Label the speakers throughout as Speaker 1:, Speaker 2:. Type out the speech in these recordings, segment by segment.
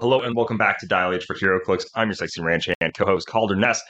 Speaker 1: Hello and welcome back to Dial H for Hero Clicks. I'm your sexy ranch hand co-host Calder Ness.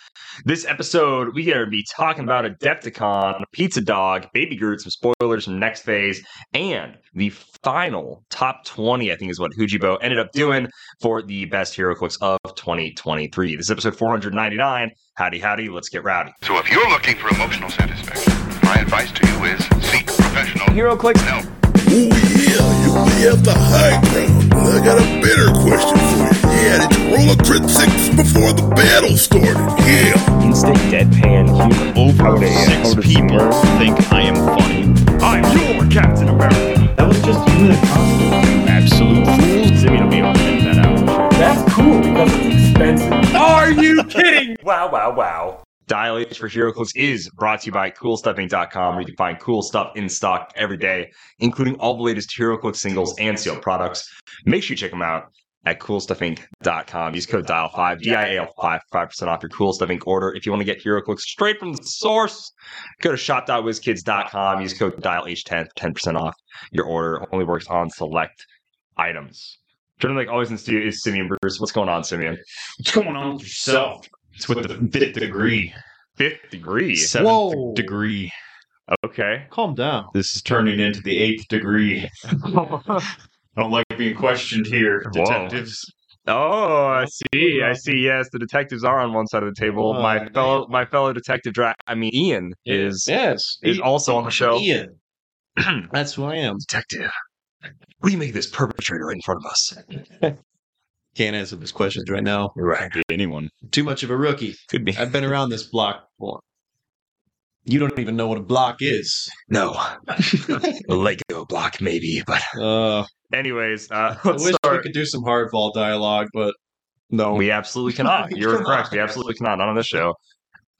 Speaker 1: This episode, we are to be talking about Adepticon, Pizza Dog, Baby Groot, some spoilers from Next Phase, and the final top 20, I think is what Hujibo ended up doing for the best Hero Clicks of 2023. This is episode 499. Howdy, howdy, let's get rowdy.
Speaker 2: So if you're looking for emotional satisfaction, my advice to you is seek professional
Speaker 3: Hero Clicks.
Speaker 2: help.
Speaker 4: Oh yeah, you be at the high ground. I got a better question for you. Yeah, did you roll a crit six before the battle started? Yeah.
Speaker 5: instant deadpan humor.
Speaker 6: over
Speaker 5: How to- how
Speaker 6: six
Speaker 5: to
Speaker 6: people
Speaker 5: swear.
Speaker 6: think I am funny.
Speaker 1: I'm your Captain America.
Speaker 3: That was just human costume.
Speaker 6: Absolute fools. I mean, I'll be able to edit that out.
Speaker 3: That's cool because it's expensive.
Speaker 1: Are you kidding? wow, wow, wow. Dial H for Hero Clicks is brought to you by CoolStuffInc.com, where you can find cool stuff in stock every day, including all the latest Hero Clicks singles and sealed products. Make sure you check them out at CoolStuffInc.com. Use code DIAL5, D-I-A-L-5, 5% off your Cool Stuff Inc. order. If you want to get Hero Clicks straight from the source, go to shop.wizkids.com. Use code DIAL-H10 for 10% off your order. Only works on select items. Joining like always in the studio is Simeon Bruce. What's going on, Simeon?
Speaker 6: What's going on with yourself? It's with the fifth degree,
Speaker 1: Fifth degree.
Speaker 6: seventh
Speaker 7: Whoa.
Speaker 6: degree.
Speaker 1: Okay.
Speaker 7: Calm down.
Speaker 6: This is turning into the eighth degree. I don't like being questioned here,
Speaker 1: Whoa.
Speaker 6: detectives.
Speaker 1: Oh, I see. I see. Yes, the detectives are on one side of the table.
Speaker 7: Oh,
Speaker 1: my
Speaker 7: man.
Speaker 1: fellow, my fellow detective, Dra- I mean Ian, is
Speaker 7: yes.
Speaker 1: is also on the show.
Speaker 7: Ian. That's who I am.
Speaker 1: Detective, we make this perpetrator right in front of us.
Speaker 7: Can't answer those questions right now.
Speaker 1: You're right.
Speaker 6: Anyone?
Speaker 7: Too much of a rookie.
Speaker 1: Could be.
Speaker 7: I've been around this block for. You don't even know what a block is.
Speaker 1: No, Lego block maybe, but
Speaker 7: Uh, I
Speaker 1: anyways, uh, let's
Speaker 7: wish we
Speaker 1: start.
Speaker 7: could do some hardball dialogue, but no.
Speaker 1: We absolutely cannot. You're
Speaker 7: Come
Speaker 1: correct.
Speaker 7: on.
Speaker 1: We absolutely cannot. Not on this show.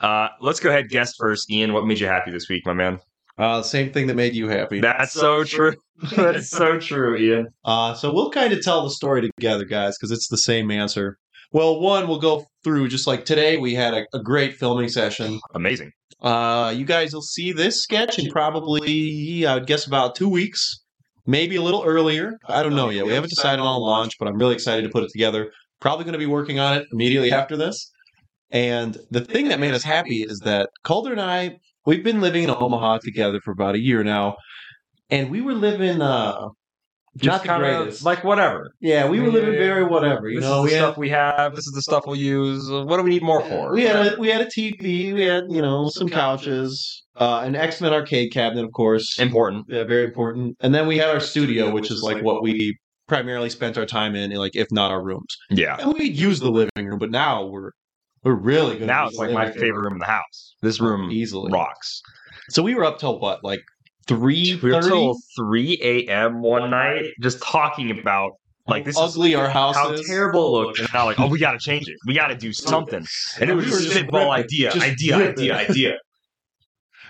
Speaker 1: Uh, let's go ahead. Guest first, Ian. What made you happy this week, my man?
Speaker 7: Uh, same thing that made you happy.
Speaker 1: That's so true. That's so true, Ian.
Speaker 7: Uh, so we'll kind of tell the story together, guys, because it's the same answer. Well, one, we'll go through just like today. We had a, a great filming session.
Speaker 1: Amazing.
Speaker 7: Uh, you guys will see this sketch in probably, I would guess, about two weeks, maybe a little earlier. I don't know yet. We haven't decided on a launch, but I'm really excited to put it together. Probably going to be working on it immediately after this. And the thing that made us happy is that Calder and I, we've been living in Omaha together for about a year now, and we were living uh, not the
Speaker 1: kinda
Speaker 7: greatest.
Speaker 1: like whatever.
Speaker 7: yeah, we were living
Speaker 1: Yeah.
Speaker 7: very whatever. You
Speaker 1: this
Speaker 7: know,
Speaker 1: is
Speaker 7: we
Speaker 1: the
Speaker 7: had
Speaker 1: stuff we have. This is the stuff we'll use. Uh, What do we need more for?
Speaker 7: We had a we had a TV, we had you know some couches, uh, an X Men arcade cabinet, of course,
Speaker 1: Important.
Speaker 7: yeah, very important. And then we had our studio, which is like what we primarily spent our time in, like if not our rooms.
Speaker 1: Yeah.
Speaker 7: And we use the living room, but now we're we're really good.
Speaker 1: Now it's like my favorite room in the house. This room
Speaker 7: easily.
Speaker 1: rocks.
Speaker 7: So we were up till what, like three
Speaker 1: We were
Speaker 7: E thirty?
Speaker 1: till 3 a.m. one night just talking about like this is
Speaker 7: ugly our house
Speaker 1: how
Speaker 7: is.
Speaker 1: terrible it looked. And now like, oh, we got to change it. We got to do something. And it was
Speaker 7: We
Speaker 1: a
Speaker 7: were just
Speaker 1: spitball
Speaker 7: ripping-
Speaker 1: idea,
Speaker 7: just
Speaker 1: idea,
Speaker 7: ripping.
Speaker 1: idea, idea.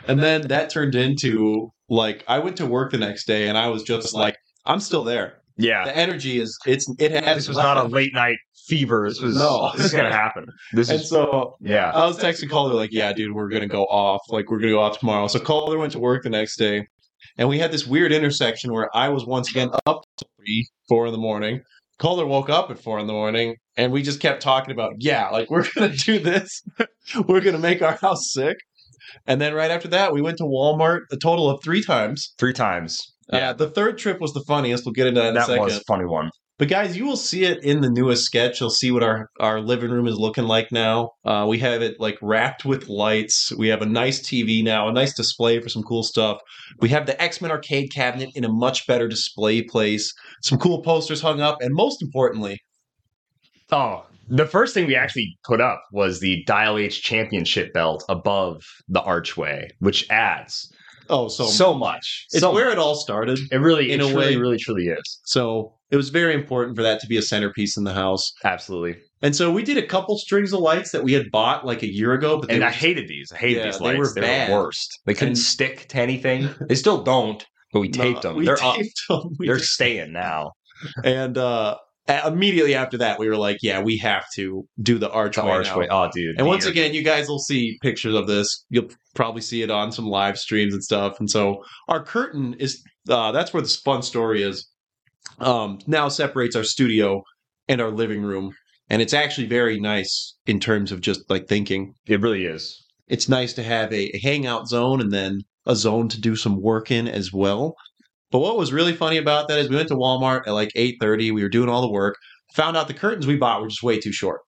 Speaker 7: And then that turned into like I went to work the next day, and I was just like, I'm still there.
Speaker 1: Yeah.
Speaker 7: The energy is it's it has
Speaker 1: This was not a late night fever. This was
Speaker 7: No.
Speaker 1: this is gonna happen. This
Speaker 7: And
Speaker 1: is
Speaker 7: so
Speaker 1: yeah.
Speaker 7: I was texting Calder like, "Yeah, dude, we're gonna go off. Like, we're gonna go off tomorrow." So Calder went to work the next day, and we had this weird intersection where I was once again up to three, four in the morning. Calder woke up at four in the morning, and we just kept talking about, "Yeah, like we're gonna do this. we're gonna make our house sick." And then right after that, we went to Walmart a total of three times.
Speaker 1: Three times.
Speaker 7: Yeah, the third trip was the funniest. We'll get into that in a
Speaker 1: That
Speaker 7: second.
Speaker 1: was a funny one.
Speaker 7: But guys, you will see it in the newest sketch. You'll see what our our living room is looking like now. Uh, we have it like wrapped with lights. We have a nice TV now, a nice display for some cool stuff. We have the X Men arcade cabinet in a much better display place. Some cool posters hung up, and most importantly,
Speaker 1: Oh, the first thing we actually put up was the Dial H Championship belt above the archway, which adds
Speaker 7: oh
Speaker 1: so,
Speaker 7: so
Speaker 1: much.
Speaker 7: it's
Speaker 1: so
Speaker 7: where
Speaker 1: much.
Speaker 7: it all started.
Speaker 1: it really,
Speaker 7: in
Speaker 1: it
Speaker 7: a
Speaker 1: truly,
Speaker 7: way-
Speaker 1: really, truly is.
Speaker 7: So it was very important for that to be a centerpiece in the house.
Speaker 1: Absolutely.
Speaker 7: And so we did a couple strings of lights that we had bought like a year ago, but they
Speaker 1: And
Speaker 7: were
Speaker 1: I hated these. I hated
Speaker 7: Yeah,
Speaker 1: these
Speaker 7: they
Speaker 1: lights. They were,
Speaker 7: were bad.
Speaker 1: the worst. They couldn't
Speaker 7: And-
Speaker 1: stick to anything. They still don't, but we
Speaker 7: No,
Speaker 1: taped them.
Speaker 7: we
Speaker 1: They're up.
Speaker 7: taped them. We
Speaker 1: They're
Speaker 7: taped
Speaker 1: staying now.
Speaker 7: And uh, a- immediately after that, we were like, "Yeah, we have to do the
Speaker 1: The
Speaker 7: archway." now.
Speaker 1: archway. Oh, dude.
Speaker 7: And once
Speaker 1: the-
Speaker 7: again, you guys will see pictures of this. You'll probably see it on some live streams and stuff. And so our curtain is uh, that's where this fun story is. Um, now separates our studio and our living room. And it's actually very nice in terms of just like thinking.
Speaker 1: It really is.
Speaker 7: It's nice to have a hangout zone and then a zone to do some work in as well. But what was really funny about that is we went to Walmart at like 8:30. We were doing all the work. Found out the curtains we bought were just way too short.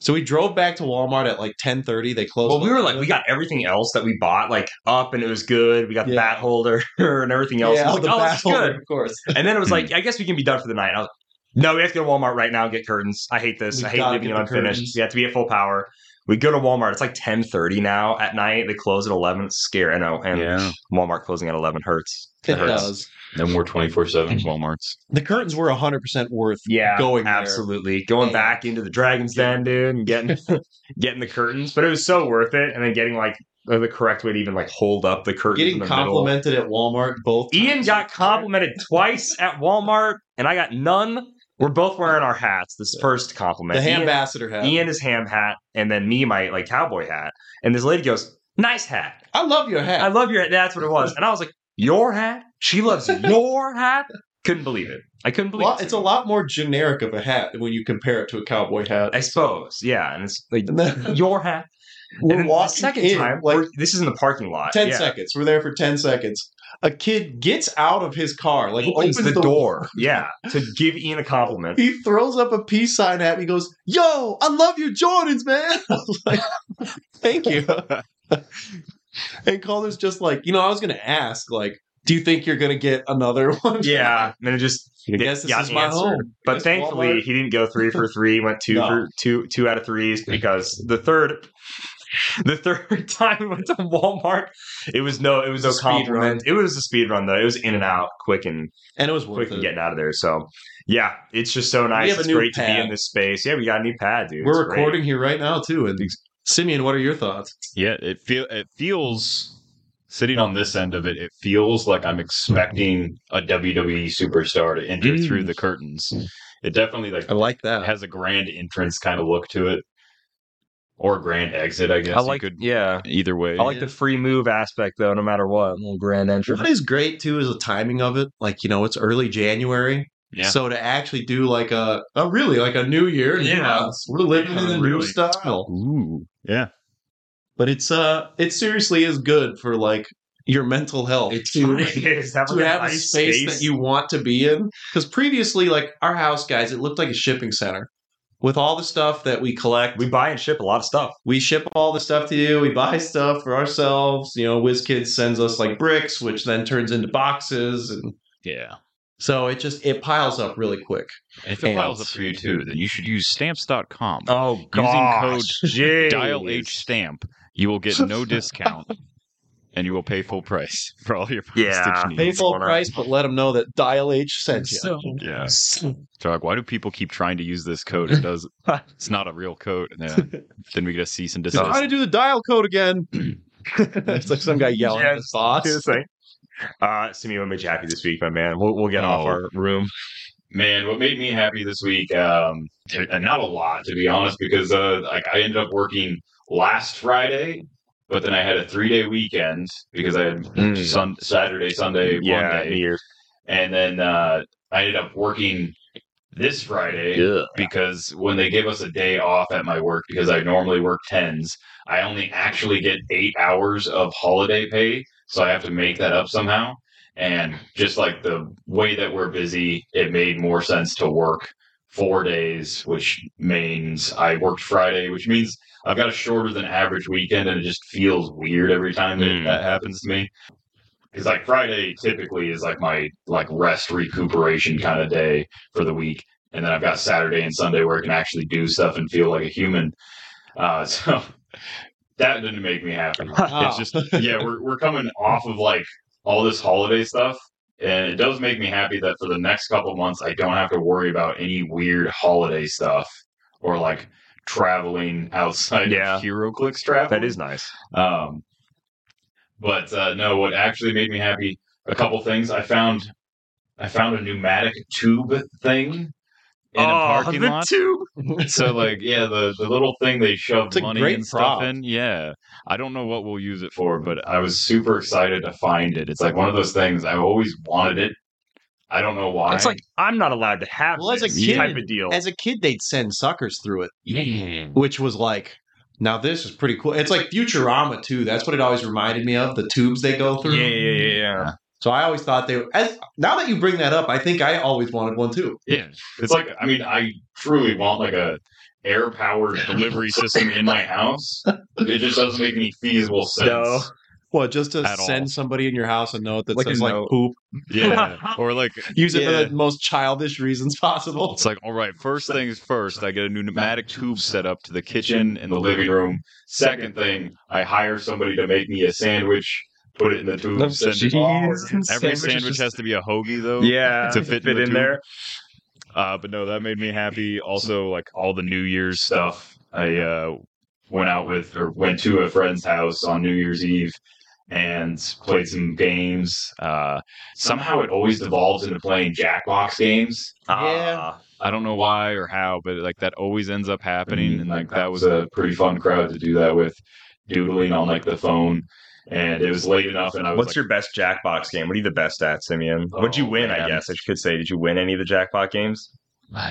Speaker 7: So we drove back to Walmart at like 10:30. They closed.
Speaker 1: Well, we were like, we got everything else that we bought like up, and it was good. We got the
Speaker 7: Yeah.
Speaker 1: bat holder and everything else.
Speaker 7: yeah,
Speaker 1: I was
Speaker 7: the
Speaker 1: like, oh, this is
Speaker 7: bathroom,
Speaker 1: good.
Speaker 7: of course.
Speaker 1: And then it was like, I guess we can be done for the night. I was like, no, we have to go to Walmart right now and get curtains. I hate this.
Speaker 7: We
Speaker 1: I hate
Speaker 7: gotta
Speaker 1: leaving it
Speaker 7: get the
Speaker 1: unfinished.
Speaker 7: curtains.
Speaker 1: You have to be at full power. We go to Walmart. It's like ten thirty now at night. They close at eleven. It's scary. I know. And
Speaker 8: Yeah.
Speaker 1: Walmart closing at eleven hurts.
Speaker 7: It
Speaker 1: hurts.
Speaker 7: does.
Speaker 8: No more 24 7 Walmarts.
Speaker 7: The curtains were 100% worth
Speaker 1: Yeah,
Speaker 7: going there.
Speaker 1: absolutely going
Speaker 7: Yeah.
Speaker 1: back into the Dragon's Den, dude, and getting getting the curtains. But it was so worth it. And then getting like the the correct way to even like hold up the curtains. in
Speaker 7: Getting
Speaker 1: the middle.
Speaker 7: complimented at Walmart both.
Speaker 1: Ian got complimented twice at Walmart, and I got none. We're both wearing our hats. This first compliment,
Speaker 7: The
Speaker 1: Ian-
Speaker 7: ambassador hat.
Speaker 1: Ian, his ham hat, and then me my like cowboy hat. And this lady goes, "Nice hat.
Speaker 7: I love your
Speaker 1: I
Speaker 7: hat.
Speaker 1: love your hat." That's what it was. And I was like, "Your hat? She loves your hat." Couldn't believe it. I couldn't believe
Speaker 7: Lot-
Speaker 1: it.
Speaker 7: it's a lot more generic of a hat when you compare it to a cowboy hat.
Speaker 1: I suppose, yeah. And it's like
Speaker 7: And then
Speaker 1: your hat.
Speaker 7: we're
Speaker 1: and then the
Speaker 7: walking
Speaker 1: second
Speaker 7: in,
Speaker 1: time,
Speaker 7: like
Speaker 1: we're- this is in the parking lot.
Speaker 7: 10
Speaker 1: yeah.
Speaker 7: seconds. We're there for 10 seconds. A kid gets out of his car, like
Speaker 1: He opens the,
Speaker 7: door.
Speaker 1: door, yeah, to give Ian a compliment.
Speaker 7: He throws up a peace sign at me. Goes, "Yo, I love your Jordans, man." I was like, "Thank you." and Calder's just like, you know, I was gonna ask, like, do you think you're gonna get another one?
Speaker 1: Yeah, and it just
Speaker 7: I guess this
Speaker 1: got
Speaker 7: is my
Speaker 1: answered.
Speaker 7: home.
Speaker 1: But
Speaker 7: Guess
Speaker 1: thankfully,
Speaker 7: Walmart-
Speaker 1: he didn't go three for three. Went two
Speaker 7: No.
Speaker 1: for two, two out of threes because the third, the third time we went to Walmart, it was no, it was no
Speaker 7: It was a speed
Speaker 1: compliment. It was a speed run though. It was in and out, quick and
Speaker 7: and it was
Speaker 1: quick
Speaker 7: worth
Speaker 1: and
Speaker 7: it.
Speaker 1: getting out of there. So yeah, it's just so nice.
Speaker 7: have a
Speaker 1: It's
Speaker 7: new
Speaker 1: great to be
Speaker 7: pad.
Speaker 1: in this space. Yeah, we got a new pad, dude.
Speaker 7: We're
Speaker 1: It's great.
Speaker 7: recording here right now too. And Simeon, what are your thoughts?
Speaker 8: Yeah, it feel it feels sitting on this end of it, it feels like I'm expecting a WWE superstar to enter
Speaker 1: Mm.
Speaker 8: through the curtains. It definitely like
Speaker 1: Oh,
Speaker 7: I like that.
Speaker 8: has a grand entrance kind of look to it. Or grand exit, I guess.
Speaker 1: I
Speaker 8: you
Speaker 1: like,
Speaker 8: could
Speaker 1: yeah.
Speaker 8: either way.
Speaker 1: I like the free move aspect though, no matter what. little grand entrance.
Speaker 7: What is great too is the timing of it. Like you know, it's early January,
Speaker 8: Yeah.
Speaker 7: so to actually do like a, a really like a New Year, new
Speaker 1: Yeah.
Speaker 7: house. we're living in a new
Speaker 1: Really.
Speaker 7: style.
Speaker 8: Ooh. Yeah.
Speaker 7: But it's uh, it seriously is good for like your mental health to
Speaker 1: is that
Speaker 7: to have a space, that you want to be in. Because previously, like our house, guys, it looked like a shipping center with all the stuff that we collect.
Speaker 1: we buy and ship a lot of stuff.
Speaker 7: we ship all the stuff to you. We buy stuff for ourselves. You know, WizKids sends us like bricks, which then turns into boxes, and
Speaker 8: Yeah.
Speaker 7: so it just it piles up really quick.
Speaker 8: If it piles up
Speaker 7: Stamps.
Speaker 8: for you too, then you should use stamps.com.
Speaker 1: Oh
Speaker 8: code
Speaker 1: Jeez.
Speaker 8: Dial H stamp. You will get no discount and you will pay full price for all your postage
Speaker 1: Yeah.
Speaker 8: needs.
Speaker 7: Pay full
Speaker 1: Why not?
Speaker 7: price, but let them know that Dial H sent you.
Speaker 8: Yeah. So like, why do people keep trying to use this code? It does. it's not a real code. Yeah. then we get a cease and desist.
Speaker 7: Try to do the dial code again. it's like some guy yelling at his boss.
Speaker 1: Seriously. Uh, Simeon, what made you happy this week, my man? We'll, we'll get off
Speaker 8: Oh.
Speaker 1: our room.
Speaker 8: Man, what made me happy this week? Um, t- and not a lot, to be honest, because uh, like I ended up working last Friday, but then I had a three-day weekend because I had
Speaker 1: Mm.
Speaker 8: sun- Saturday, Sunday,
Speaker 1: yeah,
Speaker 8: Monday.
Speaker 1: New Year's.
Speaker 8: and then uh, I ended up working this Friday because when they give us a day off at my work, because I normally work tens, I only actually get eight hours of holiday pay, so I have to make that up somehow. And just like the way that we're busy, it made more sense to work four days, which means I worked Friday, which means I've got a shorter than average weekend, and it just feels weird every time that
Speaker 1: Mm.
Speaker 8: that happens to me because like Friday typically is like my like rest recuperation kind of day for the week, and then I've got Saturday and Sunday where I can actually do stuff and feel like a human. Uh, so that didn't make me happy.
Speaker 7: Ah.
Speaker 8: It's
Speaker 1: Oh.
Speaker 8: just yeah, we're we're coming off of like all this holiday stuff, and it does make me happy that for the next couple months I don't have to worry about any weird holiday stuff or like traveling outside
Speaker 1: Yeah.
Speaker 8: of HeroClix travel.
Speaker 1: That is nice.
Speaker 8: Um, but uh, no, what actually made me happy? A couple things. I found I found a pneumatic tube thing in a
Speaker 1: Oh,
Speaker 8: parking lot.
Speaker 1: tube.
Speaker 8: So like, yeah, the the little thing they shove
Speaker 7: It's a
Speaker 8: money
Speaker 7: great
Speaker 8: and
Speaker 7: prop.
Speaker 8: stuff in. Yeah, I don't know what we'll use it for, but I was super excited to find it. It's like one of those things I always wanted it.
Speaker 6: I don't know why.
Speaker 1: It's like I'm not allowed to have
Speaker 7: Well, as a
Speaker 1: this
Speaker 7: kid-
Speaker 1: type of deal.
Speaker 7: As a kid, they'd send suckers through it,
Speaker 6: yeah.
Speaker 7: which was like, now this is pretty cool. It's like Futurama too. That's what it always reminded me of. The tubes they go
Speaker 1: yeah,
Speaker 7: through.
Speaker 1: yeah, yeah, yeah.
Speaker 7: So I always thought they were. As, now that you bring that up, I think I always wanted one too.
Speaker 6: It's like I mean, I truly want like a air powered delivery system in my house. It just doesn't make any feasible sense.
Speaker 1: No.
Speaker 7: Well, just to
Speaker 8: At all.
Speaker 7: send somebody in your house a note that
Speaker 1: Like a
Speaker 7: says like
Speaker 1: note.
Speaker 7: poop.
Speaker 8: Yeah. or like
Speaker 7: Use it
Speaker 8: Yeah.
Speaker 7: for the most childish reasons possible.
Speaker 8: it's like, all right, first things first, I get a new pneumatic tube set up to the kitchen and the living room.
Speaker 6: Second thing, I hire somebody to make me a sandwich, put it in the tube,
Speaker 8: No,
Speaker 6: send it
Speaker 8: geez.
Speaker 6: off.
Speaker 8: Every sandwich has to be a hoagie though.
Speaker 1: yeah
Speaker 8: to fit in the tube. Uh, but no, that made me happy. Also, like all the New Year's stuff.
Speaker 6: I uh, went out with or went to a friend's house on New Year's Eve and played some games. Uh, somehow it always devolves into playing Jackbox games.
Speaker 1: Ah,
Speaker 8: I don't know why or how, but like that always ends up happening. And like that was a
Speaker 6: Mm-hmm. a pretty fun crowd to do that with, doodling on like the phone. And it was late enough, and I was
Speaker 1: What's
Speaker 6: like,
Speaker 1: your best Jackbox game? What are you the best at, Simeon? What'd you
Speaker 6: Oh,
Speaker 1: win? I
Speaker 6: man.
Speaker 1: guess I could say. Did you win any of the Jackbox games?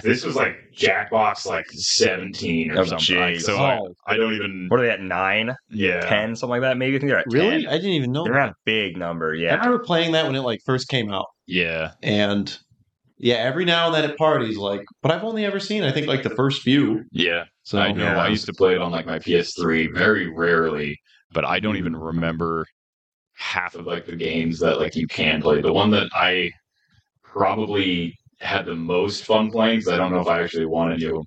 Speaker 6: This was like Jackbox like 17 or
Speaker 1: Oh,
Speaker 6: something.
Speaker 1: jeez.
Speaker 6: Like, so I, I don't even.
Speaker 1: What are they at? Nine,
Speaker 6: Yeah.
Speaker 1: ten, something like that. Maybe I think they're at
Speaker 7: really?
Speaker 1: 10.
Speaker 7: I didn't even know.
Speaker 1: They're not a big number.
Speaker 7: I
Speaker 1: Yeah.
Speaker 7: remember playing that when it like first came out,
Speaker 8: yeah.
Speaker 7: and yeah, every now and then at parties, like, but I've only ever seen I think like the first few.
Speaker 6: Yeah.
Speaker 7: So
Speaker 8: I know.
Speaker 1: yeah.
Speaker 8: I used to
Speaker 6: play it on like my PS3 very rarely.
Speaker 8: but I don't
Speaker 1: Mm.
Speaker 8: even remember half
Speaker 6: Of
Speaker 8: of
Speaker 6: like the games that like you can play. The one that I probably had the most fun playing because I don't know if I actually wanted to.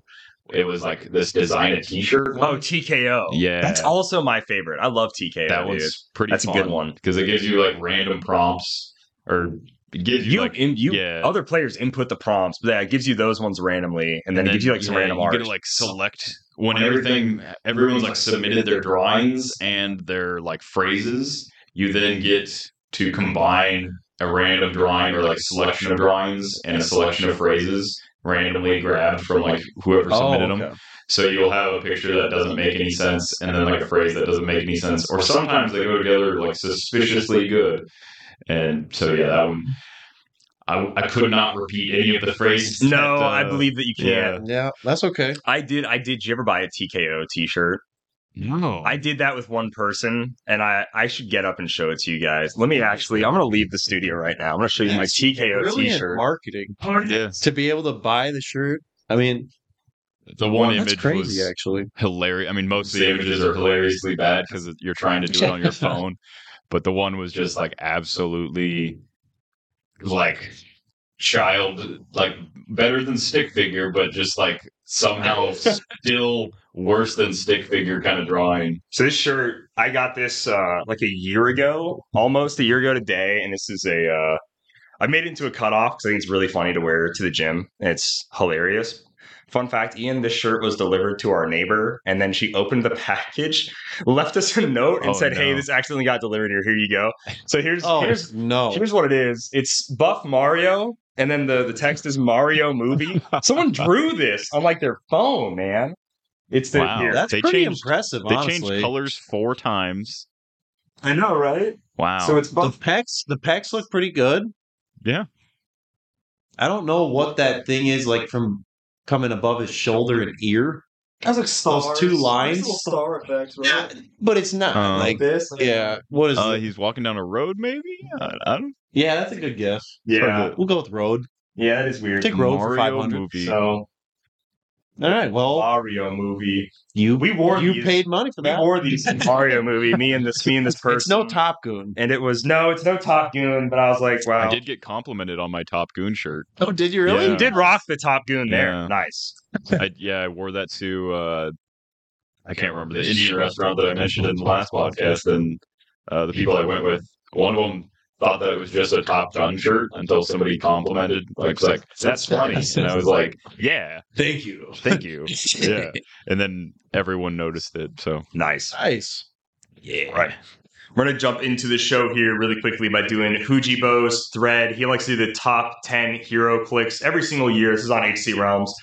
Speaker 6: It was like this design a t-shirt.
Speaker 1: Oh, TKO.
Speaker 8: Yeah.
Speaker 1: That's also my favorite. I love TKO.
Speaker 8: that
Speaker 1: dude.
Speaker 8: one's pretty.
Speaker 1: That's a good
Speaker 8: fun,
Speaker 1: one.
Speaker 8: because
Speaker 6: It
Speaker 8: it
Speaker 6: gives you like random prompts
Speaker 8: or it gives you,
Speaker 1: You,
Speaker 8: like
Speaker 1: in, you
Speaker 8: yeah.
Speaker 1: other players input the prompts, but yeah, it gives you those ones randomly, and then it gives you like some
Speaker 8: yeah,
Speaker 1: random
Speaker 8: you
Speaker 1: art.
Speaker 8: get to, like select when
Speaker 6: When
Speaker 8: everything
Speaker 6: everything-
Speaker 8: everyone's like submitted their drawings and their like phrases.
Speaker 6: phrases. You then get to combine a random drawing or like selection of drawings and a selection of phrases randomly grabbed from like whoever
Speaker 1: Oh,
Speaker 6: submitted
Speaker 8: Oh,
Speaker 6: them. So you'll have a picture that doesn't make any sense, and then like a phrase that doesn't make any sense, or sometimes they go together like suspiciously good. And so yeah, that one, I, I could not repeat any of the phrases.
Speaker 1: no,
Speaker 8: that,
Speaker 1: I
Speaker 8: uh,
Speaker 1: believe that you can.
Speaker 8: yeah.
Speaker 7: Yeah, that's okay.
Speaker 1: I did. I did. Did you ever buy a TKO T-shirt?
Speaker 8: No,
Speaker 1: I did that with one person, and I I should get up and show it to you guys. Let me actually. I'm gonna leave the studio right now. I'm gonna show you my
Speaker 7: That's
Speaker 1: TKO
Speaker 7: Brilliant
Speaker 1: T-shirt.
Speaker 7: marketing
Speaker 8: yes.
Speaker 7: to be able to buy the shirt. I mean,
Speaker 8: The one
Speaker 7: that's
Speaker 8: image
Speaker 7: crazy
Speaker 8: was
Speaker 7: actually.
Speaker 8: hilarious. I mean, most of
Speaker 6: The
Speaker 8: the
Speaker 6: images
Speaker 8: images
Speaker 6: are
Speaker 8: are hilariously
Speaker 6: hilariously bad.
Speaker 8: bad because you're trying to do it on your phone. But the one was just like absolutely
Speaker 6: like child like better than stick figure but just like somehow still worse than stick figure kind of drawing
Speaker 1: So this shirt, I got this uh, like a year ago, almost a year ago today, and this is a. Uh, I made it into a cutoff because I think it's really funny to wear to the gym. It's hilarious. Fun fact, Ian, this shirt was delivered to our neighbor, and then she opened the package, left us a note, and
Speaker 8: Oh,
Speaker 1: said, "Hey,
Speaker 8: no.
Speaker 1: this accidentally got delivered here. Here you go." So here's
Speaker 7: Oh
Speaker 1: here's
Speaker 7: no!
Speaker 1: Here's what it is. It's Buff Mario, and then the, the text is Mario movie. Someone drew this on like their phone, man. It's the
Speaker 8: Wow.
Speaker 1: here.
Speaker 7: That's
Speaker 8: They
Speaker 7: pretty
Speaker 8: changed-
Speaker 7: impressive.
Speaker 8: they
Speaker 7: honestly.
Speaker 8: changed colors four times.
Speaker 1: I know, right?
Speaker 8: Wow.
Speaker 1: So it's
Speaker 7: The
Speaker 1: Buff.
Speaker 7: pecs, the pecs look pretty good.
Speaker 8: Yeah.
Speaker 7: I don't know what that thing is like from coming above his shoulder and ear,
Speaker 3: That was like
Speaker 7: Those
Speaker 3: stars.
Speaker 7: two lines.
Speaker 3: Those little star effects, right?
Speaker 7: but it's not
Speaker 8: Um,
Speaker 7: like
Speaker 3: this. like-
Speaker 7: yeah. What is?
Speaker 8: uh,
Speaker 7: it?
Speaker 8: he's walking down a road, maybe. I, I don't.
Speaker 7: Yeah, that's a good guess.
Speaker 1: Yeah,
Speaker 7: we'll go with road.
Speaker 1: yeah, that is weird.
Speaker 7: Take road
Speaker 8: Mario
Speaker 7: for five hundred.
Speaker 8: movie.
Speaker 1: So
Speaker 7: All right. Well,
Speaker 1: Mario movie.
Speaker 7: you
Speaker 1: We wore
Speaker 7: you
Speaker 1: these.
Speaker 7: paid money for
Speaker 1: We
Speaker 7: that.
Speaker 1: wore these Mario movie. Me and this me and this person.
Speaker 7: It's no Top Goon.
Speaker 1: And it was no, it's no Top Goon. But I was like, wow.
Speaker 8: I did get complimented on my Top Goon shirt.
Speaker 7: Oh, did you
Speaker 8: really?
Speaker 1: You did rock the Top Goon there.
Speaker 8: Yeah.
Speaker 1: Nice.
Speaker 8: I, yeah, I wore that to. Uh, I can't remember
Speaker 6: the
Speaker 8: the
Speaker 6: indian restaurant that i mentioned in the last podcast and
Speaker 8: Uh,
Speaker 6: the people i went with one of them thought that it was just a top gun shirt until somebody complimented like was like that's funny and i was like
Speaker 8: Yeah,
Speaker 7: Thank you.
Speaker 8: thank you. yeah, and then everyone noticed it. So
Speaker 1: Nice.
Speaker 7: Nice.
Speaker 1: Yeah. Right. We're going to jump into the show here really quickly by doing Hujibo's thread. He likes to do the top 10 hero clicks every single year. This is on HC Realms.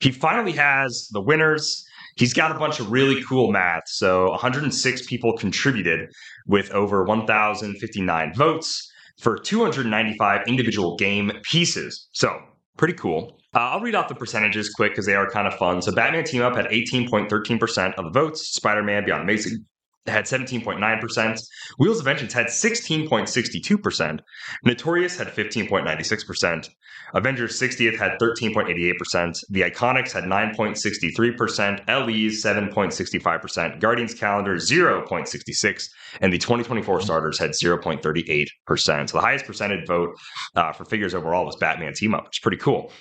Speaker 1: He finally has the winners. He's got a bunch of really cool math. So 106 people contributed with over 1,059 votes. for 295 individual game pieces. So pretty cool. Uh, I'll read off the percentages quick because they are kind of fun. So Batman Team Up had 18.13% of the votes. Spider Man Beyond Amazing had 17.9%. Wheels of Vengeance had 16.62%. Notorious had 15.96%. Avengers 60th had 13.88%. The Iconics had 9.63%. LEs 7.65%. Guardians Calendar 0.66. And the 2024 starters had 0.38%. So the highest percentage vote uh, for figures overall was Batman Team Up, which is pretty cool.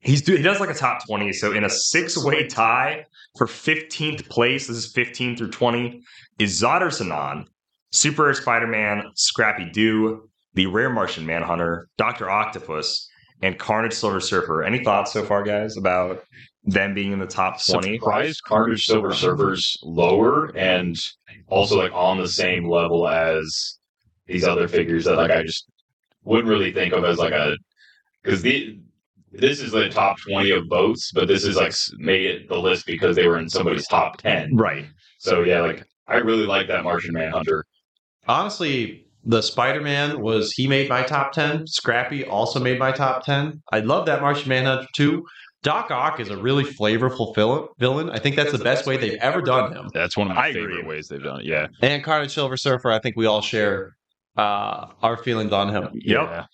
Speaker 1: He's do, he does like a top 20. So in a six way tie for 15th place, this is 15 through 20, is Zotter Sanon, Super Spider Man, Scrappy Doo, The Rare Martian Manhunter, Dr. Octopus, and Carnage Silver Surfer. Any thoughts so far, guys, about them being in the top 20?
Speaker 6: Surprised Carnage Silver Surfer's lower and also like on the same level as these other figures that like I just wouldn't really think of as like a because the this is the top twenty of votes, but this is like s- made it the list because they were in somebody's top ten.
Speaker 1: Right.
Speaker 6: So yeah, like I really like that Martian Manhunter.
Speaker 7: Honestly, the Spider Man was he made my top ten. Scrappy also made my top ten. I love that Martian Manhunter too. Doc Ock is a really flavorful fil- villain. I think that's the best way they've ever done him.
Speaker 8: That's one of my
Speaker 1: I agree.
Speaker 8: favorite ways they've done it. Yeah.
Speaker 7: And Carnage Silver Surfer, I think we all share uh, our feelings on him.
Speaker 8: Yeah.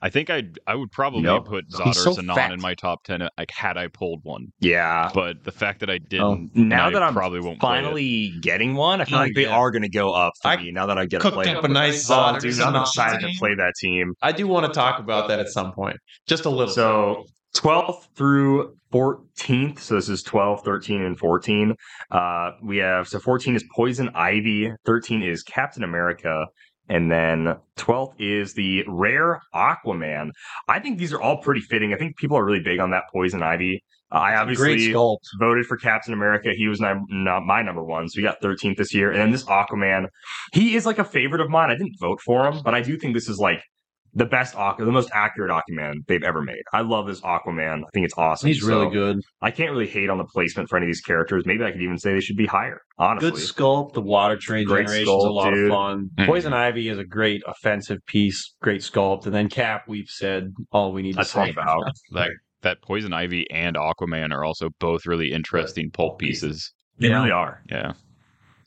Speaker 8: I think I I would probably
Speaker 1: Yep.
Speaker 8: put Zotter
Speaker 1: He's so
Speaker 8: Sanon
Speaker 1: fat.
Speaker 8: in my top ten. Like had I pulled one,
Speaker 1: Yeah.
Speaker 8: but the fact that I
Speaker 1: Oh.
Speaker 8: didn't, and
Speaker 1: Now
Speaker 8: I
Speaker 1: that I'm
Speaker 8: probably won't play it.
Speaker 1: finally getting one, I feel
Speaker 7: Oh,
Speaker 1: like they
Speaker 7: yeah.
Speaker 1: are going to go up for
Speaker 7: I
Speaker 1: me now that I get to
Speaker 7: Cooked
Speaker 1: play.
Speaker 7: up
Speaker 1: it.
Speaker 7: a nice
Speaker 1: Oh,
Speaker 7: uh,
Speaker 1: dude, I'm excited to play that team.
Speaker 7: I do want to talk about that at some point, just a little.
Speaker 1: So 12th through 14th. So this is 12, 13, and 14. Uh, we have so 14 is Poison Ivy, 13 is Captain America, and then 12th is the rare Aquaman. I think these are all pretty fitting. I think people are really big on that Poison Ivy. Uh, I
Speaker 7: great
Speaker 1: obviously
Speaker 7: sculpt.
Speaker 1: voted for Captain America. He was num- not my number one, so he got 13th this year. And then this Aquaman, he is like a favorite of mine. I didn't vote for him, but I do think this is like the best, Aqu- the most accurate Aquaman they've ever made. I love this Aquaman. I think it's awesome.
Speaker 7: He's really
Speaker 1: So,
Speaker 7: good.
Speaker 1: I can't really hate on the placement for any of these characters. Maybe I could even say they should be higher. Honestly,
Speaker 7: Good sculpt. The water train
Speaker 1: Great
Speaker 7: generation is a
Speaker 1: sculpt,
Speaker 7: lot
Speaker 1: dude.
Speaker 7: of fun.
Speaker 8: Mhm.
Speaker 7: Poison Ivy is a great offensive piece. Great sculpt. And then Cap, we've said all we need to
Speaker 1: that's
Speaker 7: say.
Speaker 1: all about.
Speaker 8: like that Poison Ivy and Aquaman are also both really interesting pulp pieces.
Speaker 1: They really are.
Speaker 8: Yeah.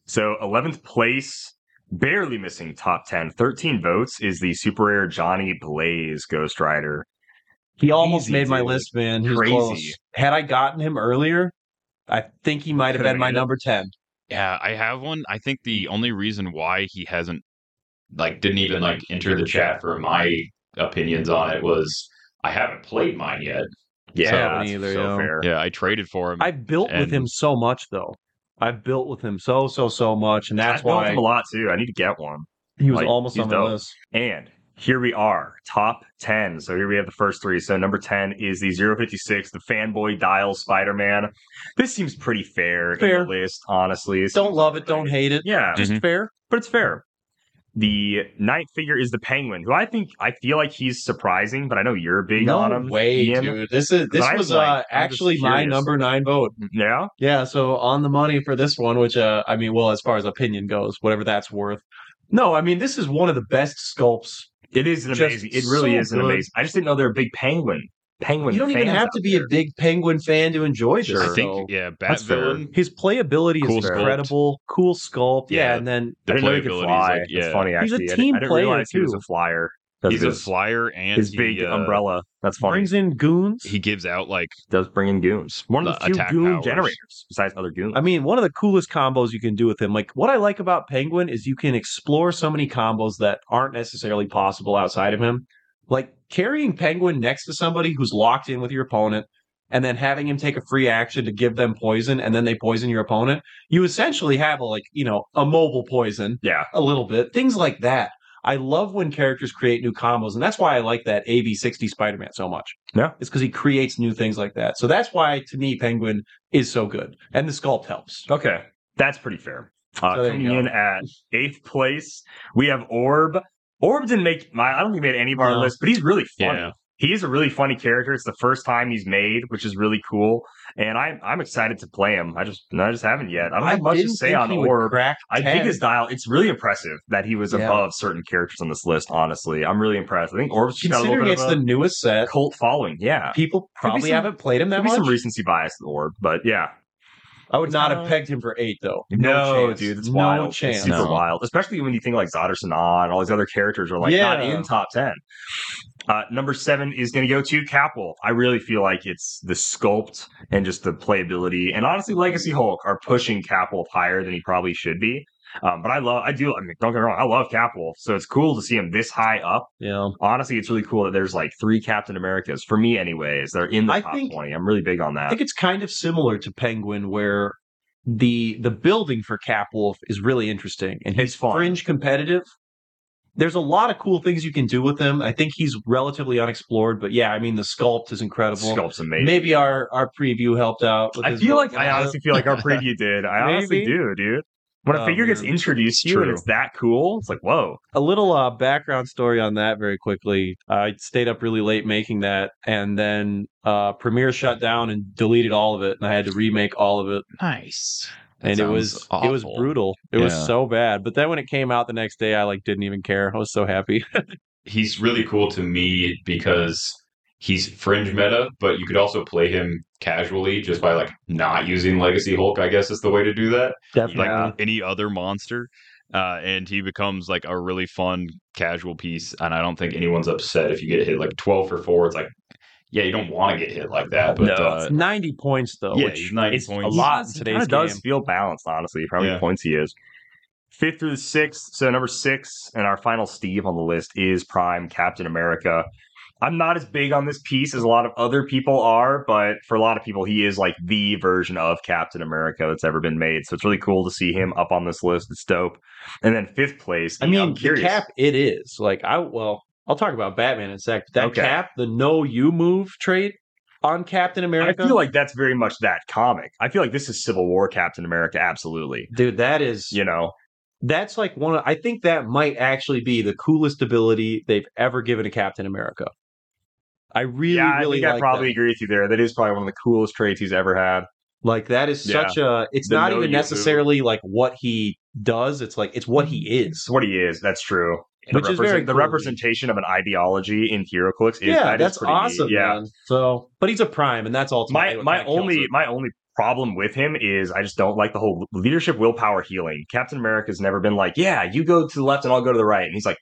Speaker 1: So 11th place, barely missing top 10, 13 votes is the super rare Johnny Blaze Ghost Rider.
Speaker 7: He almost
Speaker 1: Crazy,
Speaker 7: made my
Speaker 1: dude.
Speaker 7: list, man. He's
Speaker 1: Crazy.
Speaker 7: close. Had I gotten him earlier, I think he might have
Speaker 1: Coulda
Speaker 7: been my
Speaker 1: made it.
Speaker 7: number 10.
Speaker 8: Yeah, I have one. I think the only reason why he hasn't
Speaker 6: Like didn't even like enter the chat for my opinions on it was I haven't played mine yet.
Speaker 1: Yeah,
Speaker 7: So-
Speaker 1: that's
Speaker 7: Neither,
Speaker 1: so
Speaker 7: yeah.
Speaker 1: fair.
Speaker 8: yeah, I traded for him.
Speaker 7: I built with
Speaker 8: And-
Speaker 7: him so much, though. I built with him so, so, so much. And that's
Speaker 1: I built
Speaker 7: why
Speaker 1: him a lot too. I need to get one.
Speaker 7: he was
Speaker 1: Like,
Speaker 7: almost
Speaker 1: he's
Speaker 7: on the
Speaker 1: dope.
Speaker 7: list.
Speaker 1: And here we are, top 10. So here we have the first three. So number 10 is the 056, the fanboy dial Spider Man. This seems pretty fair,
Speaker 7: Fair.
Speaker 1: in the list, honestly. It
Speaker 7: Don't
Speaker 1: seems
Speaker 7: love it.
Speaker 1: pretty-
Speaker 7: Don't hate it.
Speaker 1: Yeah,
Speaker 7: Just fair.
Speaker 1: but it's fair. The ninth figure is the Penguin, who I think I feel like he's surprising, but I know you're big on him. Ian.
Speaker 7: This uh, is
Speaker 1: But I'm like- I'm just curious.
Speaker 7: nine vote.
Speaker 1: Yeah,
Speaker 7: Yeah, so on the money for this one, which uh, I mean, well, as far as opinion goes, whatever that's worth. No, I mean, this is one of the best sculpts.
Speaker 1: it is an
Speaker 7: Just
Speaker 1: amazing. It really
Speaker 7: so
Speaker 1: is an
Speaker 7: good.
Speaker 1: amazing. I just didn't know they're a big Penguin. Penguin.
Speaker 7: You don't even
Speaker 1: fans
Speaker 7: have
Speaker 1: out
Speaker 7: to be a
Speaker 1: there.
Speaker 7: big Penguin fan to enjoy this.
Speaker 1: Sure.
Speaker 8: I think
Speaker 7: though.
Speaker 8: yeah, Bat
Speaker 1: That's fair.
Speaker 8: Villain.
Speaker 7: his playability
Speaker 8: Cool
Speaker 7: is
Speaker 8: sculpt.
Speaker 7: incredible. Cool sculpt. Yeah,
Speaker 8: Yeah.
Speaker 7: and then
Speaker 8: The
Speaker 1: I didn't know he
Speaker 8: playability
Speaker 1: could
Speaker 8: is
Speaker 1: fly.
Speaker 8: like- yeah.
Speaker 1: It's funny
Speaker 7: He's a
Speaker 1: actually. I
Speaker 7: team
Speaker 1: didn't- I didn't
Speaker 7: player,
Speaker 1: realize he was
Speaker 7: too.
Speaker 1: a flyer. 'cause
Speaker 8: He's
Speaker 1: of
Speaker 8: a
Speaker 1: his-
Speaker 8: flyer and
Speaker 1: His
Speaker 8: he,
Speaker 1: big
Speaker 8: uh,
Speaker 1: umbrella. That's funny.
Speaker 7: brings in goons.
Speaker 8: He gives out like
Speaker 1: does bring in goons. One of the,
Speaker 8: The
Speaker 1: few
Speaker 8: attack
Speaker 1: goon
Speaker 8: powers.
Speaker 1: generators besides other goons.
Speaker 7: I mean, one of the coolest combos you can do with him. Like what I like about Penguin is you can explore so many combos that aren't necessarily possible outside of him. Like carrying Penguin next to somebody who's locked in with your opponent and then having him take a free action to give them poison and then they poison your opponent, you essentially have a like, you know, a mobile poison
Speaker 1: yeah,
Speaker 7: a little bit. Things like that. I love when characters create new combos, and that's why I like that AV60 Spider Man so much.
Speaker 1: Yeah.
Speaker 7: It's because he creates new things like that. So that's why, to me, Penguin is so good. And the sculpt helps.
Speaker 1: okay, that's pretty fair. Uh,
Speaker 7: So there you
Speaker 1: coming in
Speaker 7: go.
Speaker 1: at eighth place, we have Orb. Orb didn't make my. I don't think he made any of our
Speaker 7: No.
Speaker 1: list, but he's really funny.
Speaker 8: Yeah.
Speaker 1: he is a really funny character. It's the first time he's made, which is really cool. And I'm I'm excited to play him. I just I just haven't yet. I don't have much to
Speaker 7: didn't
Speaker 1: say
Speaker 7: think
Speaker 1: on
Speaker 7: he would
Speaker 1: Orb.
Speaker 7: crack
Speaker 1: I think
Speaker 7: 10.
Speaker 1: his dial. It's really impressive that he was
Speaker 7: Yeah.
Speaker 1: above certain characters on this list. Honestly, I'm really impressed. I think Orb's just got a little
Speaker 7: considering
Speaker 1: bit
Speaker 7: it's
Speaker 1: of
Speaker 7: the
Speaker 1: a
Speaker 7: newest set,
Speaker 1: cult following. Yeah,
Speaker 7: people probably
Speaker 1: some-
Speaker 7: haven't played him that
Speaker 1: maybe
Speaker 7: much.
Speaker 1: some recency bias to Orb, but yeah,
Speaker 7: I would not have
Speaker 1: kinda-
Speaker 7: pegged him for eight though.
Speaker 1: No,
Speaker 7: chance.
Speaker 1: dude, it's
Speaker 7: No
Speaker 1: wild. It's
Speaker 7: chance.
Speaker 1: super
Speaker 8: No.
Speaker 1: wild, especially when you think like Zadar Sanaa and all these other characters are like not
Speaker 7: Yeah.
Speaker 1: in top ten. Uh, number seven is going to go to Capel. I really feel like it's the sculpt and just the playability, and honestly, Legacy Hulk are pushing Capel higher than he probably should be. Um, but I love, I do. I mean, don't get me wrong, I love Capel, so it's cool to see him this high up.
Speaker 7: Yeah,
Speaker 1: Honestly, it's really cool that there's like three Captain Americas for me, anyways. They're in the
Speaker 7: I
Speaker 1: top
Speaker 7: think-
Speaker 1: twenty. I'm really big on
Speaker 7: I
Speaker 1: that.
Speaker 7: think it's kind of similar to Penguin, where the the building for Cap Wolf is really interesting, and he's
Speaker 1: It's fun.
Speaker 7: fringe competitive. There's a lot of cool things you can do with him. I think he's relatively unexplored, but yeah, I mean the sculpt is incredible.
Speaker 1: Sculpt's amazing.
Speaker 7: Maybe our our preview helped out. with
Speaker 1: I
Speaker 7: his
Speaker 1: feel like I
Speaker 7: build.
Speaker 1: honestly feel like our preview did. I honestly
Speaker 7: Maybe.
Speaker 1: do, dude. When a
Speaker 7: Oh,
Speaker 1: figure gets
Speaker 7: man.
Speaker 1: introduced to you and
Speaker 8: True.
Speaker 1: it's that cool, it's like, whoa.
Speaker 7: a little uh, background story on that very quickly. Uh, I stayed up really late making that, and then uh, Premiere shut down and deleted all of it, and I had to remake all of it.
Speaker 8: Nice.
Speaker 7: and it was it was brutal. It was
Speaker 8: Yeah.
Speaker 7: so bad. But then when it came out the next day, I like didn't even care. I was so happy.
Speaker 6: he's really cool to me because he's fringe meta, but you could also play him casually just by like not using Legacy Hulk. I guess is the way to do that.
Speaker 8: like any other monster. Uh, and he becomes like a really fun casual piece.
Speaker 6: And I don't think anyone's upset if you get hit like twelve for four. It's like, yeah, you don't want to get hit like that, but
Speaker 8: No.
Speaker 6: uh,
Speaker 7: Ninety points though,
Speaker 6: yeah,
Speaker 7: which
Speaker 6: he's 90
Speaker 7: is a
Speaker 6: points.
Speaker 7: lot in
Speaker 1: He
Speaker 7: today's
Speaker 1: kinda does
Speaker 7: game.
Speaker 1: feel balanced, honestly, for how many
Speaker 6: Yeah.
Speaker 1: points he is. Fifth through the sixth. So number six and our final Steve on the list is Prime Captain America. I'm not as big on this piece as a lot of other people are, but for a lot of people, he is like the version of Captain America that's ever been made. So it's really cool to see him up on this list. It's dope. And then fifth place.
Speaker 7: I
Speaker 1: yeah,
Speaker 7: mean,
Speaker 1: I'm
Speaker 7: the
Speaker 1: curious.
Speaker 7: cap it is. Like I well, I'll talk about Batman in a sec. But that
Speaker 1: Okay.
Speaker 7: cap, the no you move trade on Captain America.
Speaker 1: I feel like that's very much that comic. I feel like this is Civil War Captain America, absolutely.
Speaker 7: dude, that is
Speaker 1: You know,
Speaker 7: that's like one of I think that might actually be the coolest ability they've ever given to Captain America. I really,
Speaker 1: yeah, I
Speaker 7: really
Speaker 1: think
Speaker 7: like
Speaker 1: I
Speaker 7: that.
Speaker 1: probably agree with you there. That is probably one of the coolest traits he's ever had.
Speaker 7: Like that is
Speaker 1: Yeah.
Speaker 7: such a it's
Speaker 1: The
Speaker 7: not
Speaker 1: know
Speaker 7: even
Speaker 1: you
Speaker 7: necessarily like what he does, it's like it's what he is.
Speaker 1: It's what he is. That's true. The
Speaker 7: Which is very
Speaker 1: the
Speaker 7: cool.
Speaker 1: representation of an ideology in HeroClix. Is,
Speaker 7: yeah,
Speaker 1: that is
Speaker 7: that's
Speaker 1: pretty neat.
Speaker 7: awesome,
Speaker 1: Yeah,
Speaker 7: man. So but he's a prime and that's ultimately
Speaker 1: my
Speaker 7: what
Speaker 1: my
Speaker 7: kinda kills
Speaker 1: only
Speaker 7: it.
Speaker 1: my only problem with him is I just don't like the whole leadership willpower healing. Captain America's never been like, yeah, you go to the left and I'll go to the right, and he's like,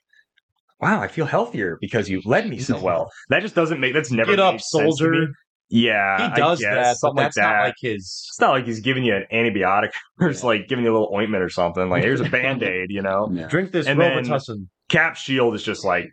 Speaker 1: wow, I feel healthier because you led me so well. That just doesn't make that's never
Speaker 7: get up,
Speaker 1: made sense to me.
Speaker 7: soldier.
Speaker 1: Yeah,
Speaker 7: He
Speaker 1: I
Speaker 7: does
Speaker 1: guess,
Speaker 7: that, but
Speaker 1: something
Speaker 7: that's
Speaker 1: like that.
Speaker 7: not like his
Speaker 1: it's not like he's giving you an antibiotic or it's like giving you a little ointment or something. Like here's a band aid, you know.
Speaker 7: drink this
Speaker 1: And then-
Speaker 7: Robitussin.
Speaker 1: Cap Shield is just like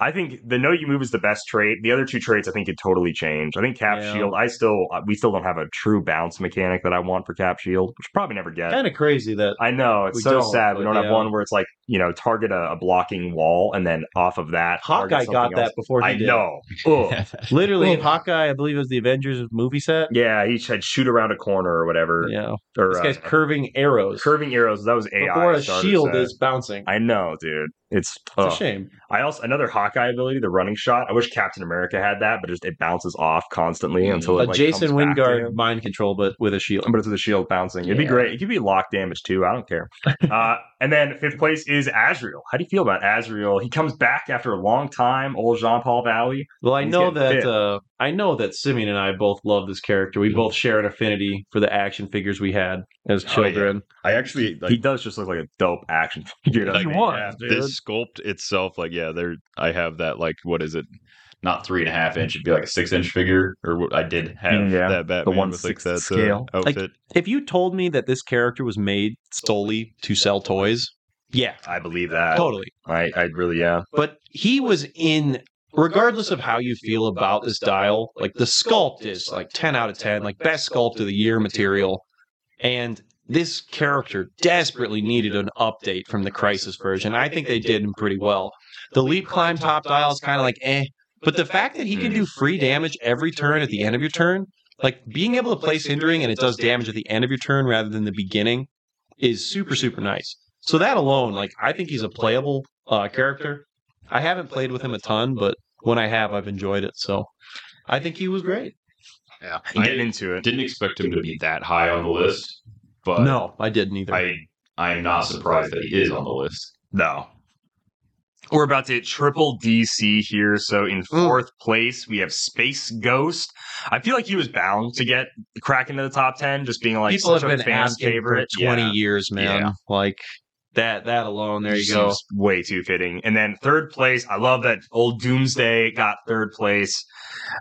Speaker 1: I think the know you move is the best trait. The other two traits I think could totally change. I think Cap
Speaker 7: Yeah.
Speaker 1: Shield. I still uh, we still don't have a true bounce mechanic that I want for Cap Shield, which probably never get.
Speaker 7: Kind of crazy that
Speaker 1: I know it's
Speaker 7: We
Speaker 1: so
Speaker 7: don't,
Speaker 1: sad. We
Speaker 7: but
Speaker 1: don't have
Speaker 7: yeah.
Speaker 1: one where it's like you know target a, a blocking wall and then off of that target
Speaker 7: Hawkeye got
Speaker 1: something
Speaker 7: that
Speaker 1: else.
Speaker 7: before he
Speaker 1: I
Speaker 7: did.
Speaker 1: know. Ugh.
Speaker 7: Literally,
Speaker 1: Ugh.
Speaker 7: Hawkeye, I believe, it was the Avengers movie set.
Speaker 1: yeah, he said shoot around a corner or whatever.
Speaker 7: Yeah,
Speaker 1: Or
Speaker 7: this
Speaker 1: uh,
Speaker 7: guy's curving arrows.
Speaker 1: curving arrows. That was AI.
Speaker 7: before a
Speaker 1: started
Speaker 7: shield
Speaker 1: that.
Speaker 7: is bouncing.
Speaker 1: I oh, know, dude. It's,
Speaker 7: It's a
Speaker 1: ugh.
Speaker 7: shame.
Speaker 1: I also another Hawkeye ability, the running shot. I wish Captain America had that, but just it bounces off constantly until it
Speaker 7: Mm. A
Speaker 1: like,
Speaker 7: Jason
Speaker 1: comes back to
Speaker 7: Wingard
Speaker 1: him.
Speaker 7: mind control, but with a shield.
Speaker 1: But it's with a shield bouncing. It'd be
Speaker 7: Yeah.
Speaker 1: great. It could be lock damage too. I don't care. uh, and then fifth place is Azrael. How do you feel about Azrael? He comes back after a long time. Old Jean Paul Valley.
Speaker 7: Well, I
Speaker 1: He's
Speaker 7: know
Speaker 1: getting
Speaker 7: that
Speaker 1: fit.
Speaker 7: uh, I know that Simeon and I both love this character. We both share an affinity for the action figures we had as
Speaker 8: Oh, yeah.
Speaker 7: children.
Speaker 8: I actually like,
Speaker 1: he does just look like a dope action figure. doesn't
Speaker 8: like,
Speaker 1: he?
Speaker 8: yeah, this sculpt itself. Like, yeah, there. I have that. Like, what is it?
Speaker 6: not three and a half inch. It'd be like a six inch figure,
Speaker 8: Or what I did have
Speaker 1: Mm, Yeah,
Speaker 8: that Batman with like
Speaker 1: 1/6
Speaker 8: that uh,
Speaker 1: scale.
Speaker 7: Like,
Speaker 8: outfit.
Speaker 7: If you told me that this character was made solely to sell toys, yeah,
Speaker 1: I believe that.
Speaker 7: totally.
Speaker 1: I, I really yeah.
Speaker 7: But he was in, regardless of how you feel about this dial, like the sculpt is like 10 out of 10, like best sculpt of the year material. And this character desperately needed an update from the Crisis version. I think they did him pretty well. The leap climb top dial is kind of like eh, but the fact that he can do free damage every turn at the end of your turn, like being able to place hindering and it does damage at the end of your turn rather than the beginning, is super super nice. So that alone, like I think he's a playable uh, character. I haven't played with him a ton, but when I have, I've enjoyed it. So I think he was great.
Speaker 6: Yeah,
Speaker 1: and
Speaker 6: I
Speaker 1: getting into it.
Speaker 6: didn't expect him to be that high on the list, but
Speaker 7: no, I didn't either.
Speaker 6: I I am not surprised that he is on the list.
Speaker 1: No. We're about to hit triple DC here. So in fourth place, we have Space Ghost. I feel like he was bound to get crack into the top ten, just being like
Speaker 7: People
Speaker 1: such
Speaker 7: have
Speaker 1: a
Speaker 7: been
Speaker 1: fan
Speaker 7: asking
Speaker 1: favorite.
Speaker 7: for twenty
Speaker 1: Yeah.
Speaker 7: years, man.
Speaker 1: Yeah.
Speaker 7: Like that. That alone. There you
Speaker 1: Just
Speaker 7: go.
Speaker 1: seems Way too fitting. And then third place, I love that old Doomsday got third place.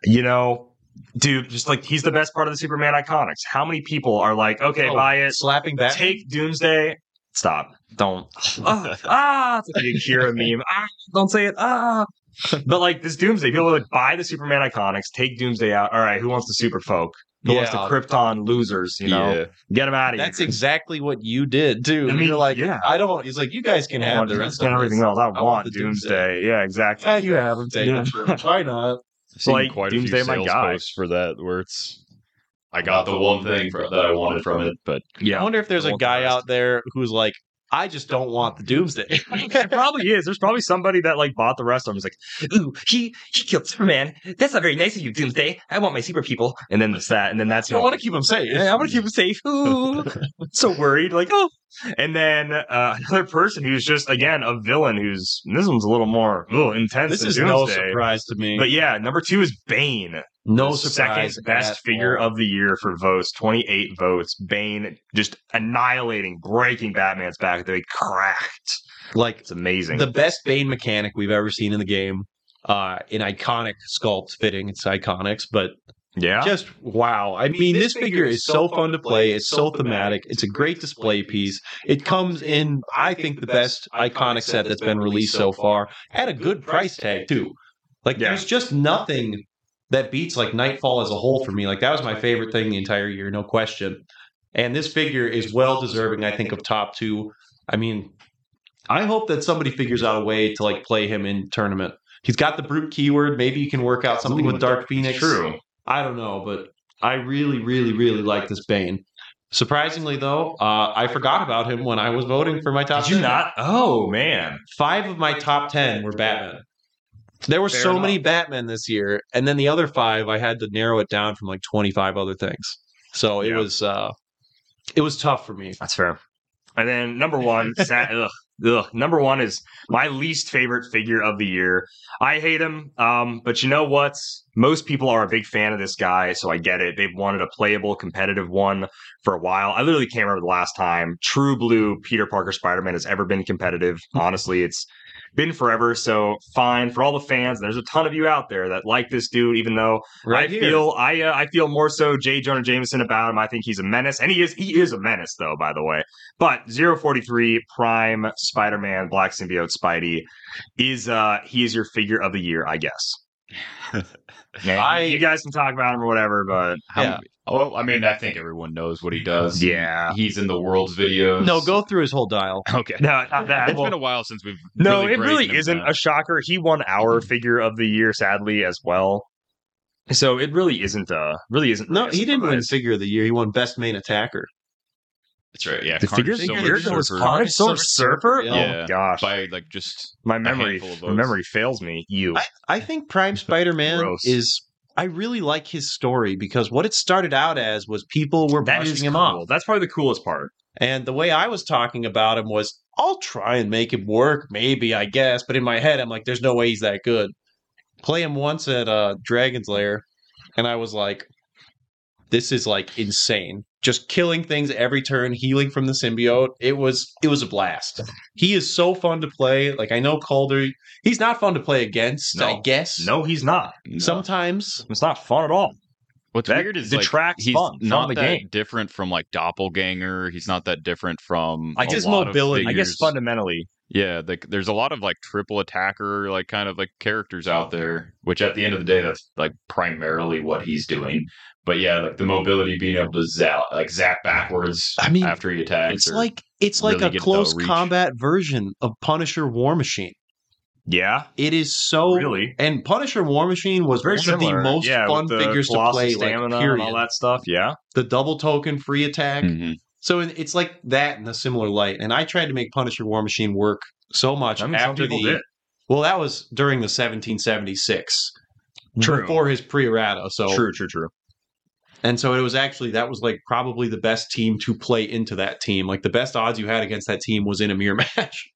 Speaker 1: You know, dude, just like he's the best part of the Superman iconics. How many people are like, okay,
Speaker 7: Oh,
Speaker 1: buy it,
Speaker 7: Slapping back.
Speaker 1: take Doomsday. Stop. Don't. Ah, ah, it's like a Akira meme. Ah, don't say it. Ah. But like this Doomsday, people are like buy the Superman iconics, take Doomsday out. All right, who wants the super folk? Who wants the
Speaker 7: Yeah.
Speaker 1: Krypton losers? You know,
Speaker 8: Yeah.
Speaker 1: get them out of
Speaker 7: That's
Speaker 1: here.
Speaker 7: exactly what you did too.
Speaker 1: I mean,
Speaker 7: You're like,
Speaker 1: yeah.
Speaker 7: I don't. He's like, you guys can
Speaker 1: I
Speaker 7: have
Speaker 1: want
Speaker 7: the rest
Speaker 1: Doomsday
Speaker 7: of
Speaker 1: and everything else. I,
Speaker 7: want
Speaker 1: want
Speaker 7: the
Speaker 1: Doomsday.
Speaker 7: Doomsday.
Speaker 1: Yeah, exactly.
Speaker 7: Yeah, you have them. Take
Speaker 1: Yeah.
Speaker 7: them. Why not?
Speaker 8: I've seen
Speaker 1: like,
Speaker 8: quite
Speaker 1: Doomsday,
Speaker 8: a few
Speaker 1: my
Speaker 8: sales
Speaker 1: guy.
Speaker 8: posts for that where it's
Speaker 6: I got the one thing fro- that I wanted from it.
Speaker 8: but
Speaker 7: I
Speaker 1: Yeah,
Speaker 7: wonder if there's
Speaker 1: I
Speaker 7: a
Speaker 1: want the
Speaker 7: guy
Speaker 1: rest.
Speaker 7: out there who's like, I just don't want the Doomsday.
Speaker 1: it probably is. There's probably somebody that like bought the rest of them. Is like, ooh, he he killed Superman. That's not very nice of you, Doomsday. I want my super people. And then it's that, and then that's
Speaker 7: I want to keep him safe.
Speaker 1: Yeah, I'm gonna keep him safe. Ooh. so worried, like oh. And then uh, another person who's just again a villain who's and this one's a little more ooh, intense.
Speaker 7: This
Speaker 1: than
Speaker 7: is no
Speaker 1: Doomsday.
Speaker 7: surprise to me.
Speaker 1: But yeah, number two is Bane.
Speaker 7: no
Speaker 1: The
Speaker 7: surprise.
Speaker 1: Second best
Speaker 7: at
Speaker 1: figure
Speaker 7: all.
Speaker 1: of the year for votes, 28 votes. Bane just annihilating, breaking Batman's back. They cracked.
Speaker 7: like
Speaker 1: It's amazing.
Speaker 7: the best Bane mechanic we've ever seen in the game. Uh, an iconic sculpt fitting. It's iconics, but
Speaker 1: yeah.
Speaker 7: just wow. I mean, this figure is so fun to play. It's so thematic. It's a great display piece. It comes in, I think, the best iconic set that's been released so far at a good price tag, too. Like,
Speaker 1: Yeah.
Speaker 7: there's just nothing that beats like Nightfall as a whole for me. Like, that was my favorite thing the entire year, no question. And this figure is well deserving, I think, of top two. I mean, I hope that somebody figures out a way to like play him in tournament. He's got the brute keyword. Maybe you can work out something with Dark Phoenix.
Speaker 1: True.
Speaker 7: I don't know, but I really, really, really like this Bane. Surprisingly, though, uh, I forgot about him when I was voting for my top.
Speaker 1: Did you
Speaker 7: 10.
Speaker 1: not? Oh, man.
Speaker 7: Five of my top ten were Batman. There were
Speaker 1: Fair
Speaker 7: so
Speaker 1: enough.
Speaker 7: many Batman this year, and then the other five I had to narrow it down from like twenty five other things. So it
Speaker 1: Yeah.
Speaker 7: was uh, it was tough for me.
Speaker 1: That's fair. And then number one, sa- ugh, ugh. number one is my least favorite figure of the year. I hate him, um, but you know what? Most people are a big fan of this guy, so I get it. They've wanted a playable, competitive one for a while. I literally can't remember the last time True Blue Peter Parker Spider Man has ever been competitive. Honestly, it's been forever. So fine for all the fans. There's a ton of you out there that like this dude, even though
Speaker 7: Right
Speaker 1: I
Speaker 7: here,
Speaker 1: feel I uh, I feel more so J. Jonah Jameson about him. I think he's a menace, and he is he is a menace though. By the way, but 043 Prime Spider Man Black Symbiote Spidey is uh he is your figure of the year, I guess. Man,
Speaker 7: I-
Speaker 1: you guys can talk about him or whatever, but
Speaker 6: How-
Speaker 7: Yeah.
Speaker 6: Oh, I mean, I think everyone knows what he does.
Speaker 1: yeah,
Speaker 6: He's in the world's videos.
Speaker 7: no, go through his whole dial.
Speaker 8: okay.
Speaker 1: no, not that.
Speaker 8: It's
Speaker 1: Well,
Speaker 8: been a while since we've
Speaker 1: no, it
Speaker 8: grazed
Speaker 1: really Mm-hmm.
Speaker 8: him
Speaker 1: isn't
Speaker 8: down.
Speaker 1: a shocker. He won our figure of the year, sadly, as well. So it really isn't uh really isn't
Speaker 7: No,
Speaker 1: really a
Speaker 7: he didn't win
Speaker 1: surprise.
Speaker 7: Figure of the Year. He won Best Main Attacker.
Speaker 8: That's right. Yeah,
Speaker 1: The
Speaker 8: Carnage
Speaker 1: figure of the
Speaker 8: Silver
Speaker 1: year that was
Speaker 8: Surfer
Speaker 1: Carnage Silver
Speaker 7: Silver
Speaker 1: Surfer.
Speaker 7: Surfer?
Speaker 1: Oh
Speaker 8: Yeah.
Speaker 1: my gosh,
Speaker 8: by like just
Speaker 1: my memory
Speaker 8: handful of
Speaker 1: my
Speaker 8: votes.
Speaker 1: memory fails me. You,
Speaker 7: I think Prime Spider Man
Speaker 1: Gross.
Speaker 7: is. I really like his story because what it started out as was people were
Speaker 1: that
Speaker 7: brushing
Speaker 1: is
Speaker 7: him
Speaker 1: cool.
Speaker 7: off.
Speaker 1: That's probably the coolest part.
Speaker 7: And the way I was talking about him was, I'll try and make him work, maybe, I guess. But in my head, I'm like, there's no way he's that good. Play him once at uh, Dragon's Lair, and I was like, this is like insane. Just killing things every turn, healing from the symbiote. It was it was a blast. He is so fun to play. Like I know Calder, he's not fun to play against.
Speaker 1: No.
Speaker 7: I guess
Speaker 1: No, he's not.
Speaker 8: No.
Speaker 7: sometimes.
Speaker 1: It's not fun at all.
Speaker 8: What's
Speaker 1: That
Speaker 8: weird is like,
Speaker 1: detracts
Speaker 8: he's
Speaker 1: fun from
Speaker 8: not
Speaker 1: the
Speaker 8: that
Speaker 1: game.
Speaker 8: different from like Doppelganger. He's not that different from
Speaker 7: I
Speaker 8: a
Speaker 7: guess
Speaker 8: lot of
Speaker 7: mobility.
Speaker 1: I guess
Speaker 8: figures.
Speaker 1: fundamentally,
Speaker 8: Yeah, like there's a lot of like triple attacker like kind of like characters out
Speaker 6: out
Speaker 8: there.
Speaker 6: there, which at the end of the day, that's like primarily what he's doing. But yeah, like the mobility, being able to zap, like zap backwards
Speaker 7: I mean,
Speaker 6: after he attacks.
Speaker 7: It's
Speaker 6: or-
Speaker 7: like it's like
Speaker 8: really
Speaker 7: a
Speaker 8: get the
Speaker 7: close
Speaker 8: reach.
Speaker 7: combat version of Punisher War Machine.
Speaker 1: yeah,
Speaker 7: Oh, It is so
Speaker 1: really.
Speaker 7: And Punisher War Machine was
Speaker 1: Very
Speaker 7: one
Speaker 1: similar.
Speaker 7: of the most
Speaker 1: yeah,
Speaker 7: fun
Speaker 1: with the
Speaker 7: figures to
Speaker 1: colossal
Speaker 7: play. Like,
Speaker 1: stamina
Speaker 7: period.
Speaker 1: and all that stuff. Yeah,
Speaker 7: The double token free attack.
Speaker 8: Mhm.
Speaker 7: So it- it's like that in a similar light. And I tried to make Punisher War Machine work so much
Speaker 1: I mean, some
Speaker 7: after the
Speaker 1: people did.
Speaker 7: Well, that was during the 1776.
Speaker 9: True.
Speaker 7: Before his pre-errata. So
Speaker 9: True, true, true.
Speaker 7: And so it was actually that was like probably the best team to play into that team. Like the best odds you had against that team was in a mirror match,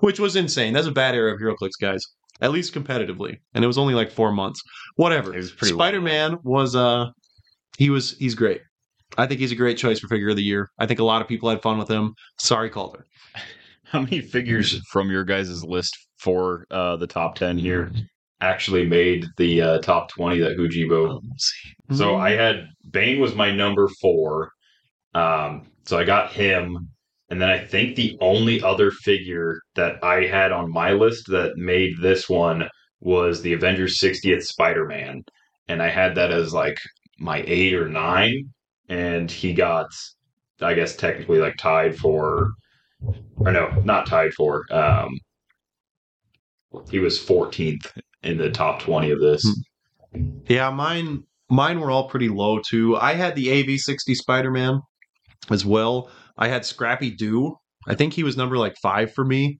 Speaker 7: which was insane. That's a bad era of HeroClix, guys. At least competitively, and it was only like four months. Whatever.
Speaker 9: It was pretty wild.
Speaker 7: Spider Man was uh, he was he's great. I think he's a great choice for figure of the year. I think a lot of people had fun with him. Sorry, Calder.
Speaker 9: How many figures from your guys' list for uh, the top 10 here?
Speaker 8: Actually, made the uh, top twenty that Hujibo So I had Bane was my number four. Um, so I got him, and then I think the only other figure that I had on my list that made this one was the Avengers 60th Spider-Man, and I had that as like my eight or nine, and he got, I guess technically like tied for, or no, not tied for. Um, he was 14th in the top 20 of
Speaker 7: Hmm.
Speaker 8: this.
Speaker 7: Yeah, mine mine were all pretty low too. I had the AV60 Spider-Man as well. I had Scrappy Doo. I think he was number like 5 for me.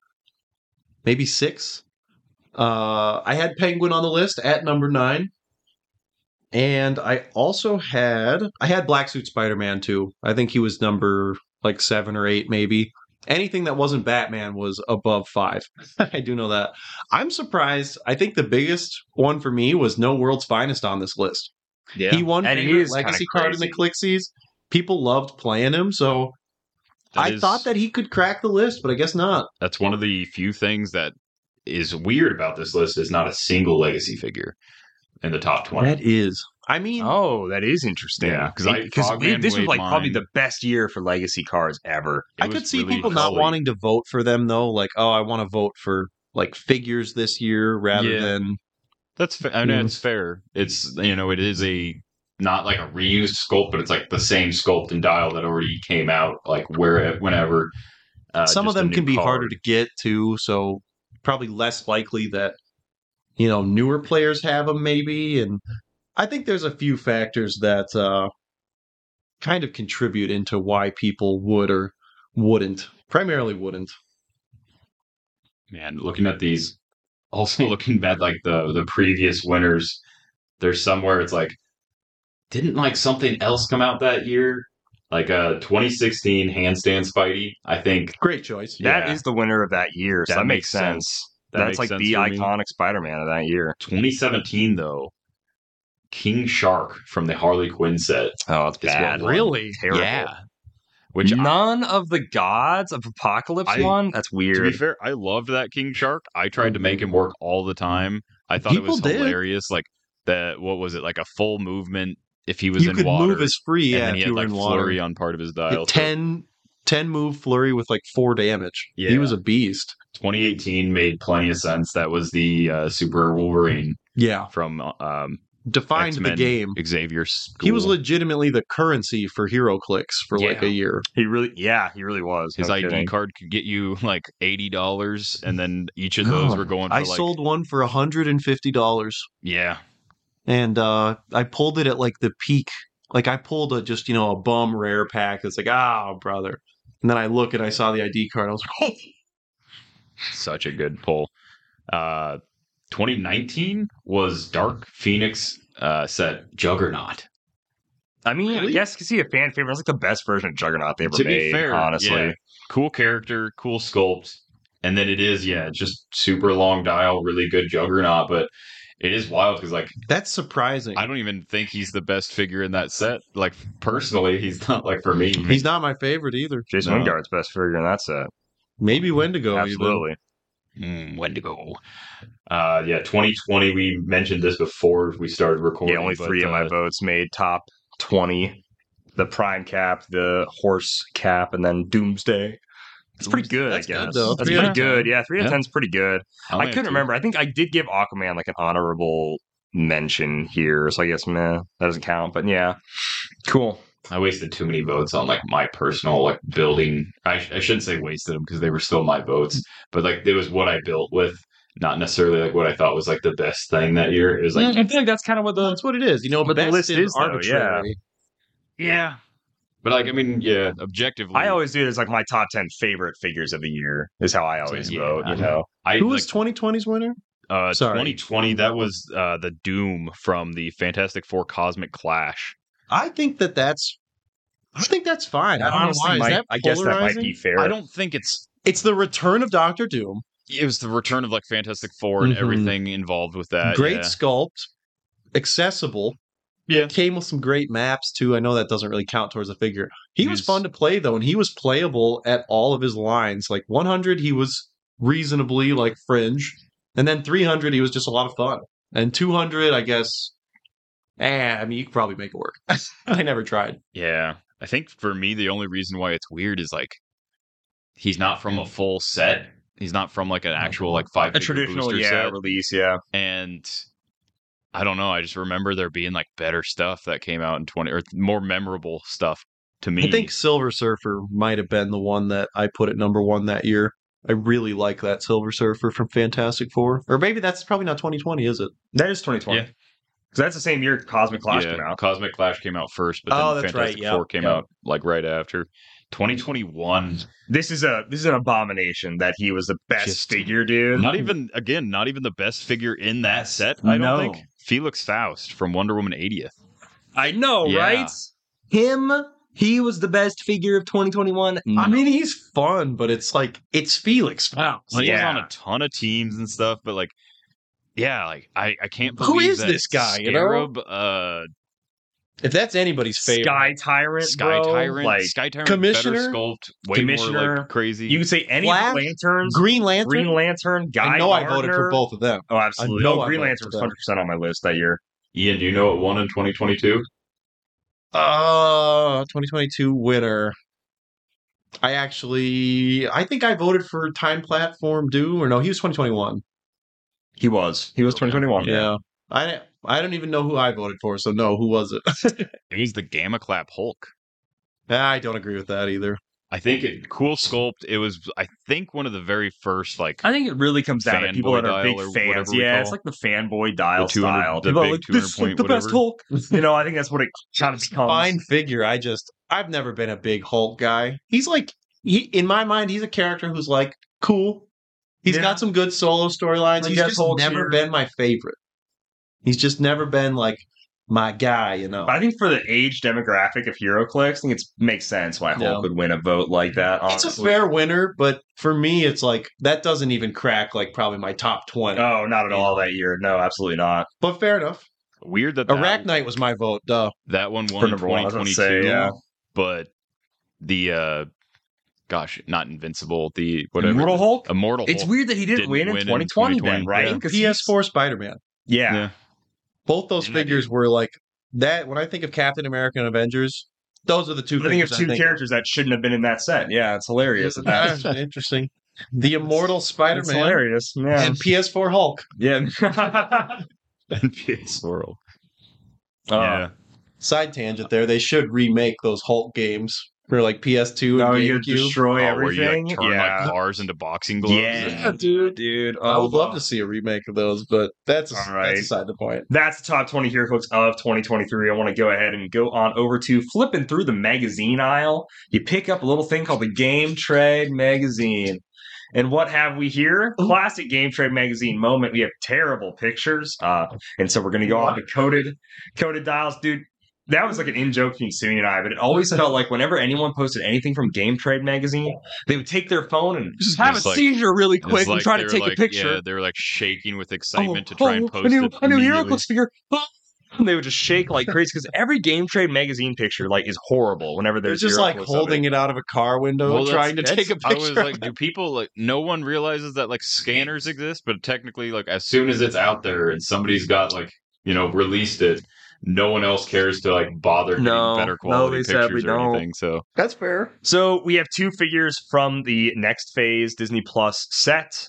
Speaker 7: Maybe 6. Uh I had Penguin on the list at number 9. And I also had I had Black Suit Spider-Man too. I think he was number like 7 or 8 maybe. Anything that wasn't Batman was above 5. I do know that. I'm surprised. I think the biggest one for me was No World's Finest on this list.
Speaker 9: Yeah.
Speaker 7: He won
Speaker 1: And he
Speaker 7: favorite
Speaker 1: is kinda
Speaker 7: legacy card in the Clixies. People loved playing him, so
Speaker 9: That
Speaker 7: I
Speaker 9: is-
Speaker 7: thought that he could crack the list, but I guess not.
Speaker 9: that's one of the few things that
Speaker 8: is weird about this list is not a single legacy figure in the top 20.
Speaker 7: is. I mean,
Speaker 1: Oh, that is interesting.
Speaker 8: Yeah,
Speaker 1: 'Cause
Speaker 9: I-
Speaker 1: I- because
Speaker 9: Frogman
Speaker 1: we- this was
Speaker 9: weighed
Speaker 1: like probably
Speaker 9: mine.
Speaker 1: the best year for legacy cards ever.
Speaker 7: I
Speaker 9: was
Speaker 7: could see
Speaker 9: really
Speaker 7: people not
Speaker 9: silly.
Speaker 7: wanting to vote for them though. Like, oh, I want to vote for like figures this year rather
Speaker 9: Yeah.
Speaker 7: than
Speaker 9: That's fa- I mean,
Speaker 7: Yeah.
Speaker 9: it's fair. It's you know, it is a
Speaker 8: not like a reused sculpt, but it's like the same sculpt and dial that already came out, like where whenever. Uh,
Speaker 7: some of
Speaker 8: just a
Speaker 7: them
Speaker 8: new
Speaker 7: can be
Speaker 8: card.
Speaker 7: harder to get to, so probably less likely that you know newer players have them maybe and I think there's a few factors that uh kind of contribute into why people would or wouldn't. Primarily wouldn't.
Speaker 8: Man, looking at these, also looking at like the the previous winners, there's somewhere it's like, didn't like something else come out that year? Like uh 2016 handstand Spidey, I think.
Speaker 7: Great choice.
Speaker 1: That
Speaker 8: Yeah.
Speaker 1: is the winner of that year. So that, makes sense.
Speaker 9: That
Speaker 1: That's
Speaker 9: makes
Speaker 1: like
Speaker 9: sense
Speaker 1: the
Speaker 9: for me.
Speaker 1: iconic Spider Man of that year.
Speaker 8: 2017 though, King Shark from the Harley Quinn set.
Speaker 1: Oh, it's
Speaker 8: It's
Speaker 1: bad.
Speaker 8: got one. Really?
Speaker 1: Terrible.
Speaker 9: which I,
Speaker 1: None of the gods of Apocalypse
Speaker 9: I-
Speaker 1: won? That's
Speaker 9: to be
Speaker 1: weird.
Speaker 9: fair, I loved that King Shark. I tried to make him work all the time. I thought
Speaker 7: People
Speaker 9: it was
Speaker 7: did.
Speaker 9: hilarious. Like that, what was it? Like a full movement if he was
Speaker 7: You
Speaker 9: in
Speaker 7: could
Speaker 9: water.
Speaker 7: move as free
Speaker 9: and
Speaker 7: yeah,
Speaker 9: then he
Speaker 7: if
Speaker 9: had
Speaker 7: you were
Speaker 9: like
Speaker 7: in water.
Speaker 9: flurry on part of his
Speaker 7: Yeah,
Speaker 9: dial. So
Speaker 7: 10, 10 move flurry with like four damage. He
Speaker 9: Yeah.
Speaker 7: was a beast.
Speaker 8: 2018 made plenty of sense. That was the uh, Super Wolverine
Speaker 7: Yeah.
Speaker 9: from um,
Speaker 7: Defined
Speaker 9: X-Men
Speaker 7: the game.
Speaker 9: Xavier.
Speaker 7: He was
Speaker 9: School.
Speaker 7: legitimately the currency for hero clicks for like
Speaker 1: Yeah.
Speaker 7: a year.
Speaker 1: He really, yeah, he really was.
Speaker 9: His
Speaker 1: No
Speaker 9: ID
Speaker 1: kidding.
Speaker 9: card could get you like eighty dollars, and then each of
Speaker 7: No,
Speaker 9: those were going. For,
Speaker 7: I
Speaker 9: like,
Speaker 7: sold one for hundred and fifty dollars,
Speaker 9: Yeah,
Speaker 7: and uh, I pulled it at like the peak. Like I pulled a just you know a bum rare pack. It's like ah brother, and then I look and I saw the ID card. I was like, "Oh,
Speaker 9: such a good pull.
Speaker 8: Uh, 2019 was Dark Phoenix uh, set Juggernaut.
Speaker 1: I mean, I
Speaker 8: Really?
Speaker 1: guess you can see a fan favorite. It was like the best version of Juggernaut they ever
Speaker 8: To be
Speaker 1: made,
Speaker 8: fair,
Speaker 1: honestly.
Speaker 8: yeah. Cool character, cool sculpt, and then it is yeah, just super long dial, really good Juggernaut. But it is wild because like
Speaker 7: that's surprising.
Speaker 9: I don't even think he's the best figure in that set. Like
Speaker 8: personally, he's not like for me.
Speaker 7: He's not my favorite either.
Speaker 1: Jason
Speaker 9: No.
Speaker 1: Wingard's best figure in that set.
Speaker 7: Maybe Wendigo. even.
Speaker 1: Absolutely. Hmm,
Speaker 8: Mm, Wendigo. Uh, yeah, 2020. We mentioned this before we started recording.
Speaker 1: Yeah, only
Speaker 8: but,
Speaker 1: three of my
Speaker 8: uh,
Speaker 1: votes made top 20 the prime cap, the horse cap, and then doomsday. It's pretty good,
Speaker 7: That's
Speaker 1: I
Speaker 7: good,
Speaker 1: guess.
Speaker 7: though.
Speaker 1: That's
Speaker 9: Three out
Speaker 1: pretty
Speaker 9: of
Speaker 1: good.
Speaker 9: ten.
Speaker 1: Yeah, three out of
Speaker 9: Yeah.
Speaker 1: ten's pretty good. I,
Speaker 9: only have
Speaker 1: couldn't
Speaker 9: two.
Speaker 1: remember. I think I did give Aquaman like an honorable mention here, so I guess meh, that doesn't count. But yeah, cool.
Speaker 8: I wasted too many votes on like my personal like building. I, sh- I shouldn't say wasted them because they were still my votes, but like it was what I built with, not necessarily like what I thought was like the best thing that year. It was
Speaker 1: Mm,
Speaker 8: like
Speaker 1: I feel like that's kind of what the
Speaker 7: That's what it is, you know.
Speaker 1: But the
Speaker 7: best
Speaker 1: list
Speaker 7: is
Speaker 1: is, though, yeah.
Speaker 7: arbitrary.
Speaker 1: yeah.
Speaker 6: But like, I mean, yeah,
Speaker 8: Objectively,
Speaker 1: I always do it as like my top ten favorite figures of the year is how I always
Speaker 8: Yeah.
Speaker 1: vote. You know,
Speaker 6: I
Speaker 7: Who
Speaker 6: like,
Speaker 7: was 2020's winner?
Speaker 8: uh,
Speaker 7: Sorry.
Speaker 8: 2020 that was uh, the Doom from the Fantastic Four Cosmic Clash.
Speaker 7: I think that that's. I think that's fine. I don't
Speaker 1: Honestly,
Speaker 7: know why.
Speaker 1: might-
Speaker 7: Is that
Speaker 1: I guess that might be
Speaker 7: polarizing?
Speaker 1: fair.
Speaker 8: I don't think it's
Speaker 7: It's the return of Doctor Doom.
Speaker 8: it was the return of like Fantastic Four and
Speaker 7: Mhm.
Speaker 8: everything involved with that.
Speaker 7: great
Speaker 8: yeah.
Speaker 7: sculpt, accessible.
Speaker 8: Yeah.
Speaker 7: Came with some great maps too. I know that doesn't really count towards the figure. He was
Speaker 8: He's-
Speaker 7: fun to play though, and he was playable at all of his lines. Like 100, he was reasonably like fringe, and then 300, he was just a lot of fun. And 200, I guess, eh, I mean, you could probably make it work. I never tried.
Speaker 8: Yeah, I think for me the only reason why it's weird is like
Speaker 6: he's not from a full set. He's not from like an actual like five
Speaker 1: a traditional
Speaker 6: booster
Speaker 1: yeah
Speaker 6: set.
Speaker 1: release. Yeah,
Speaker 8: and I don't know. I just remember there being like better stuff that came out in 20 or more memorable stuff to me.
Speaker 7: I think Silver Surfer might have been the one that I put at number one that year. I really like that Silver Surfer from Fantastic Four, or maybe that's probably not 2020, is it?
Speaker 1: that is 2020.
Speaker 8: Yeah.
Speaker 1: Because that's the same year Cosmic Clash
Speaker 8: Yeah,
Speaker 1: came out.
Speaker 8: Cosmic Clash came out first, but
Speaker 7: Oh,
Speaker 8: then
Speaker 7: that's
Speaker 8: Fantastic
Speaker 7: right, yeah,
Speaker 8: Four came
Speaker 7: yeah.
Speaker 8: out like right after. 2021,
Speaker 1: This is a this is an abomination that he was the best
Speaker 8: Just-
Speaker 1: figure, dude.
Speaker 8: not even again, not even the best figure in that set. I don't
Speaker 1: No.
Speaker 8: think Felix Faust from Wonder Woman 80th.
Speaker 1: I know,
Speaker 8: Yeah.
Speaker 1: right? Him, he was the best figure of 2021.
Speaker 7: I mean, he's fun, but it's like it's Felix Faust.
Speaker 8: Like, He
Speaker 1: Yeah.
Speaker 8: was on a ton of teams and stuff, but like, yeah, like I, I can't
Speaker 7: Who
Speaker 8: believe
Speaker 7: is
Speaker 8: that
Speaker 7: this guy, you know?
Speaker 8: Scarab, uh,
Speaker 7: If that's anybody's favorite,
Speaker 1: Sky Tyrant,
Speaker 8: Sky
Speaker 1: bro.
Speaker 8: Tyrant,
Speaker 1: like
Speaker 8: Sky Tyrant,
Speaker 7: Commissioner?
Speaker 8: better sculpt, way more
Speaker 1: Commissioner.
Speaker 8: like crazy.
Speaker 1: you could say any of the
Speaker 7: Flash,
Speaker 1: lanterns,
Speaker 7: Green Lantern.
Speaker 1: Green Lantern, Guy.
Speaker 7: I know I
Speaker 1: Gardner.
Speaker 7: voted for both of them.
Speaker 1: Oh, absolutely.
Speaker 7: I know
Speaker 1: No,
Speaker 7: I
Speaker 1: Green
Speaker 7: voted
Speaker 1: Lantern
Speaker 7: for
Speaker 1: was
Speaker 7: them.
Speaker 1: 100 percent on my list that year.
Speaker 6: Ian, do you know what won in 2022?
Speaker 7: Uh, 2022 winner. I actually, I think I voted for Time Platform Doom, or no, he was 2021.
Speaker 1: He was. He was 2021.
Speaker 7: Yeah, I I don't even know who I voted for, so no, who was it?
Speaker 8: it was the Gamma Clap Hulk.
Speaker 7: I don't agree with that either.
Speaker 6: I think it.
Speaker 8: Cool sculpt. It was, I think, one of the very first like
Speaker 1: I think it really comes down to people
Speaker 8: Fanboy
Speaker 1: that are big
Speaker 8: dial or whatever
Speaker 1: fans.
Speaker 8: we
Speaker 1: Yeah,
Speaker 8: call
Speaker 1: it's
Speaker 8: it.
Speaker 1: like the fanboy dial
Speaker 8: The 200
Speaker 1: style.
Speaker 8: the
Speaker 1: People are
Speaker 8: big
Speaker 1: like, this
Speaker 8: 200
Speaker 1: is like
Speaker 8: point
Speaker 1: the best
Speaker 8: whatever.
Speaker 1: Hulk. you know, I think that's what it kind of becomes.
Speaker 7: fine figure. I just I've never been a big Hulk guy. He's like he in my mind he's a character who's like cool. He's
Speaker 1: Yeah.
Speaker 7: got some good solo storylines.
Speaker 1: Like
Speaker 7: He's
Speaker 1: that
Speaker 7: just
Speaker 1: Hulk
Speaker 7: never
Speaker 1: here.
Speaker 7: been my favorite. He's just never been like my guy, you know.
Speaker 1: But I think for the age demographic of hero clicks, I think it makes sense why Hulk
Speaker 7: Yeah.
Speaker 1: would win a vote like that.
Speaker 7: It's a
Speaker 1: honestly.
Speaker 7: fair winner, but for me it's like that doesn't even crack like probably my top 20.
Speaker 1: No, Oh, not at all that year. No, absolutely not.
Speaker 7: but fair enough.
Speaker 8: weird that that,
Speaker 7: Arachnite was my vote, duh.
Speaker 8: that one
Speaker 1: For
Speaker 8: won in
Speaker 1: number one, I was gonna
Speaker 8: 2022.
Speaker 1: say, yeah.
Speaker 8: But the uh, gosh, not invincible. The whatever
Speaker 1: Immortal Hulk.
Speaker 8: Immortal
Speaker 1: It's
Speaker 8: Hulk.
Speaker 1: weird that he didn't,
Speaker 8: didn't
Speaker 1: win, in
Speaker 8: win in
Speaker 1: 2020, then,
Speaker 8: 2020,
Speaker 1: right?
Speaker 8: yeah.
Speaker 1: 'Cause he's-
Speaker 7: PS4 Spider-Man.
Speaker 1: Yeah.
Speaker 8: Yeah.
Speaker 7: Both those
Speaker 8: Yeah, dude.
Speaker 7: figures were like that when I think of Captain America and Avengers, those are the two
Speaker 1: I think
Speaker 7: figures
Speaker 1: of two
Speaker 7: think of.
Speaker 1: characters that shouldn't have been in that set. Yeah, it's hilarious. that
Speaker 7: Yeah,
Speaker 1: That's
Speaker 7: that's interesting. The Immortal
Speaker 1: it's
Speaker 7: Spider-Man
Speaker 1: hilarious. Yeah.
Speaker 7: and PS4 Hulk.
Speaker 1: yeah.
Speaker 8: NPS World.
Speaker 1: Oh.
Speaker 8: yeah.
Speaker 7: Side tangent there. They should remake those Hulk games for like PS2
Speaker 1: No, you
Speaker 7: and
Speaker 1: could
Speaker 7: GameCube.
Speaker 1: destroy
Speaker 8: Oh, where you like,
Speaker 1: everything.
Speaker 8: turn
Speaker 1: yeah.
Speaker 8: like bars into boxing gloves.
Speaker 1: Yeah.
Speaker 8: and-
Speaker 7: dude.
Speaker 1: dude.
Speaker 7: I
Speaker 1: oh,
Speaker 7: would love to see a remake of those, but that's
Speaker 1: All
Speaker 7: that's
Speaker 1: right.
Speaker 7: aside the point.
Speaker 1: That's the top 20 hero clicks of 2023. I want to go ahead and go on over to flipping through the magazine aisle. You pick up a little thing called the Game Trade Magazine. And what have we here? Classic Game Trade Magazine moment. We have terrible pictures. Uh, and so we're going to go off to coded, coded dials. Dude, that was like an in joke between Sumi and I, but it always felt like whenever anyone posted anything from Game Trade Magazine, they would take their phone and just have
Speaker 8: It's
Speaker 1: a
Speaker 8: like-
Speaker 1: seizure really
Speaker 8: It's
Speaker 1: quick and
Speaker 8: like
Speaker 1: try to
Speaker 8: they were
Speaker 1: take
Speaker 8: like-
Speaker 1: a picture Oh,
Speaker 8: Yeah, they were like shaking with excitement to try and post it.
Speaker 1: a new hero
Speaker 8: immediately.
Speaker 1: clicks figure. Oh. And they would just shake like crazy because every game trade magazine picture like is horrible. Whenever
Speaker 7: They're
Speaker 1: there's
Speaker 7: just
Speaker 1: hero
Speaker 7: like
Speaker 1: clicks of
Speaker 7: holding
Speaker 1: it.
Speaker 7: it out of a car window,
Speaker 8: Well, that's-
Speaker 7: trying to
Speaker 8: that's-
Speaker 7: take a
Speaker 8: I was
Speaker 7: picture.
Speaker 8: like, do people like? No one realizes that like scanners exist, but technically, like as
Speaker 6: As soon as it's out there and somebody's got like you know released it, no one else cares to like bother.
Speaker 8: they're
Speaker 1: No.
Speaker 8: getting better quality
Speaker 1: they sadly
Speaker 8: pictures or
Speaker 1: don't.
Speaker 8: anything. So
Speaker 7: that's fair.
Speaker 1: So we have two figures from the next phase Disney Plus set.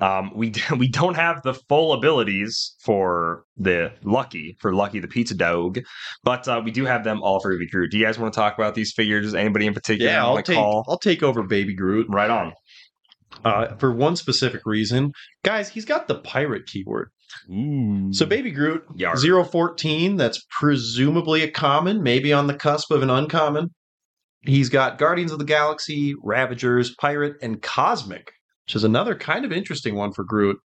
Speaker 1: Um, we we don't have the full abilities for the Lucky for Lucky the Pizza Dog, but uh, we do have them all for the crew. Do you guys want to talk about these figures? Anybody in particular?
Speaker 7: Yeah, I'll
Speaker 1: want to
Speaker 7: take
Speaker 1: call?
Speaker 7: I'll take over Baby Groot
Speaker 1: Right on.
Speaker 7: uh, for one specific reason, guys. He's got the pirate keyword. So Baby Groot
Speaker 1: Yarr.
Speaker 7: 014, that's presumably a common, maybe on the cusp of an uncommon. He's got Guardians of the Galaxy, Ravagers, Pirate, and Cosmic, which is another kind of interesting one for Groot.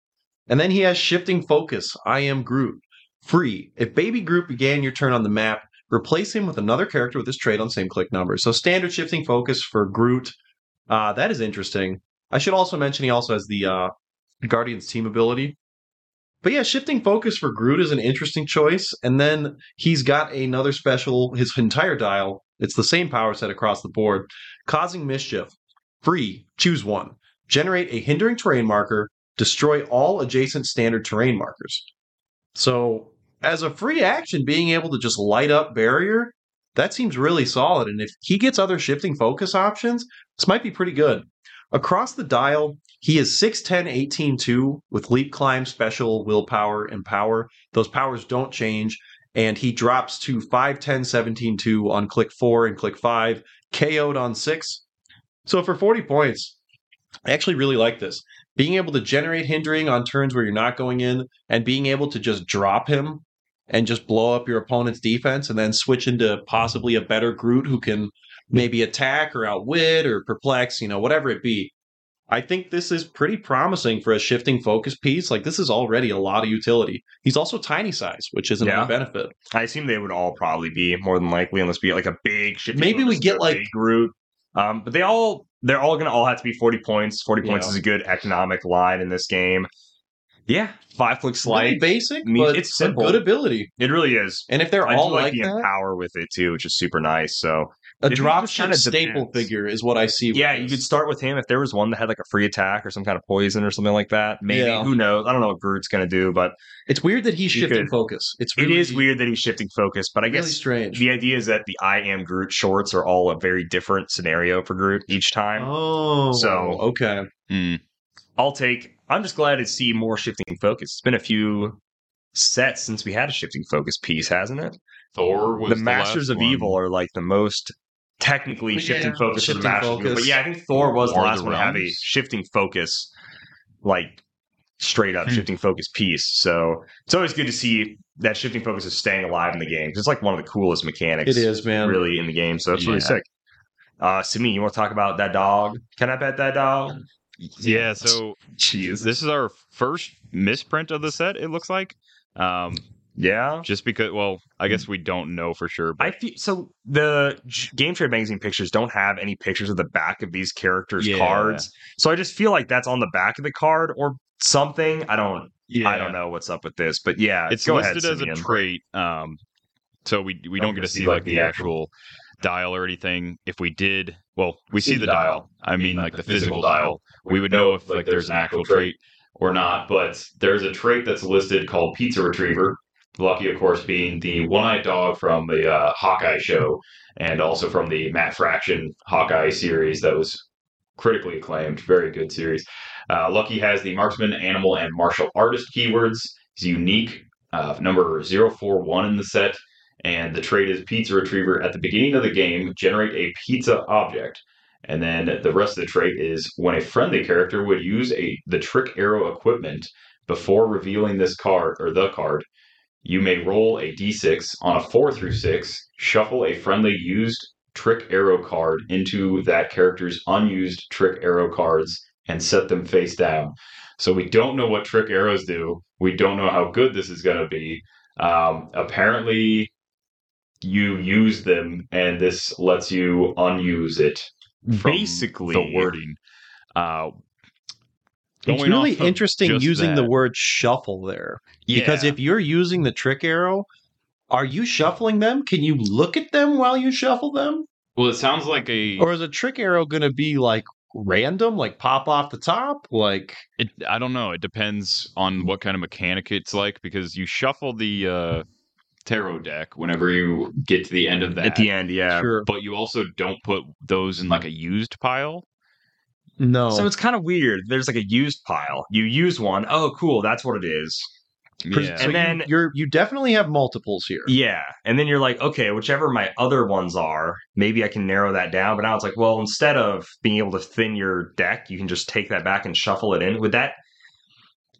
Speaker 7: And then he has Shifting Focus, I Am Groot. Free. If Baby Groot began your turn on the map, replace him with another character with this trait on same click number. So standard Shifting Focus for Groot. Uh, that is interesting. I should also mention he also has the uh, Guardians team ability. But yeah, shifting focus for Groot is an interesting choice. And then he's got another special, his entire dial. It's the same power set across the board. Causing mischief. Free. Choose one. Generate a hindering terrain marker. Destroy all adjacent standard terrain markers. So, as a free action, being able to just light up barrier, that seems really solid. And if he gets other shifting focus options, this might be pretty good. Across the dial, he is 6'10, 18, 2 with leap climb, special, willpower, and power. Those powers don't change. And he drops to 5'10, 17, 2 on click 4 and click 5, KO'd on 6. So for 40 points, I actually really like this. Being able to generate hindering on turns where you're not going in, and being able to just drop him and just blow up your opponent's defense, and then switch into possibly a better Groot who can maybe attack or outwit or perplex, you know, whatever it be. I think this is pretty promising for a shifting focus piece. Like this is already a lot of utility. He's also tiny size, which is another
Speaker 1: Yeah.
Speaker 7: benefit.
Speaker 1: I assume they would all probably be more than likely, unless we get like a big ship.
Speaker 7: Maybe we get, like-
Speaker 1: Groot. Um, but they all they're all gonna all have to be forty points. Forty points
Speaker 7: Yeah.
Speaker 1: is a good economic line in this game. Yeah, five flick
Speaker 7: Really
Speaker 1: slide.
Speaker 7: basic,
Speaker 1: mean,
Speaker 7: but
Speaker 1: it's
Speaker 7: a
Speaker 1: simple.
Speaker 7: good ability.
Speaker 1: It really is.
Speaker 7: And if they're
Speaker 1: I
Speaker 7: all
Speaker 1: just like,
Speaker 7: like,
Speaker 1: the
Speaker 7: that,
Speaker 1: empower with it too, which is super nice. So
Speaker 7: a
Speaker 1: it
Speaker 7: drop
Speaker 1: just kinda
Speaker 7: staple
Speaker 1: depends.
Speaker 7: figure is what I see. with
Speaker 1: yeah, you
Speaker 7: this.
Speaker 1: could start with him if there was one that had like a free attack or some kind of poison or something like that. Maybe
Speaker 7: Yeah.
Speaker 1: who knows? I don't know what Groot's gonna do, but
Speaker 7: It's weird that he's
Speaker 1: you
Speaker 7: shifting
Speaker 1: could-
Speaker 7: focus. It's
Speaker 1: it
Speaker 7: really,
Speaker 1: is weird that he's shifting focus. But I
Speaker 7: Really
Speaker 1: guess
Speaker 7: strange.
Speaker 1: the idea is that the I am Groot shorts are all a very different scenario for Groot each time.
Speaker 7: Oh,
Speaker 1: So-
Speaker 7: okay.
Speaker 8: Mm.
Speaker 1: I'll take. I'm just glad to see more shifting focus. It's been a few sets since we had a shifting focus piece, hasn't it?
Speaker 6: Thor was
Speaker 1: the Masters
Speaker 8: last
Speaker 1: of
Speaker 8: one.
Speaker 1: Evil are like the most technically
Speaker 7: Yeah,
Speaker 1: shifting focus of the
Speaker 7: shifting
Speaker 1: Masters. of Evil.
Speaker 7: focus.
Speaker 1: But yeah, I think Thor was the
Speaker 8: War of
Speaker 1: last
Speaker 8: the
Speaker 1: one to have a
Speaker 8: Realms?
Speaker 1: shifting focus, like straight up
Speaker 8: Hmm.
Speaker 1: shifting focus piece. So it's always good to see that shifting focus is staying alive in the game. 'cause It's like one of the coolest mechanics
Speaker 7: It is, man.
Speaker 1: really in the game. So it's really
Speaker 8: Yeah.
Speaker 1: sick. Uh, Simi, you want to talk about that dog? Can I pet that dog?
Speaker 8: Yeah. So
Speaker 1: Jeez.
Speaker 8: this is our first misprint of the set. It looks like. Um,
Speaker 1: Yeah.
Speaker 8: just because. Well, I guess we don't know for sure. But
Speaker 1: I feel so. The J- Game Trade magazine pictures don't have any pictures of the back of these characters'
Speaker 8: Yeah.
Speaker 1: cards, so I just feel like that's on the back of the card or something. I don't.
Speaker 8: yeah.
Speaker 1: I don't know what's up with this, but yeah,
Speaker 8: It's
Speaker 1: go ahead,
Speaker 8: listed as
Speaker 1: Simeon.
Speaker 8: a trait. Um, so we we don't, get to see like the actual dial or anything. If we did, well, we see the dial. I mean, like the physical dial. We would know if like there's an actual trait
Speaker 6: or not, but there's a trait that's listed called Pizza Retriever. Lucky, of course, being the one-eyed dog from the uh, Hawkeye show, and also from the Matt Fraction Hawkeye series that was critically acclaimed. Very good series. Uh, Lucky has the marksman, animal, and martial artist keywords. He's unique, uh, number 041 in the set, and the trait is Pizza Retriever. At the beginning of the game, generate a pizza object. And then the rest of the trait is when a friendly character would use a the trick arrow equipment before revealing this card or the card, you may roll a d6 on a 4 through 6, shuffle a friendly used trick arrow card into that character's unused trick arrow cards and set them face down. So we don't know what trick arrows do. We don't know how good this is going to be. Um, apparently, you use them, and this lets you unuse it from
Speaker 1: Basically,
Speaker 8: the wording. Uh,
Speaker 7: It's
Speaker 8: going
Speaker 7: really
Speaker 8: off of
Speaker 7: interesting
Speaker 8: just
Speaker 7: using the
Speaker 8: that.
Speaker 7: word shuffle there.
Speaker 8: Yeah.
Speaker 7: Because if you're using the trick arrow, are you shuffling them? Can you look at them while you shuffle them?
Speaker 6: Well, it sounds like a.
Speaker 7: Or is a trick arrow going to be like random, like pop off the top? Like,
Speaker 8: It, I don't know. It depends on what kind of mechanic it's like because you shuffle the uh,
Speaker 6: tarot deck whenever you get to the end of that.
Speaker 1: at the end, yeah.
Speaker 7: sure.
Speaker 8: but you also don't put those in like a used pile.
Speaker 7: No.
Speaker 1: So it's kind of weird. There's like a used pile. You use one. Oh, cool. That's what it is.
Speaker 7: Pres-
Speaker 8: Yeah.
Speaker 7: so
Speaker 1: And
Speaker 7: you-
Speaker 1: then-
Speaker 7: you're you definitely have multiples here.
Speaker 1: Yeah. And then you're like, okay, whichever my other ones are, maybe I can narrow that down. But now it's like, well, instead of being able to thin your deck, you can just take that back and shuffle it in. Would that?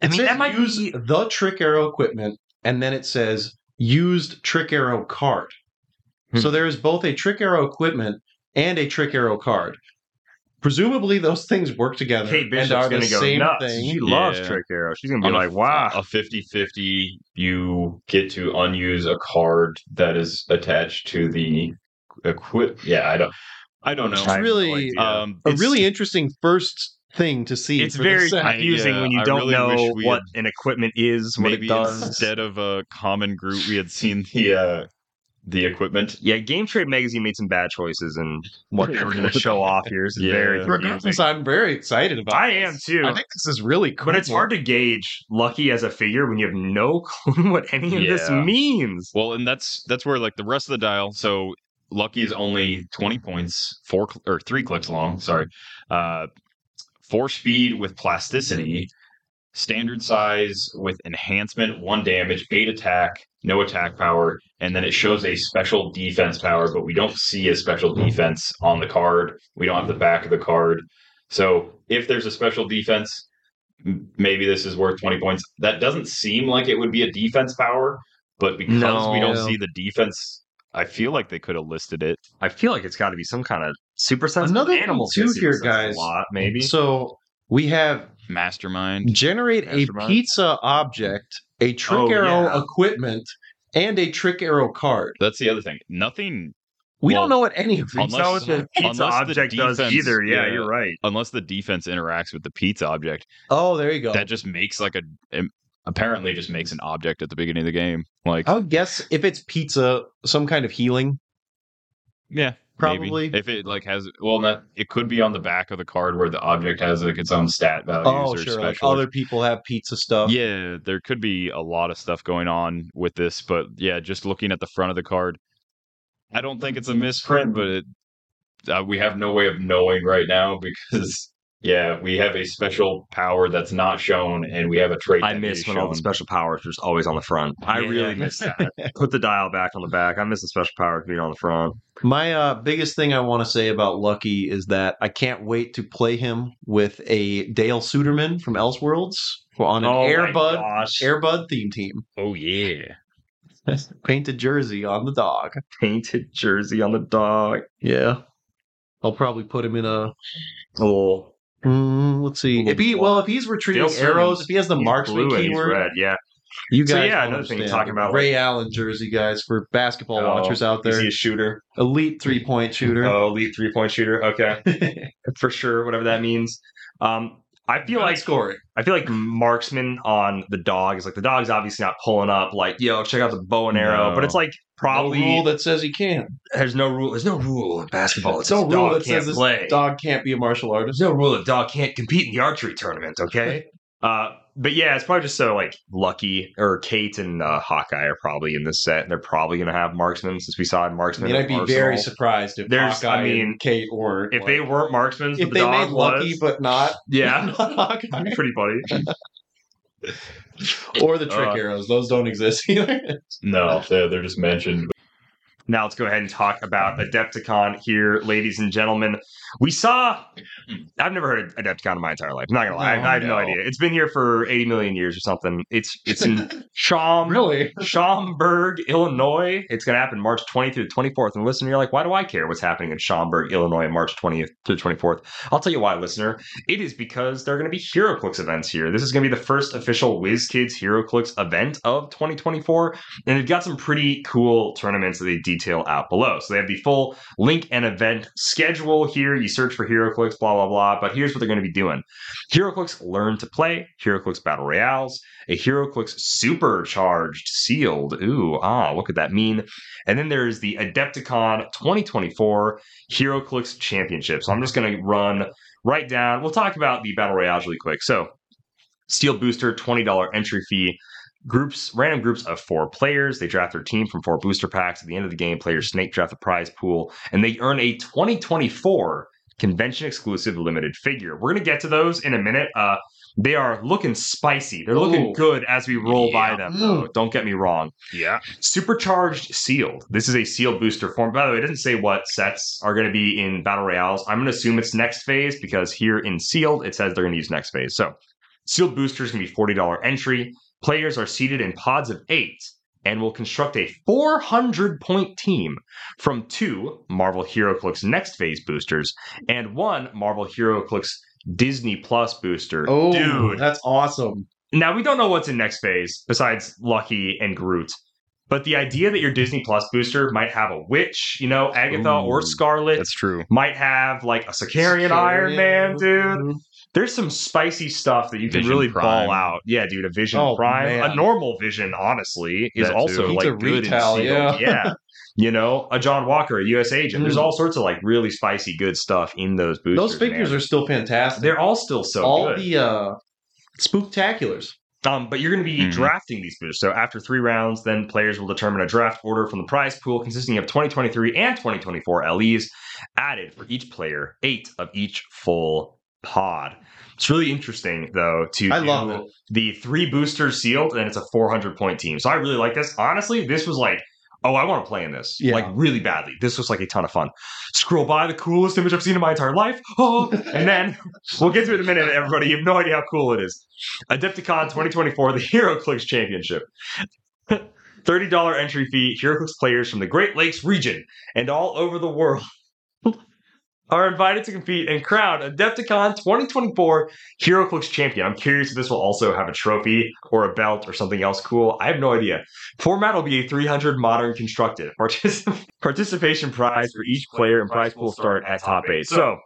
Speaker 1: I
Speaker 7: It
Speaker 1: mean,
Speaker 7: says
Speaker 1: that might
Speaker 7: use
Speaker 1: be.
Speaker 7: the trick arrow equipment, and then it says used trick arrow card.
Speaker 1: Hmm.
Speaker 7: So there is both a trick arrow equipment and a trick arrow card. Presumably, those things work together
Speaker 1: Kate
Speaker 7: and
Speaker 1: Bishop's
Speaker 7: are the
Speaker 1: going to go
Speaker 7: same
Speaker 1: nuts.
Speaker 7: thing.
Speaker 1: She loves
Speaker 8: Yeah.
Speaker 1: Trick Arrow. She's going to be
Speaker 8: On a-
Speaker 1: like, wow.
Speaker 8: A 50 50.
Speaker 6: you get to unuse a card that is attached to the equip. Yeah, I don't. I don't know.
Speaker 7: It's really
Speaker 1: idea.
Speaker 8: Um,
Speaker 7: a
Speaker 8: it's-
Speaker 7: really interesting first thing to see.
Speaker 1: uh, It's
Speaker 7: for this
Speaker 1: very
Speaker 7: set.
Speaker 8: I-
Speaker 1: confusing
Speaker 8: yeah,
Speaker 1: when you
Speaker 8: I
Speaker 1: don't
Speaker 8: really
Speaker 1: know
Speaker 8: wish we
Speaker 1: what an equipment is, what
Speaker 8: maybe
Speaker 1: it does.
Speaker 8: instead of a common group, we had seen
Speaker 6: the uh, the equipment.
Speaker 1: yeah, Game Trade Magazine made some bad choices and what they were going to show off here is
Speaker 8: Yeah.
Speaker 1: very confusing.
Speaker 7: Regardless, I'm very excited about.
Speaker 1: I
Speaker 7: this.
Speaker 1: am too.
Speaker 7: I think this is really cool.
Speaker 1: But it's hard to gauge Lucky as a figure when you have no clue what any of this
Speaker 8: Yeah.
Speaker 1: means.
Speaker 8: Well, and that's that's where like the rest of the dial. So Lucky is only twenty points, four cl- or three clicks long. Sorry, uh, four speed with plasticity, standard size with enhancement, one damage, eight attack, no attack power, and then it shows a special defense power, but we don't see a special defense on the card. We don't have the back of the card. So if there's a special defense, m- maybe this is worth twenty points. That doesn't seem like it would be a defense power. But because
Speaker 1: No.
Speaker 8: we don't see the defense, I feel like they could have listed it.
Speaker 1: I feel like it's got to be some kind of super sense.
Speaker 7: Another thing
Speaker 1: animal
Speaker 7: too
Speaker 1: gets super
Speaker 7: here,
Speaker 1: sensitive
Speaker 7: guys.
Speaker 1: A lot, maybe.
Speaker 7: So we have
Speaker 8: Mastermind.
Speaker 7: generate a
Speaker 1: Mastermind.
Speaker 7: pizza object, a trick
Speaker 1: Oh,
Speaker 7: arrow
Speaker 1: yeah.
Speaker 7: equipment, and a trick arrow card.
Speaker 8: That's the other thing. Nothing
Speaker 7: We
Speaker 8: Well,
Speaker 7: don't know what any of
Speaker 1: It's
Speaker 7: these.
Speaker 1: not what
Speaker 8: unless-
Speaker 1: the
Speaker 8: unless
Speaker 1: pizza
Speaker 8: the
Speaker 1: object does
Speaker 8: defense-
Speaker 1: either. Yeah,
Speaker 8: yeah.
Speaker 1: you're right.
Speaker 8: unless the defense interacts with the pizza object.
Speaker 7: Oh, there you go.
Speaker 8: That just makes like a em- apparently just makes an object at the beginning of the game. Like
Speaker 7: I would guess if it's pizza, some kind of healing.
Speaker 8: yeah, maybe.
Speaker 7: probably.
Speaker 8: if it like has well, not,
Speaker 6: It could be on the back of the card where the object has like its own stat values
Speaker 7: Oh,
Speaker 6: or
Speaker 7: sure. Like
Speaker 6: special.
Speaker 7: other people have pizza stuff.
Speaker 8: yeah, there could be a lot of stuff going on with this, but yeah, just looking at the front of the card, I don't think it's a misprint, but it,
Speaker 6: uh, we have no way of knowing right now because yeah, we have a special power that's not shown, and we have a trait.
Speaker 1: I
Speaker 6: that
Speaker 1: miss
Speaker 6: is
Speaker 1: when all the
Speaker 6: shown.
Speaker 1: special powers was always on the front. I
Speaker 8: Yeah.
Speaker 1: really miss that. Put the dial back on the back. I miss the special powers being on the front.
Speaker 7: My uh, biggest thing I want to say about Lucky is that I can't wait to play him with a Dale Suderman from Elseworlds on an
Speaker 1: Oh my
Speaker 7: Airbud
Speaker 1: gosh.
Speaker 7: Airbud theme team.
Speaker 8: oh yeah,
Speaker 7: Painted jersey on the dog.
Speaker 1: painted jersey on the dog.
Speaker 7: Yeah. I'll probably put him in a.
Speaker 1: Oh,
Speaker 7: Mm, let's see. If he well, if he's retrieving
Speaker 1: Dale Suderman,
Speaker 7: arrows, if he has the
Speaker 1: he's
Speaker 7: marksman
Speaker 1: blue and he's
Speaker 7: keyword,
Speaker 1: red. Yeah,
Speaker 7: you guys.
Speaker 1: So, yeah,
Speaker 7: don't
Speaker 1: another thing you're
Speaker 7: understand.
Speaker 1: talking about,
Speaker 7: Ray Allen jersey, guys, for basketball
Speaker 1: Oh,
Speaker 7: watchers out
Speaker 1: is
Speaker 7: there.
Speaker 1: he a shooter?
Speaker 7: Elite three point shooter.
Speaker 1: Oh, elite three point shooter. Okay, for sure, whatever that means. Um, I feel like
Speaker 7: scoring.
Speaker 1: I feel like marksman on the dog is like the dog's obviously not pulling up. Like, yo, check out the bow and arrow,
Speaker 8: No.
Speaker 1: but it's like
Speaker 7: Probably
Speaker 1: probably
Speaker 7: rule that says he can.
Speaker 1: there's no rule. There's no rule in basketball. It's
Speaker 7: no
Speaker 1: this
Speaker 7: rule
Speaker 1: dog
Speaker 7: that
Speaker 1: can't
Speaker 7: says this
Speaker 1: play.
Speaker 7: dog can't be a martial
Speaker 1: There's
Speaker 7: artist.
Speaker 1: no rule that dog can't compete in the archery tournament. Okay. Uh, but yeah, it's probably just so like Lucky or Kate and uh, Hawkeye are probably in this set, and they're probably going to have marksmen since we saw in
Speaker 7: I
Speaker 1: marksmen.
Speaker 7: mean,
Speaker 1: at
Speaker 7: I'd be
Speaker 1: Arsenal.
Speaker 7: very surprised if
Speaker 1: There's-
Speaker 7: Hawkeye
Speaker 1: I mean,
Speaker 7: and Kate or
Speaker 1: if they weren't marksmen.
Speaker 7: if
Speaker 1: the
Speaker 7: they
Speaker 1: dog
Speaker 7: made Lucky
Speaker 1: was,
Speaker 7: but not
Speaker 1: yeah,
Speaker 7: not Hawkeye
Speaker 1: pretty funny.
Speaker 7: or the trick
Speaker 1: Uh,
Speaker 7: arrows, those don't exist either.
Speaker 6: No, they're, they're just mentioned.
Speaker 1: Now let's go ahead and talk about Adepticon here, ladies and gentlemen. We saw. I've never heard of Adepticon in my entire life. I'm not gonna lie, I, I have no.
Speaker 8: No.
Speaker 1: idea. It's been here for 80 million years or something. It's it's in Sham,
Speaker 7: really?
Speaker 1: Schaumburg, Illinois. It's going to happen March 20th through the 24th. And listener, you're like, why do I care what's happening in Schaumburg, Illinois, March 20th through the 24th? I'll tell you why, listener. It is because there are going to be HeroClix events here. This is going to be the first official WizKids HeroClix event of 2024. And they've got some pretty cool tournaments that they detail out below. So they have the full link and event schedule here. You search for HeroClix, blah, blah, blah. But here's what they're going to be doing. HeroClix Learn to Play, HeroClix Battle Royales, a HeroClix supercharged sealed. Ooh, ah, what could that mean? And then there's the Adepticon 2024 HeroClix Championship. So I'm just going to run right down. We'll talk about the Battle Royale really quick. So, Steel Booster, $20 entry fee. Groups, random groups of four players. They draft their team from four booster packs. At the end of the game, players snake draft the prize pool, and they earn a 2024 convention exclusive limited figure. We're gonna get to those in a minute. Uh, they are looking spicy. They're looking
Speaker 7: Ooh.
Speaker 1: good as we roll by
Speaker 8: Yeah. Mm.
Speaker 1: them. Though. Don't get me wrong.
Speaker 8: yeah.
Speaker 1: Supercharged Sealed. This is a sealed booster form. By the way, it doesn't say what sets are going to be in Battle Royales. I'm going to assume it's next phase because here in Sealed, it says they're going to use next phase. So, sealed boosters can be $40 entry. Players are seated in pods of eight and will construct a 400 point team from two Marvel HeroClix Next Phase boosters and one Marvel HeroClix Disney Plus booster.
Speaker 7: Oh,
Speaker 1: dude.
Speaker 7: that's awesome.
Speaker 1: Now we don't know what's in next phase besides Lucky and Groot. But the idea that your Disney Plus booster might have a witch, you know, Agatha
Speaker 8: Ooh,
Speaker 1: or Scarlet,
Speaker 8: That's true.
Speaker 1: might have like a Sicarian Iron Man, dude. There's some spicy stuff that you can
Speaker 8: Vision
Speaker 1: really
Speaker 8: Prime.
Speaker 1: ball out. Yeah, dude, a Vision
Speaker 7: Oh,
Speaker 1: Prime,
Speaker 7: man.
Speaker 1: a normal Vision, honestly, is
Speaker 8: That too.
Speaker 1: also
Speaker 7: He's
Speaker 1: like
Speaker 7: a
Speaker 1: good
Speaker 7: retail,
Speaker 1: and
Speaker 7: yeah.
Speaker 1: sealed. yeah. You know, a John Walker, a U.S. agent. There's
Speaker 7: Mm.
Speaker 1: all sorts of like really spicy, good stuff in those boosters.
Speaker 7: Those figures are still fantastic.
Speaker 1: they're all still so
Speaker 7: all
Speaker 1: good.
Speaker 7: the uh, spooktaculars.
Speaker 1: Um, but you're going to be
Speaker 8: Mhm.
Speaker 1: drafting these boosters. So after three rounds, then players will determine a draft order from the prize pool consisting of 2023 and 2024 LEs added for each player, eight of each full pod. It's really interesting though to
Speaker 7: I
Speaker 1: do
Speaker 7: love it.
Speaker 1: the three boosters sealed, and it's a 400 point team. So I really like this. Honestly, this was like, oh, I want to play in this
Speaker 7: Yeah.
Speaker 1: like really badly. This was like a ton of fun. Scroll by the coolest image I've seen in my entire life. Oh, and then we'll get to it in a minute, everybody. You have no idea how cool it is. Adepticon 2024, the HeroClix Championship. $30 entry fee. HeroClix players from the Great Lakes region and all over the world are invited to compete and crown Adepticon 2024 HeroClix champion. I'm curious if this will also have a trophy or a belt or something else cool. I have no idea. Format will be a 300 modern constructed. Particip- participation prize for each player and prize pool start at top eight. So,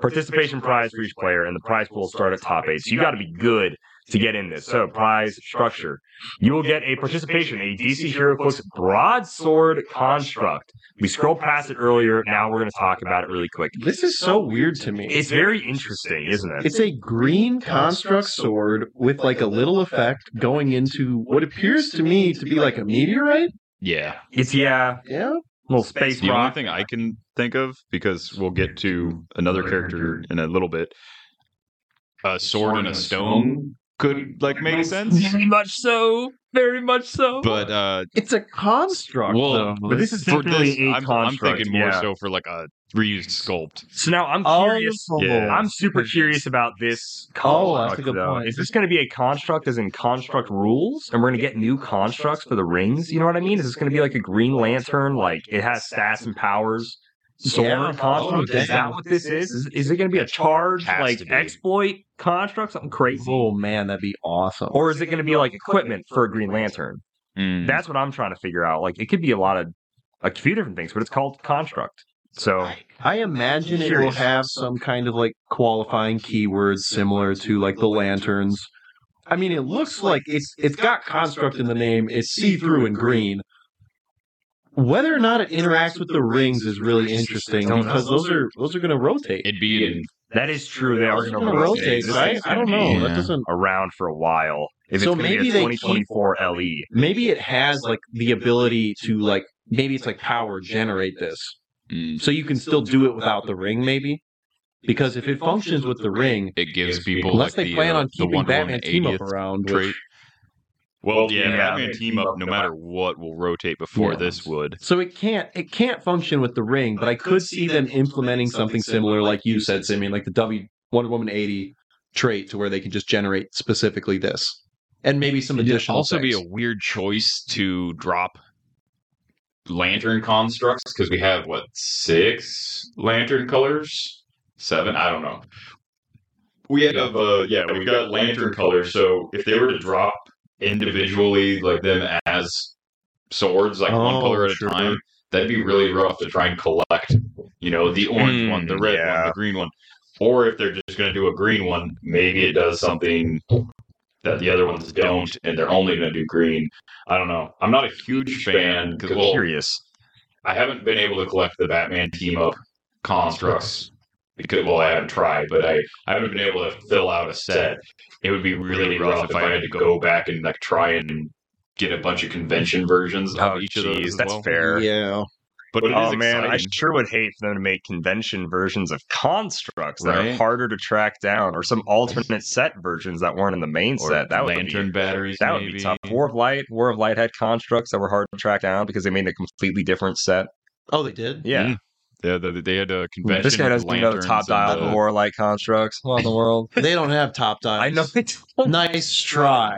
Speaker 1: participation prize for each player and the prize pool start at top eight. So, you got to be good to get in this. So, prize structure. You will get a participation, a DC HeroClix broadsword construct. We scrolled past it earlier. Now we're going to talk about it really quick.
Speaker 7: This is so weird to me.
Speaker 1: It's very interesting, isn't it?
Speaker 7: It's a green construct sword with like a little effect going into what appears to me to be like a meteorite.
Speaker 8: Yeah.
Speaker 1: It's yeah,
Speaker 7: Yeah.
Speaker 1: little space
Speaker 8: The only
Speaker 1: rock.
Speaker 8: thing I can think of, because we'll get to another character in a little bit, a sword and a stone could like make sense.
Speaker 1: Very much so. Very much so.
Speaker 8: But uh
Speaker 7: It's a construct.
Speaker 8: well
Speaker 7: though.
Speaker 1: but this is
Speaker 8: for this
Speaker 1: definitely a
Speaker 8: I'm, I'm
Speaker 1: construct,
Speaker 8: thinking more
Speaker 1: yeah.
Speaker 8: so for like a reused sculpt.
Speaker 1: so now I'm
Speaker 7: Oh,
Speaker 1: curious.
Speaker 8: Yeah.
Speaker 1: I'm super curious about this.
Speaker 7: Oh,
Speaker 1: Construct,
Speaker 7: that's a good
Speaker 1: though.
Speaker 7: point.
Speaker 1: Is this going to be a construct as in construct rules? And we're going to get new constructs for the rings? You know what I mean? Is this going to be like a Green Lantern? Like it has stats and powers? Sword
Speaker 7: Yeah.
Speaker 1: construct?
Speaker 7: Oh,
Speaker 1: is that
Speaker 7: damn.
Speaker 1: what this is? Is, is it going to be a charge,
Speaker 8: Has
Speaker 1: like
Speaker 8: to be.
Speaker 1: exploit construct? Something crazy?
Speaker 7: Oh man, that'd be awesome.
Speaker 1: Or is it going to be like equipment for a Green Lantern?
Speaker 8: Mm.
Speaker 1: That's what I'm trying to figure out. Like, it could be a lot of a few different things, but it's called construct. So,
Speaker 7: I imagine it will
Speaker 1: Curious.
Speaker 7: have some kind of like qualifying keywords similar to like the lanterns. I mean, it looks like it's it's got construct in the name. It's see through and green. Whether or not it interacts with the rings is really interesting
Speaker 1: Don't know.
Speaker 7: because those are those are going to rotate.
Speaker 8: It'd be in
Speaker 1: that is true. They are
Speaker 7: Those are
Speaker 1: going
Speaker 7: going
Speaker 1: to
Speaker 7: to rotate,
Speaker 1: rotate.
Speaker 7: right? I don't know. That
Speaker 8: Yeah.
Speaker 7: doesn't.
Speaker 1: Around for a while. If
Speaker 7: So
Speaker 1: it's going to
Speaker 7: maybe
Speaker 1: be a
Speaker 7: they
Speaker 1: 2024 LE.
Speaker 7: Maybe it has like the ability to like maybe it's like power generate this,
Speaker 8: mm,
Speaker 7: so you can still do it without the ring. Maybe because if it functions with the ring,
Speaker 8: it gives people
Speaker 7: Unless
Speaker 8: like
Speaker 7: they
Speaker 8: the,
Speaker 7: plan
Speaker 8: uh,
Speaker 7: on
Speaker 8: the
Speaker 7: keeping
Speaker 8: one
Speaker 7: Batman team up around.
Speaker 8: trait.
Speaker 7: Which,
Speaker 8: Well, yeah,
Speaker 1: yeah,
Speaker 8: Batman team up no matter what will rotate before
Speaker 7: Yeah.
Speaker 8: this would.
Speaker 7: so it can't it can't function with the ring, but I could see them implementing something similar, like you said, Simeon, like the W Wonder Woman eighty trait, to where they can just generate specifically this, and maybe some
Speaker 8: It'd
Speaker 7: additional.
Speaker 8: also
Speaker 7: things.
Speaker 8: be a weird choice to drop
Speaker 6: lantern constructs because we have what six lantern colors, seven. I don't know. We have uh yeah, we've got lantern colors. So if they were to drop individually, like them as swords, like one
Speaker 7: Oh,
Speaker 6: color at
Speaker 7: sure.
Speaker 6: a time, that'd be really rough to try and collect. You know, the orange
Speaker 8: Mm,
Speaker 7: Hmm,
Speaker 6: one, the red
Speaker 8: yeah.
Speaker 6: one, the green one. Or if they're just going to do a green one, maybe it does something that the other ones don't, and they're only going to do green. I don't know. I'm not a huge fan because well,
Speaker 1: Curious.
Speaker 6: I haven't been able to collect the Batman team up constructs because well, I haven't tried, but I, I haven't been able to fill out a set. It would be really rough if I had to go back and like try and get a bunch of convention versions
Speaker 1: Oh,
Speaker 6: of each of those.
Speaker 1: jeez.
Speaker 6: as
Speaker 1: That's
Speaker 6: well.
Speaker 1: fair.
Speaker 7: yeah.
Speaker 8: But it is
Speaker 1: Oh, man. I
Speaker 8: exciting.
Speaker 1: sure would hate for them to make convention versions of constructs that are
Speaker 8: Right.
Speaker 1: harder to track down or some alternate set versions that weren't in the main
Speaker 8: Or
Speaker 1: set. That would be
Speaker 8: lantern batteries.
Speaker 1: That would
Speaker 8: maybe.
Speaker 1: be tough. War of Light, War of Light had constructs that were hard to track down because they made a completely different set.
Speaker 7: Oh, they did.
Speaker 1: Yeah.
Speaker 8: Mm. Yeah, the, they had a convention.
Speaker 1: This guy
Speaker 8: with
Speaker 1: doesn't know the
Speaker 8: lanterns
Speaker 1: top
Speaker 8: and
Speaker 1: dial
Speaker 8: the-
Speaker 1: of War of Light constructs. Well,
Speaker 7: the world. They don't have top dives. Oh.
Speaker 1: I know they don't.
Speaker 7: Nice try.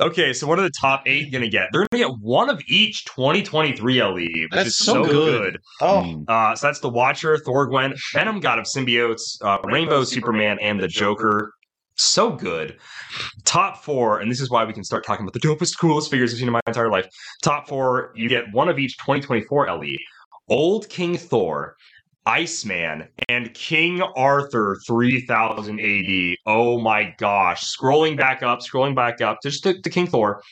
Speaker 1: Okay, so what are the top eight going to get? They're going to get one of each 2023 LE, which
Speaker 7: That's
Speaker 1: is so
Speaker 7: so good.
Speaker 1: good.
Speaker 7: Oh,
Speaker 1: Uh, so that's the Watcher, Thor, Gwen, Venom, God of Symbiotes, uh, Rainbow, Superman, and the Joker. So good. Top four, and this is why we can start talking about the dopest, coolest figures I've seen in my entire life. Top four, you get one of each 2024 LE. E. Old King Thor, Iceman, and King Arthur 3000 AD. Oh my gosh. Scrolling back up, scrolling back up, just to, to King Thor.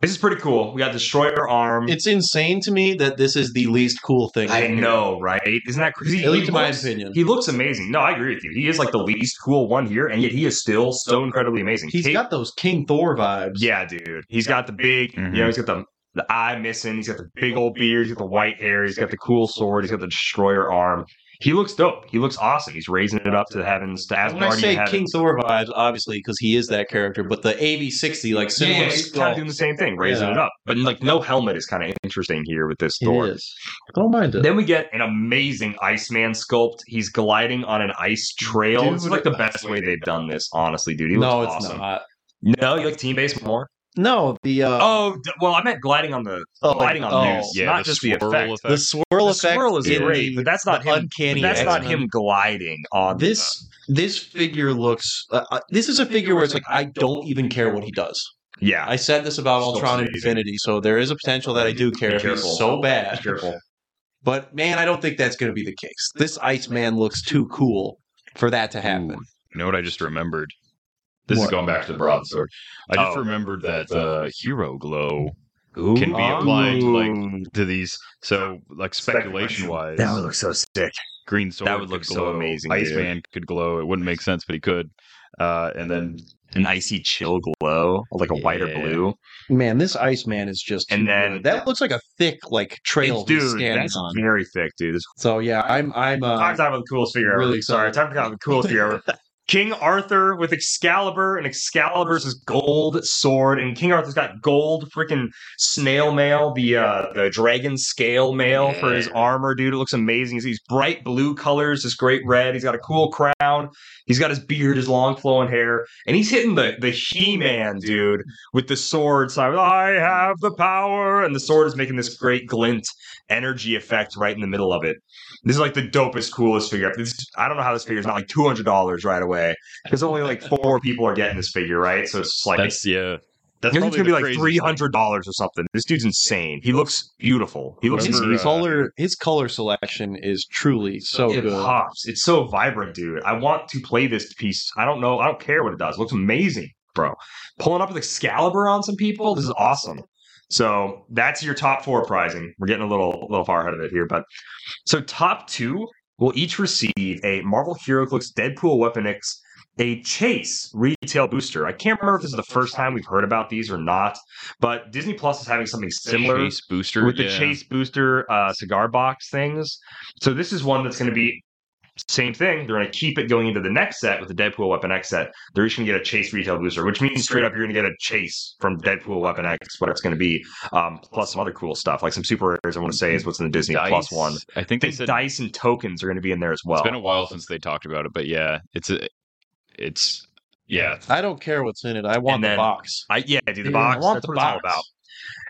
Speaker 1: This is pretty cool. We got Destroyer Arm.
Speaker 7: it's insane to me that this is the least cool thing.
Speaker 1: I
Speaker 7: here.
Speaker 1: know, right? Isn't that crazy?
Speaker 7: At least
Speaker 1: He
Speaker 7: in my
Speaker 1: looks-
Speaker 7: opinion.
Speaker 1: He looks amazing. No, I agree with you. He is like the least cool one here, and yet he is still so incredibly amazing.
Speaker 7: He's
Speaker 1: Kate-
Speaker 7: got those King Thor vibes.
Speaker 1: yeah, dude. He's got the big,
Speaker 7: Mm-hmm.
Speaker 1: you know, he's got the the eye missing. He's got the big old beard. He's got the white hair. He's got the cool sword. He's got the destroyer arm. He looks dope. He looks awesome. He's raising it up to the heavens, to
Speaker 7: When I
Speaker 1: Asgardian
Speaker 7: say
Speaker 1: heavens.
Speaker 7: King Thor vibes, obviously because he is that character, but the AV60 like similar
Speaker 1: yeah, he's kind
Speaker 7: skull.
Speaker 1: of doing the same thing, raising
Speaker 7: Yeah.
Speaker 1: it up. But like, no helmet is kind of interesting here with this Thor.
Speaker 7: It is. I don't mind it.
Speaker 1: Then we get an amazing Iceman sculpt. He's gliding on an ice trail. this is
Speaker 7: Dude,
Speaker 1: like the best way they've done this, honestly, dude. He looks
Speaker 7: no, it's
Speaker 1: awesome.
Speaker 7: not.
Speaker 1: No, you like team based more?
Speaker 7: No, the uh,
Speaker 1: Oh, d- well, I meant gliding on the
Speaker 7: oh,
Speaker 1: gliding on
Speaker 7: oh,
Speaker 1: news,
Speaker 8: Yeah,
Speaker 1: not
Speaker 8: the
Speaker 1: just the
Speaker 8: swirl
Speaker 1: effect.
Speaker 8: effect.
Speaker 7: the swirl
Speaker 1: The
Speaker 7: effect
Speaker 1: swirl is
Speaker 7: in
Speaker 1: great,
Speaker 7: the-
Speaker 1: but that's not
Speaker 7: the
Speaker 1: him.
Speaker 7: Uncanny.
Speaker 1: That's not
Speaker 7: X-Men.
Speaker 1: him gliding on the-
Speaker 7: This this figure looks. Uh, uh, this is a figure where it's like I don't even care what he does.
Speaker 1: yeah,
Speaker 7: I said this about
Speaker 1: Still
Speaker 7: Ultron
Speaker 1: amazing.
Speaker 7: Infinity, so there is a potential that I do care
Speaker 1: Be
Speaker 7: if he's
Speaker 1: careful.
Speaker 7: so bad.
Speaker 1: careful.
Speaker 7: But man, I don't think that's going to be the case. This Iceman looks too cool for that to happen.
Speaker 8: You know what I just remembered? This is
Speaker 7: What?
Speaker 8: going back to the broadsword. I just
Speaker 1: Oh.
Speaker 8: remembered that uh, hero glow can be applied like to these. So, like speculation wise,
Speaker 1: That would look so sick.
Speaker 8: Green Sword
Speaker 1: would
Speaker 8: could
Speaker 1: look so
Speaker 8: glow,
Speaker 1: amazing, dude.
Speaker 8: Iceman could glow. It wouldn't make sense, but he could. Uh, and then
Speaker 1: An icy chill glow, like a white or
Speaker 8: Yeah.
Speaker 1: blue.
Speaker 7: Man, this Iceman is just
Speaker 1: And
Speaker 7: too
Speaker 1: then-
Speaker 7: good. that looks like a thick like trail
Speaker 1: It's-
Speaker 7: he's
Speaker 1: dude,
Speaker 7: standing
Speaker 1: that's
Speaker 7: on.
Speaker 1: very thick, dude. This
Speaker 7: So yeah, I'm I'm uh,
Speaker 1: I'm talking about the coolest figure ever.
Speaker 7: really
Speaker 1: Sorry,
Speaker 7: excited.
Speaker 1: time to talk about the coolest figure ever. King Arthur with Excalibur, and Excalibur's his gold sword, and King Arthur's got gold freaking snail mail, the uh the dragon scale mail for his armor, dude. It looks amazing. He's, he's bright blue colors, this great red. He's got a cool crown. He's got his beard, his long flowing hair, and he's hitting the the He Man dude with the sword. So I have the power, and the sword is making this great glint energy effect right in the middle of it. This is like the dopest, coolest figure. This, I don't know how this figure is not like two hundred dollars right away because only like four people are getting this figure, right? So it's just like
Speaker 8: that's yeah, that's
Speaker 1: this
Speaker 8: probably
Speaker 1: dude's gonna
Speaker 8: the
Speaker 1: be like
Speaker 8: craziest
Speaker 1: three
Speaker 8: thing.
Speaker 1: hundred dollars or something. This dude's insane. He looks beautiful. He looks
Speaker 7: his
Speaker 8: remember, uh,
Speaker 7: color his color selection is truly so
Speaker 1: it
Speaker 7: good.
Speaker 1: pops. It's so vibrant, dude. I want to play this piece. I don't know. I don't care what it does. It looks amazing, bro. Pulling up with Excalibur on some people. This is awesome. So that's your top four prizing. We're getting a little, little far ahead of it here, but so top two will each receive a Marvel HeroClix Deadpool Weapon X, a Chase retail booster. I can't remember if this is the first time we've heard about these or not, but Disney Plus is having something similar
Speaker 8: Chase booster
Speaker 1: with the
Speaker 8: yeah.
Speaker 1: chase booster uh, cigar box things. So this is one that's going to be same thing. They're going to keep it going into the next set with the Deadpool Weapon X set. They're just going to get a chase retail booster, which means straight up you're going to get a chase from Deadpool Weapon X, what it's going to be, um, plus some other cool stuff like some super rares. I want to say is what's in the Disney
Speaker 8: Dice.
Speaker 1: Plus one.
Speaker 8: I think
Speaker 1: I
Speaker 8: they
Speaker 1: think
Speaker 8: said
Speaker 1: dice and tokens are going to be in there as well.
Speaker 8: it's been a while since they talked about it, but yeah, it's a, it's yeah.
Speaker 7: I don't care what's in it. I want
Speaker 1: And
Speaker 7: the
Speaker 1: then-
Speaker 7: box.
Speaker 1: I, yeah, dude, the
Speaker 7: Yeah,
Speaker 1: box.
Speaker 7: I want
Speaker 1: that's
Speaker 7: the
Speaker 1: what it's all
Speaker 7: box.
Speaker 1: about.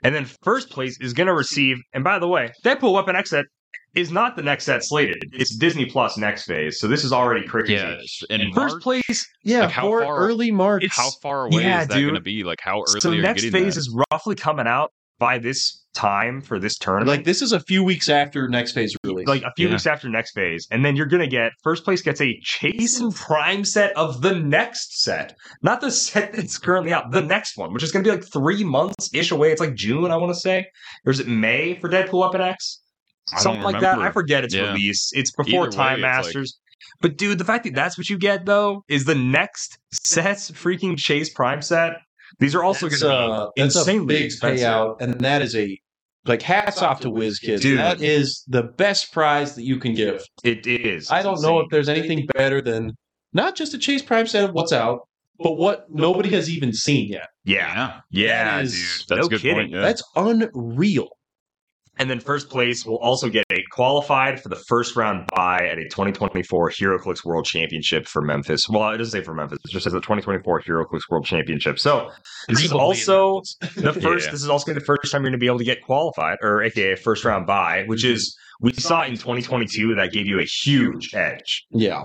Speaker 1: And then first place is going to receive. And by the way, Deadpool Weapon X set is not the next set slated. It's Disney Plus next phase. So this is already crazy.
Speaker 8: Yeah, and
Speaker 1: And first
Speaker 8: March-
Speaker 1: place.
Speaker 7: Yeah,
Speaker 8: Like, how
Speaker 7: for
Speaker 8: far-
Speaker 7: early March.
Speaker 1: It's-
Speaker 8: how far away
Speaker 1: yeah,
Speaker 8: is that going to
Speaker 1: dude.
Speaker 8: be? Like how early
Speaker 1: So
Speaker 8: are you
Speaker 1: next
Speaker 8: getting
Speaker 1: phase
Speaker 8: that?
Speaker 1: is roughly coming out by this time for this tournament.
Speaker 7: Like this is a few weeks after next phase release.
Speaker 1: like a few
Speaker 8: Yeah.
Speaker 1: weeks after next phase, and then you're gonna get first place gets a chase and prime set of the next set, not the set that's currently out, the next one, which is gonna be like three months ish away. It's like June, I want to say, or is it May for Deadpool Weapon X?
Speaker 8: I don't
Speaker 1: Something like that. I
Speaker 8: remember.
Speaker 1: forget its
Speaker 8: Yeah.
Speaker 1: release. It's before
Speaker 8: Either way,
Speaker 1: Time
Speaker 8: it's like-
Speaker 1: Masters. But dude, the fact that that's what you get though is the next set's freaking chase prime set. These are also
Speaker 7: That's,
Speaker 1: gonna
Speaker 7: uh,
Speaker 1: be
Speaker 7: that's a
Speaker 1: insanely
Speaker 7: big
Speaker 1: expensive.
Speaker 7: payout, and that is a like hats off to WizKids.
Speaker 1: Dude.
Speaker 7: That is the best prize that you can give.
Speaker 1: It is.
Speaker 7: I don't know
Speaker 1: Insane.
Speaker 7: if there's anything better than not just a Chase Prime set of what's out, but what nobody has even seen yet.
Speaker 1: Yeah.
Speaker 8: yeah,
Speaker 1: Yeah,
Speaker 7: That is-
Speaker 1: dude.
Speaker 8: that's
Speaker 1: no
Speaker 8: a good
Speaker 1: kidding.
Speaker 8: point. Yeah.
Speaker 7: That's unreal.
Speaker 1: And then first place will also get a qualified for the first round bye at a 2024 HeroClix World Championship for Memphis. Well, it doesn't say for Memphis; it just says the 2024 HeroClix World Championship. So this is
Speaker 6: Probably
Speaker 1: also the first.
Speaker 8: Yeah.
Speaker 1: This is also gonna be the first time you're going to be able to get qualified, or aka first round bye, which is we saw in 2022 that gave you a huge edge.
Speaker 7: Yeah.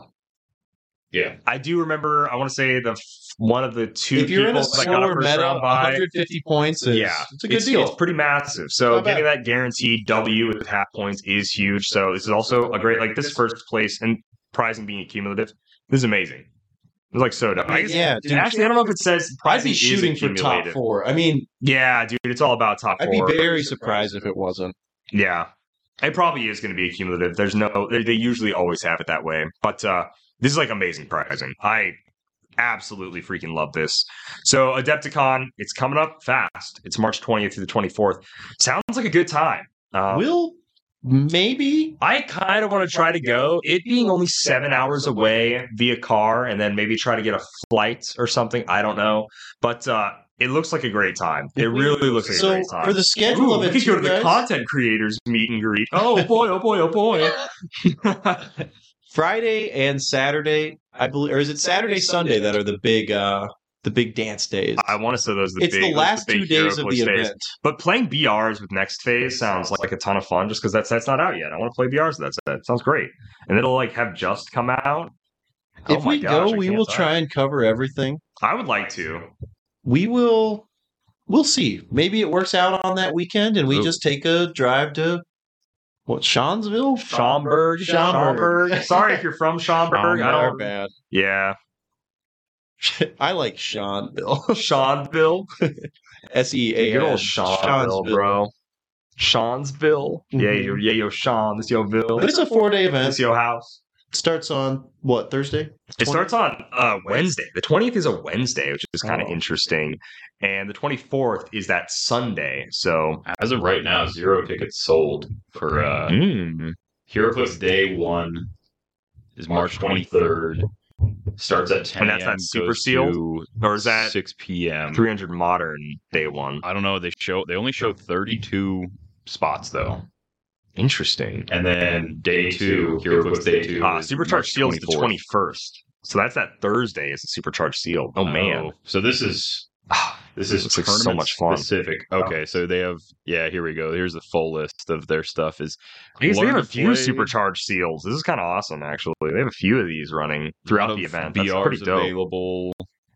Speaker 6: Yeah.
Speaker 1: I do remember. I want to say the f- one of the two
Speaker 7: if you're in
Speaker 1: people
Speaker 7: a
Speaker 1: that got a
Speaker 7: slower
Speaker 1: first
Speaker 7: meta,
Speaker 1: round bye.
Speaker 7: 150 points is
Speaker 1: yeah,
Speaker 7: it's a good deal.
Speaker 1: It's pretty massive. So
Speaker 7: Not bad.
Speaker 1: getting that guaranteed W with half points is huge. So this is also a great like this first place and prizing being accumulative. This is amazing. It's like so dumb. I guess,
Speaker 7: yeah, dude.
Speaker 1: actually, I don't know if it says
Speaker 7: I'd
Speaker 1: prizing
Speaker 7: be
Speaker 1: is
Speaker 7: shooting for top
Speaker 1: accumulative.
Speaker 7: four. I mean,
Speaker 1: Yeah, dude, it's all about top
Speaker 7: I'd be
Speaker 1: four.
Speaker 7: very surprised if it wasn't.
Speaker 1: Yeah. It probably is going to be accumulative. There's no, they, they usually always have it that way. But uh, this is like amazing pricing. I absolutely freaking love this. So, Adepticon, it's coming up fast. It's March 20th through the 24th. Sounds like a good time. Uh,
Speaker 7: Will maybe
Speaker 1: I kind of want to try to go. It being only seven hours away via car, and then maybe try to get a flight or something. I don't know, but uh, it looks like a great time. It really looks like a
Speaker 7: so
Speaker 1: great time.
Speaker 7: for the schedule
Speaker 1: Ooh,
Speaker 7: of it.
Speaker 1: we could go
Speaker 7: too,
Speaker 1: to the
Speaker 7: guys,
Speaker 1: content creators meet and greet. Oh boy! Oh boy! Oh boy!
Speaker 7: Friday and Saturday, I believe, or is it Saturday Sunday that are the big uh the big dance days?
Speaker 1: I want to say those are the
Speaker 7: it's
Speaker 1: big,
Speaker 7: the
Speaker 1: those are
Speaker 7: last
Speaker 1: big
Speaker 7: two days of
Speaker 1: Heroclix
Speaker 7: the
Speaker 1: days.
Speaker 7: event.
Speaker 1: But playing BRs with Next Phase sounds like a ton of fun, just because that set's not out yet. I want to play BRs with that set. sounds great, and it'll like have just come out. Oh
Speaker 7: if
Speaker 1: my
Speaker 7: we
Speaker 1: gosh,
Speaker 7: go,
Speaker 1: I
Speaker 7: we
Speaker 1: can't
Speaker 7: will
Speaker 1: talk.
Speaker 7: try and cover everything.
Speaker 1: I would like to.
Speaker 7: We will. We'll see. Maybe it works out on that weekend, and we
Speaker 8: Ooh.
Speaker 7: just take a drive to what Seansville,
Speaker 1: Schaumburg.
Speaker 7: Schaumburg.
Speaker 1: Schaumburg. Sorry if you're from Schaumburg. I
Speaker 7: Our
Speaker 1: don't.
Speaker 7: bad.
Speaker 1: Yeah.
Speaker 7: I like Seanville.
Speaker 1: Seanville.
Speaker 7: S e a
Speaker 1: Good
Speaker 7: n.
Speaker 1: old Seanville, bro. Seansville. Yeah,
Speaker 7: Mm-hmm.
Speaker 1: yo, yeah, yo, Sean. This yo, Bill.
Speaker 7: But it's a four day event.
Speaker 1: This yo, house.
Speaker 7: It starts on what Thursday?
Speaker 1: It starts on uh, Wednesday. The 20th is a Wednesday, which is kind of
Speaker 7: Oh.
Speaker 1: interesting. And the 24th is that Sunday. So,
Speaker 6: As of right now, zero tickets sold for uh
Speaker 1: Hmm.
Speaker 6: HeroClix Day One is March twenty third. Starts at ten
Speaker 1: And that's
Speaker 6: a.m.,
Speaker 1: that Super
Speaker 6: goes
Speaker 1: Seal?
Speaker 6: to
Speaker 1: or is that
Speaker 8: six p.m.
Speaker 1: 300 modern day one?
Speaker 8: I don't know. They show they only show thirty-two spots though.
Speaker 1: Interesting.
Speaker 6: And then day two, HeroClix Day Two.
Speaker 1: Uh,
Speaker 8: is
Speaker 1: Supercharged Seal's
Speaker 8: March
Speaker 1: the
Speaker 8: 24th.
Speaker 1: 21st. So that's that Thursday is the Supercharged Seal. Oh, man.
Speaker 6: So this is this is
Speaker 1: Looks like so
Speaker 6: tournament
Speaker 1: much fun.
Speaker 6: specific.
Speaker 8: Okay, so they have yeah. Here we go. Here's the full list of their stuff. Is
Speaker 1: I guess they
Speaker 8: Learn
Speaker 1: have a
Speaker 8: to
Speaker 1: few
Speaker 8: play.
Speaker 1: supercharged seals. This is kind of awesome, actually. They have a few of these running
Speaker 8: out
Speaker 1: throughout
Speaker 8: of
Speaker 1: the event.
Speaker 8: BRs
Speaker 1: That's pretty dope.
Speaker 8: available.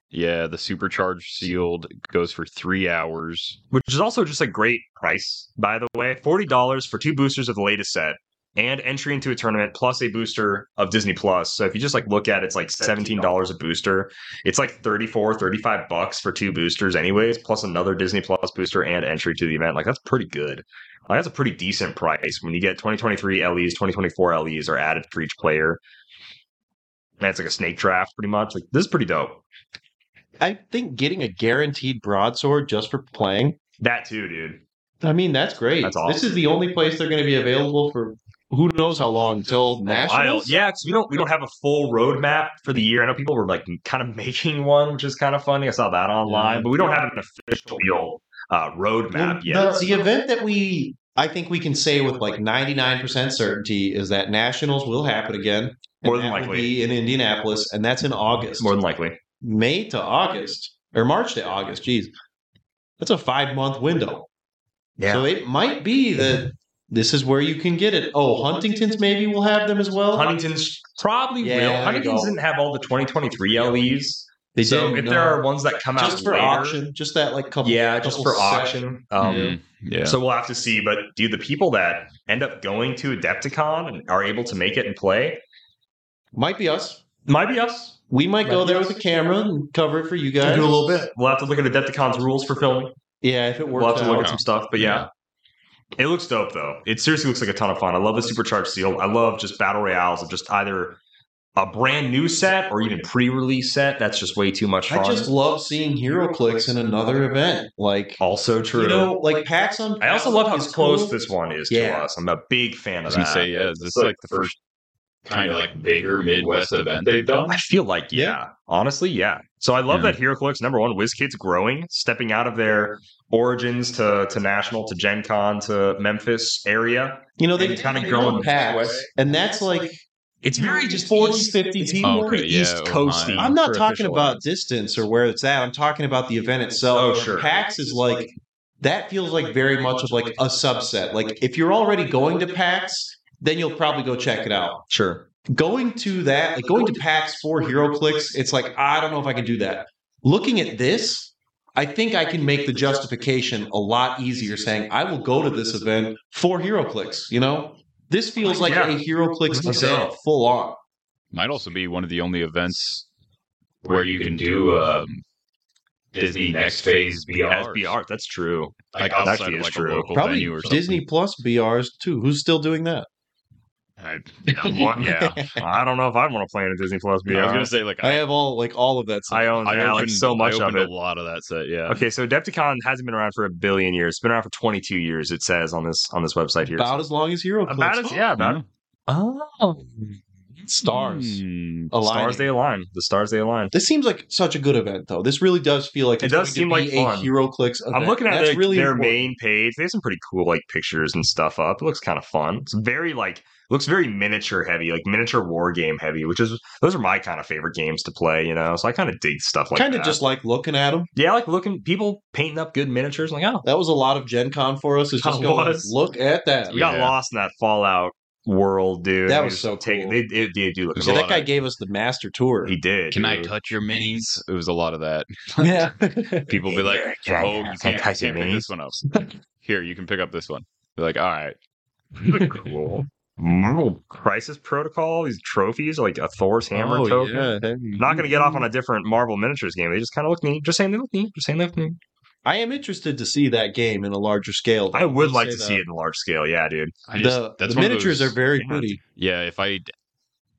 Speaker 8: Yeah, the supercharged sealed goes for three hours.
Speaker 1: Which is also just a great price, by the way. Forty dollars for two boosters of the latest set and entry into a tournament plus a booster of Disney Plus. So if you just like look at it, it's like seventeen dollars a booster. It's like 34, 35 bucks for two boosters, anyways, plus another Disney Plus booster and entry to the event. Like that's pretty good. Like that's a pretty decent price when you get 2023 LEs, 2024 LEs are added for each player. And it's like a snake draft, pretty much. Like this is pretty dope.
Speaker 7: I think getting a guaranteed broadsword just for playing.
Speaker 1: That too, dude.
Speaker 7: I mean, that's great.
Speaker 1: That's awesome.
Speaker 7: This is the only place they're going to be available for who knows how long until
Speaker 1: while.
Speaker 7: nationals.
Speaker 1: Yeah, because we don't we don't have a full roadmap for the year. I know people were like kind of making one, which is kind of funny. I saw that online, but we don't have an official uh, roadmap
Speaker 7: The-
Speaker 1: yet.
Speaker 7: The, event that we, I think we can say with like 99% certainty is that nationals will happen again. and
Speaker 1: More than
Speaker 7: that will
Speaker 1: likely.
Speaker 7: be in Indianapolis, and that's in August.
Speaker 1: More than likely,
Speaker 7: May to August or March to August. Geez, that's a five month window.
Speaker 1: Yeah.
Speaker 7: So it might be that this is where you can get it. Oh, Huntington's maybe will have them as well.
Speaker 1: Huntington's probably
Speaker 7: Yeah, there
Speaker 1: will.
Speaker 7: you
Speaker 1: Huntington's
Speaker 7: go.
Speaker 1: didn't have all the 2023 LEs,
Speaker 7: They
Speaker 1: so
Speaker 7: did,
Speaker 1: if
Speaker 7: no.
Speaker 1: there are ones that come
Speaker 7: just
Speaker 1: out
Speaker 7: for
Speaker 1: later,
Speaker 7: auction, just that like couple.
Speaker 1: yeah, just
Speaker 7: couple
Speaker 1: for
Speaker 7: sets.
Speaker 1: auction. Um,
Speaker 8: Mm, yeah.
Speaker 1: So we'll have to see. But dude, the people that end up going to Adepticon and are able to make it and play
Speaker 7: might be us.
Speaker 1: might be us.
Speaker 7: We might go
Speaker 3: Might be
Speaker 7: there
Speaker 3: us.
Speaker 7: with a camera and cover it for you guys.
Speaker 1: We'll have to look at Adepticon's rules for filming.
Speaker 7: Yeah, if it works
Speaker 1: We'll have to look
Speaker 7: out.
Speaker 1: at some stuff, but yeah. It looks dope though. It seriously looks like a ton of fun. I love the supercharged seal. I love just battle royales of just either a brand new set or even pre-release set. That's just way too much fun.
Speaker 7: I just love seeing hero clicks in another event. Like
Speaker 1: also true.
Speaker 7: you know, like packs on.
Speaker 1: I also love how
Speaker 7: is
Speaker 1: close
Speaker 7: cool.
Speaker 1: this one is
Speaker 7: Yeah.
Speaker 1: to us. I'm a big fan
Speaker 8: I
Speaker 1: of
Speaker 8: was
Speaker 1: that.
Speaker 8: gonna say yeah. This is like the first
Speaker 6: kind of like bigger Midwest event they've done.
Speaker 1: I feel like yeah.
Speaker 7: Yeah.
Speaker 1: Honestly, yeah. So I love
Speaker 8: Yeah.
Speaker 1: that HeroClix, number one, WizKid's growing, stepping out of their origins to to national, to Gen Con, to Memphis area.
Speaker 7: You know, they
Speaker 1: And kinda
Speaker 7: kind of
Speaker 1: going
Speaker 7: grown packs, and that's like
Speaker 1: It's very just
Speaker 7: 40,
Speaker 1: East-
Speaker 7: 50
Speaker 1: it's
Speaker 7: team
Speaker 1: very
Speaker 8: work. Okay, yeah,
Speaker 1: East
Speaker 8: Ohio.
Speaker 1: Coasty.
Speaker 7: I'm not
Speaker 8: for
Speaker 7: talking
Speaker 8: official
Speaker 7: about
Speaker 8: events.
Speaker 7: distance or where it's at. I'm talking about the event itself.
Speaker 1: Oh, sure.
Speaker 7: PAX is like that feels like very much of like a subset. Like if you're already going to PAX, then you'll probably go check it out.
Speaker 1: Sure.
Speaker 7: Going to that, like going to PAX for Hero Clicks, it's like I don't know if I can do that. Looking at this, I think I can make the justification a lot easier saying I will go to this event for Hero Clicks, you know? This feels like
Speaker 1: Yeah.
Speaker 7: a Hero Clicks
Speaker 1: Exactly.
Speaker 7: event full on.
Speaker 8: Might also be one of the only events
Speaker 6: where you can do um, Disney Next
Speaker 1: As
Speaker 6: Phase BR.
Speaker 1: BR, that's true.
Speaker 8: like
Speaker 1: That
Speaker 8: outside
Speaker 1: actually
Speaker 8: of
Speaker 1: is
Speaker 8: like
Speaker 1: true.
Speaker 8: a local
Speaker 7: Probably
Speaker 8: venue or something.
Speaker 7: Disney Plus BRs too. Who's still doing that?
Speaker 8: I, yeah,
Speaker 1: I don't know if I'd want to play in a Disney Plus BR.
Speaker 8: I was gonna say like
Speaker 7: I
Speaker 8: I,
Speaker 7: have all like all of that. Stuff.
Speaker 1: I own
Speaker 8: I
Speaker 1: that, like,
Speaker 8: opened
Speaker 1: so much
Speaker 8: I
Speaker 1: of
Speaker 8: opened
Speaker 1: it.
Speaker 8: a lot of that set. Yeah,
Speaker 1: Okay, so Adepticon hasn't been around for a billion years. It's been around for 22 years. It says on this on this website here.
Speaker 7: about as long as Hero.
Speaker 1: About
Speaker 7: Clicks.
Speaker 1: as yeah, about
Speaker 7: Oh, stars.
Speaker 8: Hmm.
Speaker 7: Aligning.
Speaker 1: stars they align. The stars they align.
Speaker 7: This seems like such a good event, though. This really does feel like
Speaker 1: It
Speaker 7: it's
Speaker 1: does seem
Speaker 7: going to be
Speaker 1: like
Speaker 7: a
Speaker 1: fun.
Speaker 7: Hero Clicks. Event.
Speaker 1: I'm looking at
Speaker 7: That's
Speaker 1: their,
Speaker 7: really
Speaker 1: their
Speaker 7: important.
Speaker 1: main page. They have some pretty cool like pictures and stuff up. It looks kind of fun. It's very like looks very miniature heavy, like miniature war game heavy, which is those are my kind of favorite games to play. You know, so I kind of dig stuff like
Speaker 7: kind
Speaker 1: that.
Speaker 7: of just like looking at them.
Speaker 1: yeah, I like looking people painting up good miniatures. Like oh,
Speaker 7: That was a lot of Gen Con for us. Is just
Speaker 1: Kinda
Speaker 7: going,
Speaker 1: was.
Speaker 7: look at that.
Speaker 1: we got
Speaker 8: Yeah.
Speaker 1: lost in that Fallout world, dude.
Speaker 7: That
Speaker 1: They
Speaker 7: was
Speaker 1: just
Speaker 7: so
Speaker 1: take-
Speaker 7: cool.
Speaker 1: They, they, they do look.
Speaker 8: There's a
Speaker 7: Yeah,
Speaker 1: cool.
Speaker 7: that
Speaker 8: lot
Speaker 7: guy
Speaker 8: of-
Speaker 7: gave us the master tour.
Speaker 1: He did.
Speaker 8: Can I
Speaker 1: dude.
Speaker 8: touch your minis? It was a lot of that.
Speaker 7: yeah,
Speaker 8: People be like,
Speaker 1: Can I-
Speaker 8: "Oh, you
Speaker 1: can I
Speaker 8: can't, you
Speaker 1: touch
Speaker 8: can't
Speaker 1: your
Speaker 8: pick
Speaker 1: minis?"
Speaker 8: this one up. Here, you can pick up this one." They're like, "All right,
Speaker 1: cool. Marvel Crisis Protocol. These trophies, like a Thor's hammer
Speaker 7: Oh,
Speaker 1: token.
Speaker 7: yeah. Hey.
Speaker 1: Not going to get off
Speaker 8: Mm-hmm.
Speaker 1: on a different Marvel miniatures game. They just kind of look neat. Just saying they look neat. Just saying they look neat.
Speaker 7: I am interested to see that game in a larger scale. though.
Speaker 1: I would
Speaker 7: Let's
Speaker 1: like
Speaker 7: say
Speaker 1: to
Speaker 7: that.
Speaker 1: see it in large scale. Yeah, dude.
Speaker 8: I just,
Speaker 7: The,
Speaker 8: that's
Speaker 7: the
Speaker 8: one of
Speaker 7: miniatures
Speaker 8: those-
Speaker 7: are very
Speaker 1: Yeah.
Speaker 7: pretty.
Speaker 8: Yeah, if I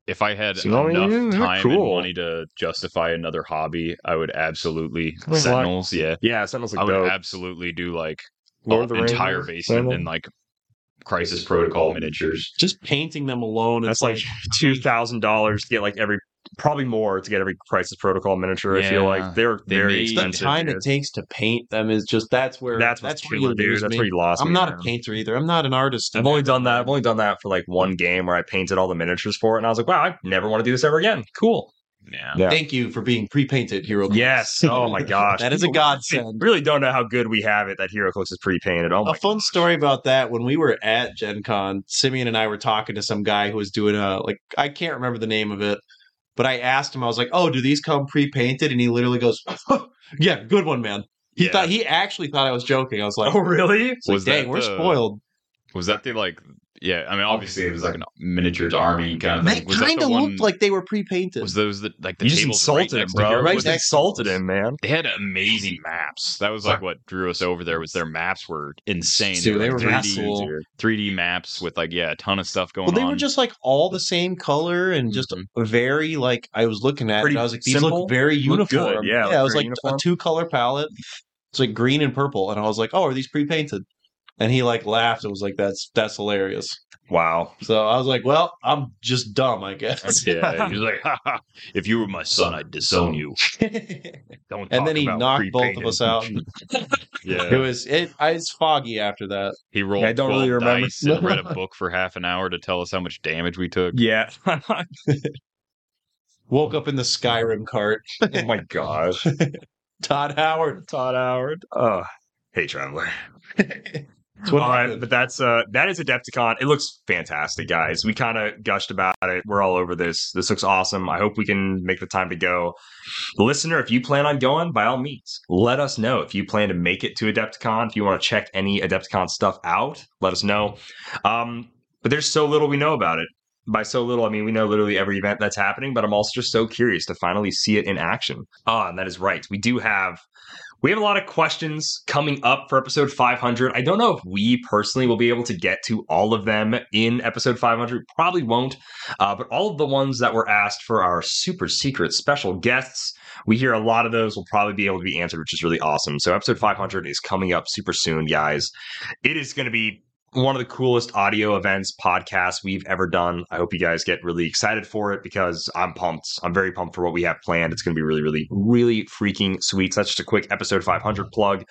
Speaker 8: if I had
Speaker 1: So,
Speaker 8: enough
Speaker 1: yeah, they're
Speaker 8: time
Speaker 1: cool.
Speaker 8: and money to justify another hobby, I would absolutely
Speaker 1: Like, like-
Speaker 8: Sentinels. Yeah,
Speaker 1: Yeah, Sentinels look
Speaker 8: I would
Speaker 1: dope.
Speaker 8: absolutely do like
Speaker 1: Lord
Speaker 8: an
Speaker 1: of the Rings,
Speaker 8: entire basement
Speaker 1: Sentinel.
Speaker 8: and like Crisis Protocol miniatures.
Speaker 7: Just painting them alone.
Speaker 1: That's
Speaker 7: it's
Speaker 1: like two thousand dollars to get like every, probably more to get every Crisis Protocol miniature. I feel
Speaker 8: Yeah.
Speaker 1: like they're
Speaker 8: They
Speaker 1: very
Speaker 8: made- It's the
Speaker 7: the
Speaker 1: expensive.
Speaker 7: time
Speaker 1: dude.
Speaker 7: it takes to paint them is just that's where
Speaker 1: that's what's
Speaker 7: that's
Speaker 1: that's
Speaker 7: where you
Speaker 1: killer, dude.
Speaker 7: lose
Speaker 1: That's
Speaker 7: me.
Speaker 1: where you lost
Speaker 7: I'm
Speaker 1: me,
Speaker 7: not
Speaker 1: man.
Speaker 7: a painter either. I'm not an artist.
Speaker 1: I've only done that. I've only done that for like one game where I painted all the miniatures for it, and I was like, "Wow, I never want to do this ever again." Cool.
Speaker 8: Yeah.
Speaker 1: Yeah.
Speaker 7: Thank you for being pre-painted, hero.
Speaker 1: Yes. Oh my gosh.
Speaker 7: That is a
Speaker 1: People
Speaker 7: godsend.
Speaker 1: Really don't know how good we have it that HeroClix is pre-painted. Oh my.
Speaker 7: a fun story about that when we were at Gen Con, Simeon and I were talking to some guy who was doing a like I can't remember the name of it, but I asked him, I was like, Oh, do these come pre-painted? And he literally goes, Yeah, good one, man. He
Speaker 8: Yeah.
Speaker 7: thought he actually thought I was joking. I was like,
Speaker 1: oh really?
Speaker 7: it's like,
Speaker 8: Was that
Speaker 7: dang, we're
Speaker 8: the-
Speaker 7: spoiled.
Speaker 8: Was that the like? Yeah, I mean, obviously it was like an miniatures army kind of
Speaker 7: They
Speaker 8: thing. Was that
Speaker 7: kind
Speaker 8: the
Speaker 7: of
Speaker 8: one-
Speaker 7: looked like they were pre-painted.
Speaker 8: Was those the like the
Speaker 1: You just
Speaker 8: tables right
Speaker 1: insulted him,
Speaker 8: next to
Speaker 1: bro.
Speaker 8: Hero
Speaker 1: Right
Speaker 8: Clicks?
Speaker 1: just insulted him, man.
Speaker 8: They had amazing maps. That was like what drew us over there. Was their maps were insane.
Speaker 7: Dude, they
Speaker 8: like
Speaker 7: were
Speaker 8: 3D,
Speaker 7: cool.
Speaker 8: three D maps with like yeah, a ton of stuff going
Speaker 7: Well, they
Speaker 8: on.
Speaker 7: were just like all the same color and just
Speaker 8: Mhm.
Speaker 7: very like I was looking
Speaker 1: Mm-hmm.
Speaker 7: at.
Speaker 1: Pretty
Speaker 7: it, I was like, these
Speaker 1: simple,
Speaker 7: look very
Speaker 1: look good,
Speaker 7: uniform.
Speaker 1: yeah,
Speaker 7: yeah, it
Speaker 1: look
Speaker 7: was
Speaker 1: very
Speaker 7: like
Speaker 1: uniform.
Speaker 7: a two color palette. It's like green and purple, and I was like, oh, are these pre painted? And he like laughed and was like, that's that's hilarious.
Speaker 1: Wow.
Speaker 7: So I was like, well, I'm just dumb, I guess.
Speaker 8: yeah, he's like, "Ha, ha, if you were my son, I'd disown you.
Speaker 7: and
Speaker 8: Don't talk
Speaker 7: then he
Speaker 8: about
Speaker 7: knocked both of
Speaker 8: pre-painted."
Speaker 7: us out. and It
Speaker 8: Yeah,
Speaker 7: was it. I, it's foggy after that.
Speaker 8: he rolled.
Speaker 1: I don't really
Speaker 8: 12
Speaker 1: remember.
Speaker 8: dice and read a book for half an hour to tell us how much damage we took.
Speaker 1: Yeah. oh
Speaker 7: Woke up in the Skyrim cart.
Speaker 1: Oh my gosh.
Speaker 7: Todd Howard.
Speaker 1: Todd Howard. Oh. Hey, traveler.
Speaker 7: It's what
Speaker 1: all right,
Speaker 7: happened.
Speaker 1: but that's uh that is Adepticon. It looks fantastic, guys. We kind of gushed about it. We're all over this. This looks awesome. I hope we can make the time to go. Listener, if you plan on going, by all means, let us know. If you plan to make it to Adepticon, if you want to check any Adepticon stuff out, let us know. Um, but there's so little we know about it. By so little, I mean we know literally every event that's happening, but I'm also just so curious to finally see it in action. Ah, and that is right. We do have we have a lot of questions coming up for episode 500. I don't know if we personally will be able to get to all of them in episode 500. Probably won't. Uh, but all of the ones that were asked for our super secret special guests, we hear a lot of those will probably be able to be answered, which is really awesome. So episode 500 is coming up super soon, guys. It is going to be one of the coolest audio events podcasts we've ever done. I hope you guys get really excited for it because I'm pumped. I'm very pumped for what we have planned. It's going to be really, really, really freaking sweet. So that's just a quick episode 500 plug,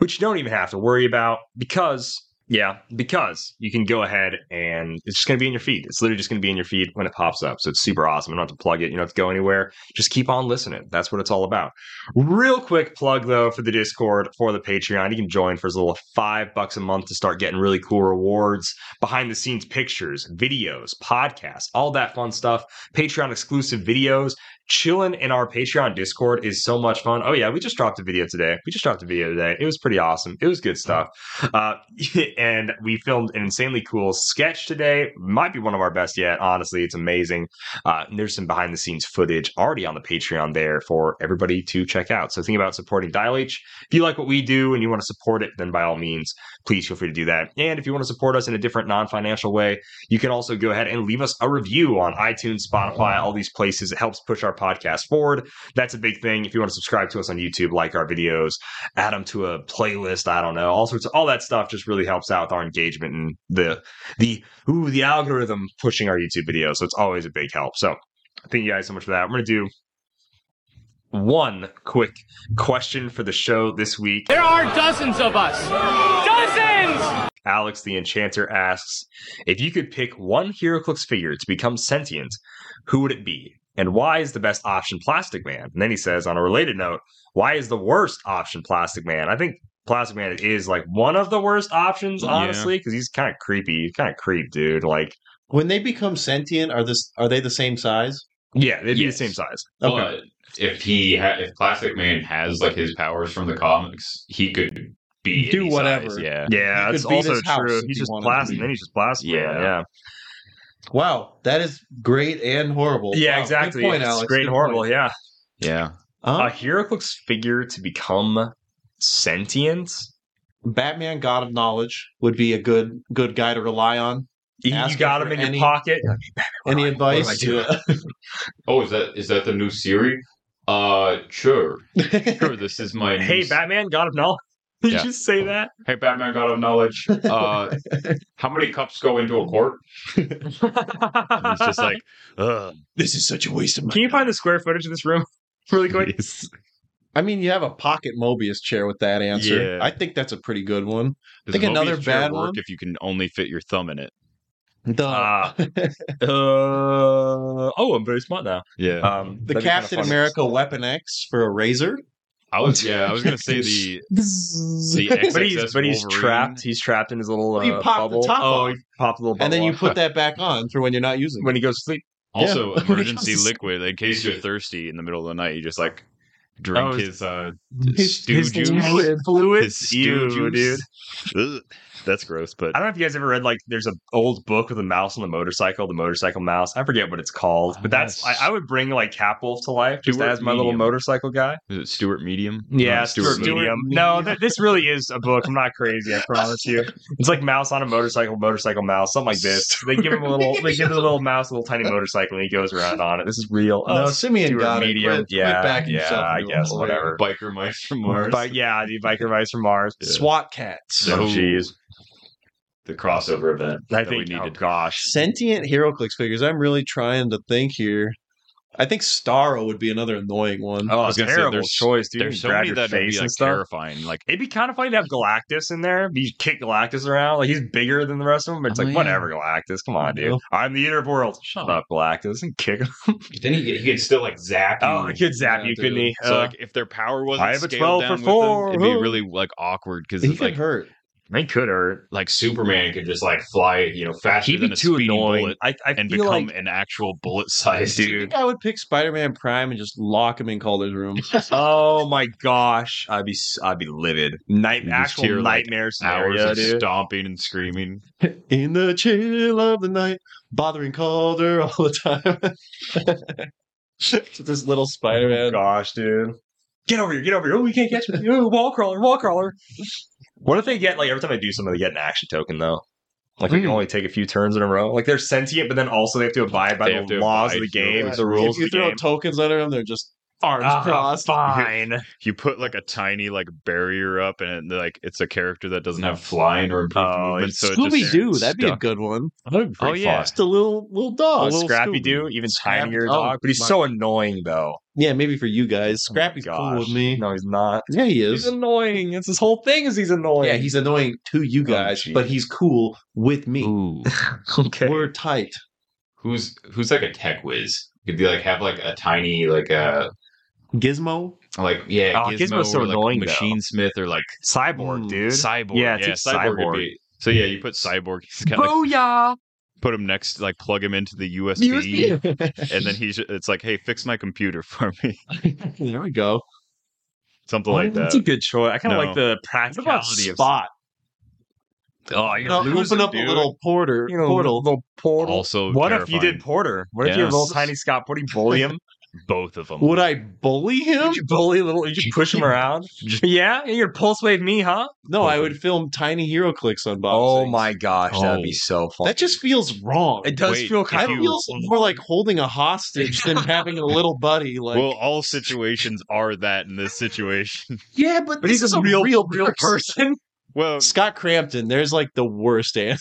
Speaker 1: which you don't even have to worry about because, yeah, because you can go ahead and it's just going to be in your feed. It's literally just going to be in your feed when it pops up. So it's super awesome. You don't have to plug it. You don't have to go anywhere. Just keep on listening. That's what it's all about. Real quick plug though for the Discord, for the Patreon. You can join for as little as five bucks a month to start getting really cool rewards, behind the scenes pictures, videos, podcasts, all that fun stuff. Patreon exclusive videos. Chilling in our Patreon Discord is so much fun. Oh yeah, we just dropped a video today. We just dropped a video today. It was pretty awesome. It was good stuff. Uh, and we filmed an insanely cool sketch today. Might be one of our best yet. Honestly, it's amazing. Uh, and there's some behind the scenes footage already on the Patreon there for everybody to check out. So think about supporting Dial H. If you like what we do and you want to support it, then by all means, please feel free to do that. And if you want to support us in a different non financial way, you can also go ahead and leave us a review on iTunes, Spotify, all these places. It helps push our podcast forward. That's a big thing. If you want to subscribe to us on YouTube, like our videos, add them to a playlist. I don't know, all sorts of all that stuff just really helps out with our engagement and the the ooh the algorithm pushing our YouTube videos. So it's always a big help. So thank you guys so much for that. We're gonna do one quick question for the show this week.
Speaker 10: There are dozens of us. Dozens!
Speaker 1: Alex the Enchanter asks if you could pick one HeroClix figure to become sentient, who would it be? And why is the best option Plastic Man? And then he says, on a related note, why is the worst option Plastic Man? I think Plastic Man is like one of the worst options,
Speaker 8: Yeah.
Speaker 1: honestly, because he's kind of creepy. He's kind of creep, dude. Like,
Speaker 7: When they become sentient, are this are they the same size?
Speaker 1: yeah, they'd be the
Speaker 6: Yes.
Speaker 1: same size.
Speaker 7: Okay.
Speaker 6: But if he ha- if Plastic Man has like his powers from the comics, he could be
Speaker 7: Do
Speaker 6: any size,
Speaker 7: whatever.
Speaker 6: Yeah.
Speaker 1: Yeah,
Speaker 7: could
Speaker 1: that's
Speaker 7: beat
Speaker 1: also
Speaker 7: his house
Speaker 1: true.
Speaker 7: if
Speaker 1: He's
Speaker 7: he
Speaker 1: just
Speaker 7: wanted to
Speaker 1: plastic.
Speaker 7: be.
Speaker 1: Then he's just plastic. Man,
Speaker 6: Yeah.
Speaker 1: yeah.
Speaker 7: Wow, that is great and horrible.
Speaker 1: Yeah,
Speaker 7: Wow,
Speaker 1: exactly.
Speaker 7: Good point,
Speaker 1: it's
Speaker 7: Alex.
Speaker 1: great
Speaker 7: Good
Speaker 1: and horrible. Uh-huh.
Speaker 7: point. Uh,
Speaker 1: Yeah.
Speaker 8: Yeah.
Speaker 1: A
Speaker 7: Huh?
Speaker 1: HeroClix figure to become sentient?
Speaker 7: Batman, God of Knowledge, would be a good good guy to rely on.
Speaker 1: You
Speaker 7: Ask
Speaker 1: you
Speaker 7: him
Speaker 1: got
Speaker 7: for
Speaker 1: him in
Speaker 7: any-
Speaker 1: your pocket.
Speaker 7: Any
Speaker 1: What do I- what do I
Speaker 7: advice?
Speaker 1: do?
Speaker 6: Oh, is that is that the new series? Uh, sure. Sure, this is my new
Speaker 1: Hey,
Speaker 6: s-
Speaker 1: Batman, God of Knowledge. Did
Speaker 8: Yeah.
Speaker 1: you just say that?
Speaker 6: Hey, Batman, God of Knowledge. Uh, how many cups go into a quart?
Speaker 8: And it's just like, ugh.
Speaker 7: this is such a waste of
Speaker 1: Can you find the square footage of this room really quick?
Speaker 8: It's-
Speaker 7: I mean, you have a pocket Mobius chair with that answer.
Speaker 8: Yeah.
Speaker 7: I think that's a pretty good one.
Speaker 8: does
Speaker 7: Think
Speaker 8: Mobius
Speaker 7: another
Speaker 8: chair
Speaker 7: bad
Speaker 8: work
Speaker 7: one?
Speaker 8: If you can only fit your thumb in it.
Speaker 7: The
Speaker 1: Uh, uh, oh, I'm very smart now.
Speaker 8: Yeah.
Speaker 1: Um,
Speaker 7: the
Speaker 1: that'd be kinda
Speaker 7: Captain
Speaker 1: funny.
Speaker 7: America Weapon X for a razor.
Speaker 8: I was yeah, I was gonna say the the
Speaker 1: But he's,
Speaker 8: XXS
Speaker 1: but he's
Speaker 8: Wolverine.
Speaker 1: trapped. He's trapped in his little uh,
Speaker 7: Well, you pop the
Speaker 1: bubble.
Speaker 7: top
Speaker 1: oh,
Speaker 7: off.
Speaker 1: he popped a little bubble.
Speaker 7: and then you
Speaker 1: off.
Speaker 7: put that back on for when you're not using
Speaker 1: when he goes to sleep.
Speaker 8: Also
Speaker 7: Yeah.
Speaker 8: emergency liquid in case you're thirsty in the middle of the night. You just like drink
Speaker 1: Oh,
Speaker 8: his uh
Speaker 7: it.
Speaker 8: His stew juice.
Speaker 1: Fluid, fluid.
Speaker 8: his stew
Speaker 1: Ew, dude.
Speaker 8: juice. Ugh. That's gross, but
Speaker 1: I don't know if you guys ever read like there's an old book with a mouse on the motorcycle, the motorcycle mouse. I forget what it's called, but that's
Speaker 8: Yes.
Speaker 1: I, I would bring like Cap Wolf to life just
Speaker 8: Stuart
Speaker 1: as my little
Speaker 8: Medium.
Speaker 1: motorcycle guy.
Speaker 8: is it Stuart Medium?
Speaker 1: Yeah,
Speaker 8: No,
Speaker 1: Stuart,
Speaker 8: Medium.
Speaker 1: Medium. No, th- this really is a book. I'm not crazy. I promise you. It's like mouse on a motorcycle, motorcycle mouse, something like this. They give him a little, they give the little mouse a little tiny motorcycle, and he goes around on it. This is real.
Speaker 7: no,
Speaker 1: Oh,
Speaker 7: Simeon
Speaker 1: Stuart
Speaker 7: got it.
Speaker 1: Medium.
Speaker 7: Quit,
Speaker 1: yeah,
Speaker 7: quit backing
Speaker 1: yeah,
Speaker 7: yourself
Speaker 1: I
Speaker 7: into a
Speaker 1: guess
Speaker 7: hole.
Speaker 1: whatever.
Speaker 6: Biker Mike from Mars.
Speaker 1: But yeah, the biker rides from Mars.
Speaker 8: Yeah.
Speaker 7: SWAT cats.
Speaker 8: So-
Speaker 1: Oh, jeez.
Speaker 6: The crossover event.
Speaker 1: I
Speaker 8: that we
Speaker 1: think. Oh
Speaker 8: needed.
Speaker 1: gosh.
Speaker 7: Sentient HeroClix figures. I'm really trying to think here. I think Starro would be another annoying one.
Speaker 1: Oh,
Speaker 8: I was gonna say,
Speaker 1: terrible
Speaker 8: there's-
Speaker 1: choice, dude.
Speaker 8: There's so
Speaker 1: Grab
Speaker 8: many
Speaker 1: your
Speaker 8: that would
Speaker 1: face
Speaker 8: be
Speaker 1: and
Speaker 8: like
Speaker 1: stuff.
Speaker 8: terrifying. Like
Speaker 1: It'd be kind of funny to have Galactus in there. You kick Galactus around. Like he's bigger than the rest of them, but it's
Speaker 8: Oh,
Speaker 1: like,
Speaker 8: yeah.
Speaker 1: whatever, Galactus. Come on, dude.
Speaker 7: Yeah.
Speaker 1: I'm the eater of worlds. Shut up, Galactus, and kick him.
Speaker 6: Then he, he could still like zap you.
Speaker 1: Oh, he could zap
Speaker 7: yeah,
Speaker 1: you,
Speaker 7: dude.
Speaker 1: couldn't he?
Speaker 8: so
Speaker 1: Uh,
Speaker 8: like if their power wasn't
Speaker 1: I have a 12
Speaker 8: scaled down
Speaker 1: for
Speaker 8: with them,
Speaker 1: four.
Speaker 8: it'd be
Speaker 1: Woo.
Speaker 8: really like awkward because
Speaker 7: he
Speaker 8: it's
Speaker 7: could
Speaker 8: like
Speaker 7: hurt.
Speaker 1: they could hurt.
Speaker 6: like Superman could just like fly, you know, faster
Speaker 8: Uh, He'd be
Speaker 6: than a
Speaker 8: too
Speaker 6: speeding
Speaker 8: annoying.
Speaker 6: bullet
Speaker 1: I, I
Speaker 8: and
Speaker 1: feel
Speaker 8: become
Speaker 1: like
Speaker 8: an actual bullet sized
Speaker 1: dude.
Speaker 7: I would pick Spider-Man Prime and just lock him in Calder's room.
Speaker 1: oh my gosh, I'd be s- I'd be livid. Night
Speaker 8: You just
Speaker 1: actual
Speaker 8: hear, like,
Speaker 1: nightmare
Speaker 8: Hours
Speaker 1: scenario,
Speaker 8: of
Speaker 1: dude.
Speaker 8: stomping and screaming.
Speaker 7: in the chill of the night, bothering Calder all the time. this little
Speaker 1: Oh,
Speaker 7: Spider-Man.
Speaker 1: gosh, dude. Get over here, get over here. Oh, we can't catch me. Oh, wall crawler, wall crawler. What if they get like every time they do something, they get an action token though? Like they can only take a few turns in a row. Like they're sentient, but then also they have to abide by
Speaker 8: They
Speaker 1: the
Speaker 8: have to
Speaker 1: laws of
Speaker 8: abide
Speaker 1: the game,
Speaker 8: to-
Speaker 1: the rules
Speaker 7: if
Speaker 1: of
Speaker 7: you
Speaker 1: the
Speaker 7: throw
Speaker 1: game.
Speaker 7: tokens under them, they're just arms
Speaker 5: Ah,
Speaker 7: crossed.
Speaker 5: Fine.
Speaker 8: You put like a tiny like barrier up, and it, like it's a character that doesn't have flying
Speaker 6: flying
Speaker 8: or
Speaker 6: or
Speaker 8: improved
Speaker 5: Oh,
Speaker 8: movement. So it just-
Speaker 7: Scooby Doo, that'd be a
Speaker 8: stuck.
Speaker 7: good one.
Speaker 8: That'd be pretty
Speaker 5: Oh, yeah.
Speaker 8: fun.
Speaker 7: Just a little little
Speaker 1: A
Speaker 7: dog. oh,
Speaker 1: little Scrappy Doo, Oh, even tinier dog, but he's so annoying though. Oh,
Speaker 7: Yeah, maybe for you guys. Scrappy's cool
Speaker 1: Gosh.
Speaker 7: with me.
Speaker 1: No, he's not.
Speaker 7: Yeah, he
Speaker 1: He's
Speaker 7: is.
Speaker 1: annoying. It's his whole thing is he's annoying.
Speaker 7: Yeah, he's annoying to you
Speaker 1: Oh,
Speaker 7: guys,
Speaker 1: gee.
Speaker 7: but he's cool with me.
Speaker 5: Ooh.
Speaker 1: okay.
Speaker 7: We're tight.
Speaker 6: Who's who's like a tech whiz? Could be like have like a tiny like a
Speaker 7: Gizmo.
Speaker 6: like yeah.
Speaker 1: Oh, Gizmo's so
Speaker 6: or, like,
Speaker 1: annoying, though.
Speaker 6: Machine Smith or like
Speaker 1: Cyborg,
Speaker 7: Mm,
Speaker 1: dude.
Speaker 8: cyborg.
Speaker 1: Yeah, it's
Speaker 8: cyborg.
Speaker 1: cyborg.
Speaker 8: Would be, so yeah, you put cyborg. He's kind of like,
Speaker 1: Booyah!
Speaker 8: put him next, like plug him into the USB,
Speaker 1: USB.
Speaker 8: and then he's it's like, hey, fix my computer for me,
Speaker 7: there we go.
Speaker 8: something like that.
Speaker 1: That's a good choice. I kind of
Speaker 8: No.
Speaker 1: like the
Speaker 7: What about
Speaker 1: practicality of
Speaker 7: Spot?
Speaker 8: oh, you're
Speaker 7: Now,
Speaker 8: losing,
Speaker 7: open up
Speaker 8: dude.
Speaker 7: a little porter
Speaker 1: you know,
Speaker 7: portal.
Speaker 1: little portal.
Speaker 8: Also,
Speaker 1: what
Speaker 8: terrifying.
Speaker 1: if you did Porter? What if you have
Speaker 8: Yes.
Speaker 1: little tiny Scott? Would you bully him?
Speaker 8: both of them?
Speaker 7: Would I bully him?
Speaker 1: would you bully little? You just push him around. yeah, you're pulse wave me, huh?
Speaker 7: No, I would film Tiny Hero Clicks unboxing.
Speaker 1: Oh my gosh, that'd
Speaker 8: Oh.
Speaker 1: be so fun.
Speaker 7: That just feels wrong.
Speaker 1: it does
Speaker 8: Wait,
Speaker 1: feel
Speaker 8: if
Speaker 7: That
Speaker 1: kind of.
Speaker 8: you-
Speaker 7: feels more like holding a hostage than having a little buddy. Like,
Speaker 8: well, all situations are that in this situation.
Speaker 7: yeah, but,
Speaker 1: But he's
Speaker 7: this
Speaker 1: a
Speaker 7: is
Speaker 1: real, real, person.
Speaker 8: well,
Speaker 7: Scott Crampton, there's like the worst answer.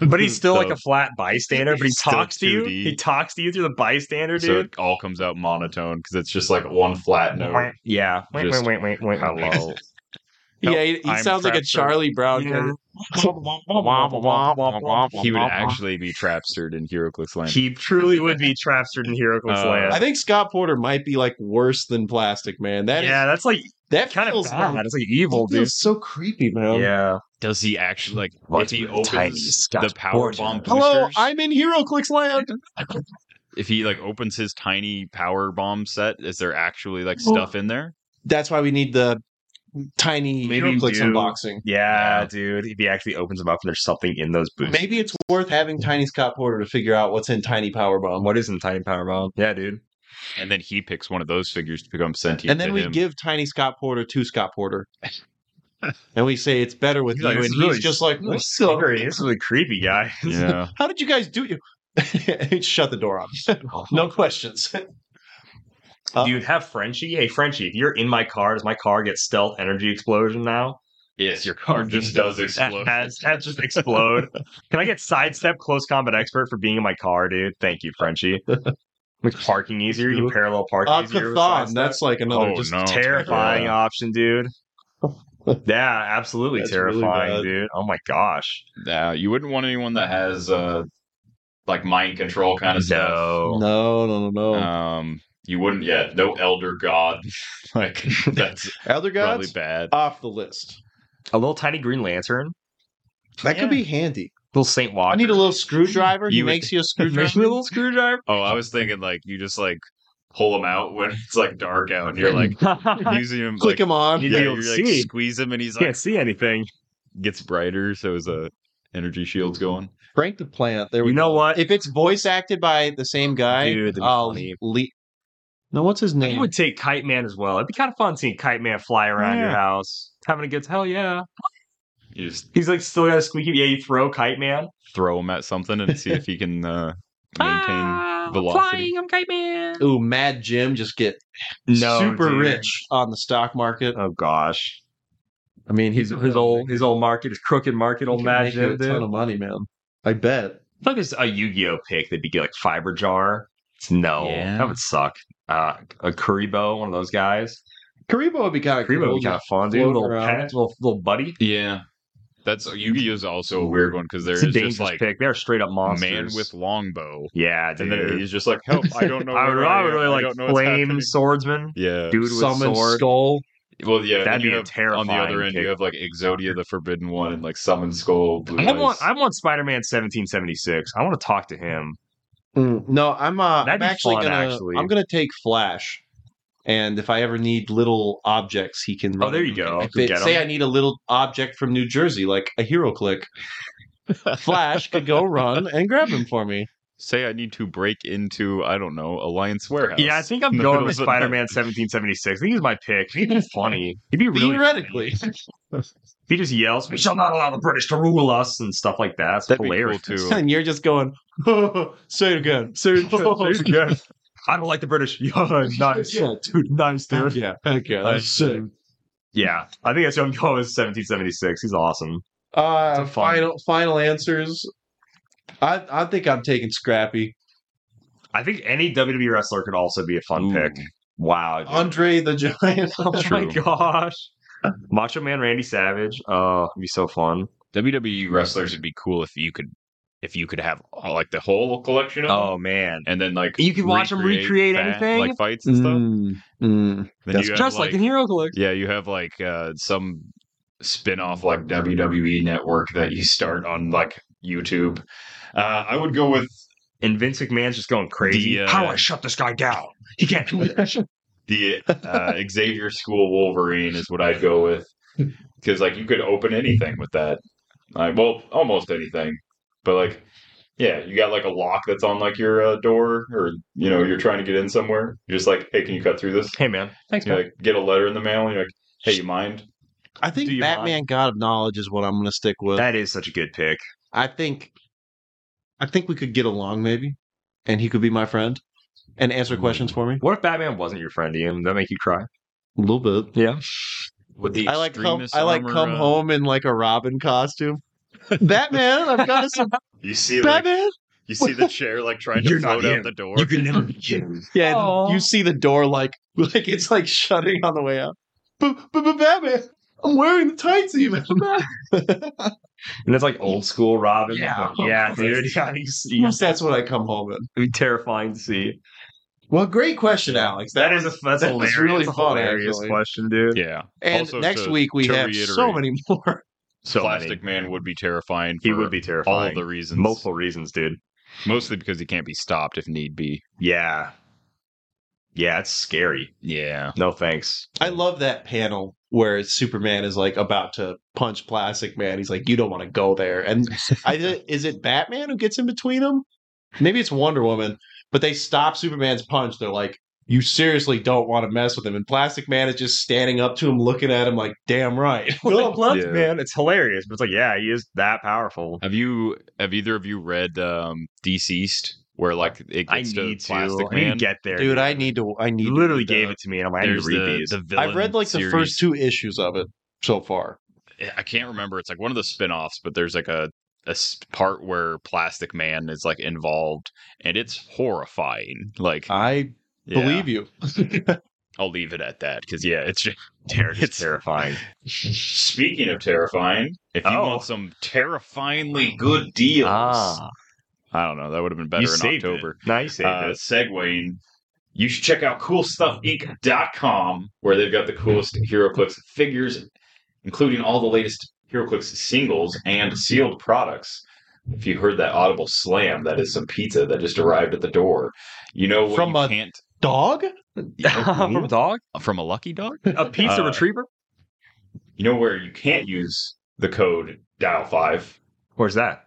Speaker 1: But he's still like
Speaker 8: So-
Speaker 1: a flat bystander. But he
Speaker 8: He's still
Speaker 1: talks to you.
Speaker 8: 2D.
Speaker 1: He talks to you through the bystander,
Speaker 8: so
Speaker 1: dude.
Speaker 8: it all comes out monotone because it's just
Speaker 6: just
Speaker 8: like
Speaker 6: like one flat note.
Speaker 1: yeah. Wait,
Speaker 8: Just-
Speaker 1: wait, wait, wait, wait.
Speaker 8: hello.
Speaker 1: Nope,
Speaker 7: yeah, he, he
Speaker 8: I'm
Speaker 7: sounds like a
Speaker 8: Crapster.
Speaker 7: Charlie Brown.
Speaker 1: Yeah.
Speaker 8: he would actually be trapstered in HeroClix Land.
Speaker 1: He truly would be trapstered in Heracles
Speaker 8: Uh,
Speaker 1: Land.
Speaker 7: I think Scott Porter might be like worse than Plastic Man. That
Speaker 1: yeah, that's like
Speaker 7: that
Speaker 1: kind of
Speaker 7: feels
Speaker 1: bad.
Speaker 7: like-
Speaker 1: It's like evil,
Speaker 7: that
Speaker 1: dude.
Speaker 7: feels so creepy, man.
Speaker 1: Yeah.
Speaker 8: Does he actually like
Speaker 1: Well,
Speaker 8: if he
Speaker 1: it's
Speaker 8: opens
Speaker 1: tiny Scotch
Speaker 8: the power
Speaker 1: Porter.
Speaker 8: bomb boosters?
Speaker 7: Hello, I'm in Hero Clicks Land.
Speaker 8: if he like opens his tiny power bomb set, is there actually like
Speaker 7: Oh.
Speaker 8: stuff in there?
Speaker 7: That's why we need the tiny
Speaker 1: Maybe
Speaker 7: Hero Clicks
Speaker 1: do-
Speaker 7: unboxing.
Speaker 1: Yeah, dude. If he actually opens them up and there's something in those boots.
Speaker 7: Maybe it's worth having Tiny Scott Porter to figure out what's in Tiny Powerbomb.
Speaker 1: What is in Tiny Power Bomb? Yeah, dude.
Speaker 8: And then he picks one of those figures to become sentient.
Speaker 7: And then
Speaker 8: to
Speaker 7: we
Speaker 8: him.
Speaker 7: give Tiny Scott Porter to Scott Porter. and we say it's better with
Speaker 1: He's
Speaker 7: you.
Speaker 1: like,
Speaker 7: and
Speaker 1: "This
Speaker 7: he's
Speaker 1: is really-
Speaker 7: just like,
Speaker 1: This
Speaker 7: "What
Speaker 1: is
Speaker 7: the-
Speaker 1: scary. This is a creepy guy.
Speaker 8: yeah.
Speaker 7: How did you guys do you? Shut the door on. no questions. Uh,
Speaker 1: Dude, have Frenchie. Hey, Frenchie, if you're in my car, does my car get stealth energy explosion now?
Speaker 6: Yes, your card just does
Speaker 1: That,
Speaker 6: explode.
Speaker 1: that, that just explode. Can I get sidestep close combat expert for being in my car, dude? Thank you, Frenchie. Makes parking easier. You can parallel park
Speaker 7: Uh,
Speaker 1: easier. with
Speaker 7: Cathan,
Speaker 1: sidestep.
Speaker 7: that's like another
Speaker 8: Oh,
Speaker 7: just
Speaker 8: no.
Speaker 1: terrifying
Speaker 8: Yeah.
Speaker 1: option, dude. Yeah, absolutely
Speaker 7: That's really
Speaker 1: terrifying,
Speaker 7: bad.
Speaker 1: dude. Oh my gosh.
Speaker 8: Yeah, you wouldn't want anyone that
Speaker 6: that has uh like mind control kind of stuff.
Speaker 7: No, no, no, no.
Speaker 8: um
Speaker 6: You wouldn't yet. No elder god.
Speaker 8: like
Speaker 6: That's
Speaker 7: Elder
Speaker 8: probably
Speaker 7: Gods
Speaker 8: bad.
Speaker 7: off the list.
Speaker 1: A little tiny green lantern.
Speaker 7: That
Speaker 8: Yeah.
Speaker 7: could be handy.
Speaker 1: Little Saint
Speaker 7: I
Speaker 1: Walker.
Speaker 7: need a little screwdriver. He
Speaker 8: You would-
Speaker 7: makes you a
Speaker 1: Maybe
Speaker 7: screwdriver.
Speaker 1: screwdriver.
Speaker 8: Oh, I was thinking like you just like pull him out when it's like dark out and you're like using him
Speaker 7: Click
Speaker 8: like,
Speaker 7: him on.
Speaker 1: You
Speaker 8: yeah,
Speaker 1: You'll
Speaker 8: you're, like
Speaker 1: see.
Speaker 8: squeeze him and he's like
Speaker 1: Can't see anything.
Speaker 8: gets brighter so his uh, energy shield's going.
Speaker 7: Frank the Plant. There we
Speaker 1: You
Speaker 7: go.
Speaker 1: know what?
Speaker 7: If it's voice acted by the same guy,
Speaker 1: Dude, that'd be
Speaker 7: uh,
Speaker 1: funny.
Speaker 7: Le- no, what's his
Speaker 1: I
Speaker 7: name?
Speaker 1: would take Kite Man as well. It'd be kind of fun seeing Kite Man fly around your
Speaker 8: Yeah.
Speaker 1: house, having a good hell yeah.
Speaker 8: You just
Speaker 1: He's like still got a squeaky. Yeah, you throw Kite Man.
Speaker 8: throw him at something and see if he can uh, maintain.
Speaker 1: Ah, I'm
Speaker 8: velocity.
Speaker 1: flying, I'm Kite Man.
Speaker 7: Ooh, Mad Jim just get super rich on the stock market.
Speaker 1: Oh gosh.
Speaker 7: I mean,
Speaker 1: His, his old his old market, his crooked market,
Speaker 7: he
Speaker 1: old
Speaker 7: could
Speaker 1: Mad
Speaker 7: make
Speaker 1: Jim,
Speaker 7: you a
Speaker 1: dude.
Speaker 7: ton of money, man. I bet.
Speaker 1: I feel like it's a Yu-Gi-Oh pick that'd be like Fiber Jar. It's no,
Speaker 8: Yeah.
Speaker 1: that would suck. Uh, a Kuribo, one of those guys.
Speaker 7: Karibo would be kind of
Speaker 1: Kuribo would be kind of fun, dude.
Speaker 7: Float
Speaker 1: Little
Speaker 7: around.
Speaker 1: pet, little little buddy.
Speaker 8: Yeah, that's Yu-Gi-Oh is also a weird one because there
Speaker 1: It's a
Speaker 8: is
Speaker 1: dangerous
Speaker 8: just like
Speaker 1: pick. They're straight up monsters.
Speaker 8: man with longbow,
Speaker 1: yeah, dude.
Speaker 8: and then he's just like, help! I don't know.
Speaker 1: I would,
Speaker 8: where
Speaker 1: I
Speaker 8: am.
Speaker 1: would really
Speaker 8: don't
Speaker 1: like
Speaker 8: know what's
Speaker 1: flame
Speaker 8: happening."
Speaker 1: swordsman,
Speaker 8: Yeah.
Speaker 1: dude with
Speaker 7: summon
Speaker 1: sword.
Speaker 7: skull.
Speaker 6: well, yeah.
Speaker 1: That'd
Speaker 8: you
Speaker 1: be a
Speaker 8: have-
Speaker 1: terrifying.
Speaker 8: on the other end,
Speaker 1: pick.
Speaker 8: you have like Exodia, the Forbidden One, and like Summon Skull. Blue
Speaker 1: I want
Speaker 8: Eyes.
Speaker 1: I want Spider Man seventeen seventy six. I want to talk to him.
Speaker 7: Mm, no, I'm uh,
Speaker 1: That'd
Speaker 7: I'm
Speaker 1: be
Speaker 7: actually
Speaker 1: fun,
Speaker 7: gonna
Speaker 1: actually.
Speaker 7: I'm gonna take Flash, and if I ever need little objects, he can.
Speaker 1: Oh, there you go.
Speaker 7: If
Speaker 1: Go
Speaker 7: it-
Speaker 1: get
Speaker 7: say
Speaker 1: him.
Speaker 7: I need a little object from New Jersey, like a hero click. Flash could go run and grab him for me.
Speaker 8: Say I need to break into I don't know Alliance Warehouse.
Speaker 1: yeah, I think I'm
Speaker 8: In the
Speaker 1: going
Speaker 8: middle
Speaker 1: with
Speaker 8: of the night.
Speaker 1: Spider Man seventeen seventy six. I think he's my pick. He'd be funny. He'd be really.
Speaker 7: Theoretically,
Speaker 1: If he just yells, "We shall not allow the British to rule us" and stuff like that. It's
Speaker 8: That'd be
Speaker 1: hilarious.
Speaker 8: cool too.
Speaker 7: and you're just going. say it again.
Speaker 1: Seriously, I don't like the British. Yeah, nice.
Speaker 7: Yeah.
Speaker 1: dude, nice, dude.
Speaker 7: yeah, heck yeah, that's sick.
Speaker 1: Yeah, I think that's who I'm going with 1776. He's awesome.
Speaker 7: Uh,
Speaker 1: It's a fun-
Speaker 7: final final answers. I I think I'm taking Scrappy.
Speaker 1: I think any WWE wrestler could also be a fun
Speaker 8: Ooh.
Speaker 1: pick. Wow. dude.
Speaker 7: Andre the Giant.
Speaker 1: Oh my gosh. Macho Man Randy Savage. Oh, it'd be so fun.
Speaker 8: WWE E wrestlers would be cool if you could if you could have all, like the whole Um, collection of them
Speaker 1: Oh man.
Speaker 8: and then like
Speaker 1: You could watch 'em recreate
Speaker 8: fa-
Speaker 1: anything?
Speaker 8: like fights and stuff.
Speaker 1: Mm.
Speaker 7: Mm.
Speaker 8: Then
Speaker 7: Mm-hmm. That's
Speaker 8: you have,
Speaker 1: Just like, in Hero Click.
Speaker 8: yeah, you have like uh, some spin-off like WWE network that you start on like YouTube. Uh, I would go with
Speaker 1: And Vince McMahon's just going crazy.
Speaker 8: The, uh,
Speaker 1: How do I shut this guy down? He can't do this.
Speaker 8: the uh, Xavier School Wolverine is what I'd go with because like you could open anything with that. Like, well, almost anything, but like, yeah, you got like a lock that's on like your uh, door, or you know, you're trying to get in somewhere. You're just like, hey, can you cut through this?
Speaker 1: hey man. Thanks,
Speaker 8: You like, get a letter in the mail, and you're like, hey, you mind?
Speaker 7: I think
Speaker 1: Do you
Speaker 7: Batman God of Knowledge is what I'm going to stick with.
Speaker 1: That is such a good pick.
Speaker 7: I think, I think we could get along maybe, and he could be my friend and answer
Speaker 1: Hmm.
Speaker 7: questions for me
Speaker 1: What if Batman wasn't your friend, Ian? Would that make you cry?
Speaker 7: a little bit.
Speaker 1: Yeah.
Speaker 8: With the
Speaker 7: I like come, I like
Speaker 1: uh,
Speaker 7: come home in like a Robin costume. Batman, I've got us some
Speaker 8: You see, like,
Speaker 7: Batman.
Speaker 8: you see the chair like trying
Speaker 1: You're
Speaker 8: to
Speaker 1: not
Speaker 8: float out
Speaker 1: him.
Speaker 8: the door.
Speaker 1: You can never be him.
Speaker 7: Yeah,
Speaker 10: Aw.
Speaker 7: and you see the door like like it's like shutting on the way out. But but Batman, I'm wearing the tights even.
Speaker 1: And it's like old school Robin.
Speaker 7: Yeah.
Speaker 1: Yeah, Oh, dude. Yeah, he's, he's
Speaker 7: That's what I come home in.
Speaker 1: it'd be terrifying to see.
Speaker 7: Well, great question, Alex.
Speaker 1: That is a that's
Speaker 7: that was
Speaker 1: hilarious.
Speaker 7: really
Speaker 1: It's a
Speaker 7: fun,
Speaker 1: hilarious
Speaker 7: actually.
Speaker 1: question, dude.
Speaker 8: yeah,
Speaker 7: and
Speaker 8: Also,
Speaker 7: next
Speaker 8: to-
Speaker 7: week we
Speaker 8: to
Speaker 7: have so
Speaker 8: reiterate-
Speaker 7: many more.
Speaker 1: So many.
Speaker 8: Plastic Man would be terrifying.
Speaker 1: He
Speaker 8: for
Speaker 1: would be
Speaker 8: all
Speaker 1: terrifying.
Speaker 8: of the reasons,
Speaker 1: Multiple reasons, dude.
Speaker 8: mostly because he can't be stopped if need be.
Speaker 1: Yeah. Yeah, it's scary.
Speaker 8: Yeah,
Speaker 1: No thanks.
Speaker 7: I love that panel where Superman is like about to punch Plastic Man. He's like, "You don't want to go there." And I, thi- is it Batman who gets in between them? Maybe it's Wonder Woman, but they stop Superman's punch. They're like, "You seriously don't want to mess with him." And Plastic Man is just standing up to him, looking at him like, "Damn right."
Speaker 1: Philip Lund,
Speaker 8: Yeah.
Speaker 1: man, it's hilarious. But it's like, yeah, he is that powerful.
Speaker 8: Have you have either of you read um Deceased where like it
Speaker 1: I
Speaker 8: gets to
Speaker 1: need to. I
Speaker 8: Plastic
Speaker 1: need to
Speaker 8: Man?
Speaker 1: get there,
Speaker 7: Dude, I need to. I need.
Speaker 1: you
Speaker 7: to
Speaker 1: literally
Speaker 7: read that.
Speaker 1: gave it to me, and I'm like, I need to
Speaker 8: There's
Speaker 1: read
Speaker 8: the,
Speaker 1: these.
Speaker 8: the villain
Speaker 7: I've read like the
Speaker 8: series. Eh,
Speaker 7: first two issues of it so far.
Speaker 8: I can't remember. It's like one of the spin-offs, but there's like a a s- part where Plastic Man is like involved, and it's horrifying. Like,
Speaker 7: I
Speaker 8: yeah,
Speaker 7: believe you.
Speaker 8: I'll leave it at that because yeah, it's just
Speaker 1: Ter- it's
Speaker 8: it's-
Speaker 1: terrifying.
Speaker 8: Speaking of terrifying, if you
Speaker 1: Oh. Ah.
Speaker 8: want some terrifyingly good deals, I don't know. That would have been better
Speaker 1: you
Speaker 8: in
Speaker 1: saved
Speaker 8: October.
Speaker 1: It. No, you saved
Speaker 8: Uh,
Speaker 1: it.
Speaker 8: segueing, you should check out CoolStuffInc.com where they've got the coolest HeroClix figures, including all the latest HeroClix singles and sealed products. If you heard that audible slam, that is some pizza that just arrived at the door. You know what
Speaker 7: From
Speaker 8: you
Speaker 7: a-
Speaker 8: can't
Speaker 7: Dog?
Speaker 1: From a dog,
Speaker 8: from a lucky dog.
Speaker 1: a pizza
Speaker 8: Uh,
Speaker 1: retriever.
Speaker 8: You know where you can't use the code dial five
Speaker 1: Where's that?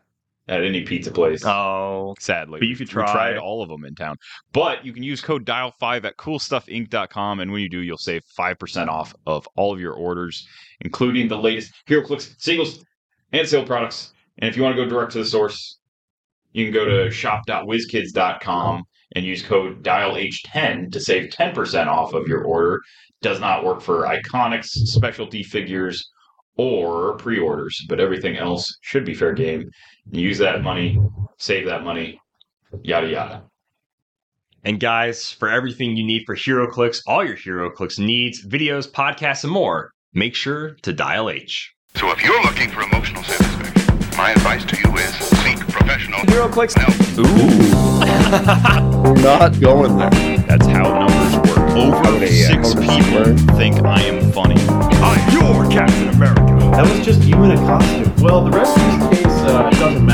Speaker 8: at any pizza place.
Speaker 1: Oh,
Speaker 8: sadly.
Speaker 1: But you could
Speaker 8: We
Speaker 1: try.
Speaker 8: tried all of them in town. But you can use code DIAL5 at coolstuffinc.com, and when you do, you'll save 5% off of all of your orders, including the latest HeroClix singles and sale products. And if you want to go direct to the source, you can go to shop.whizkids.com and use code DIALH10 to save 10% off of your order. Does not work for iconics, specialty figures, or pre-orders, but everything else should be fair game. Use that money, save that money, yada yada.
Speaker 1: And guys, for everything you need for HeroClix, all your HeroClix needs, videos, podcasts, and more, make sure to dial H.
Speaker 2: So if you're looking for emotional satisfaction, my advice to you is seek professional HeroClix help.
Speaker 4: Not going there.
Speaker 8: That's how numbers work. Over
Speaker 4: Okay, yeah.
Speaker 8: six people think I am funny.
Speaker 3: That was just you in a costume. Well, the rest of this case uh, doesn't matter.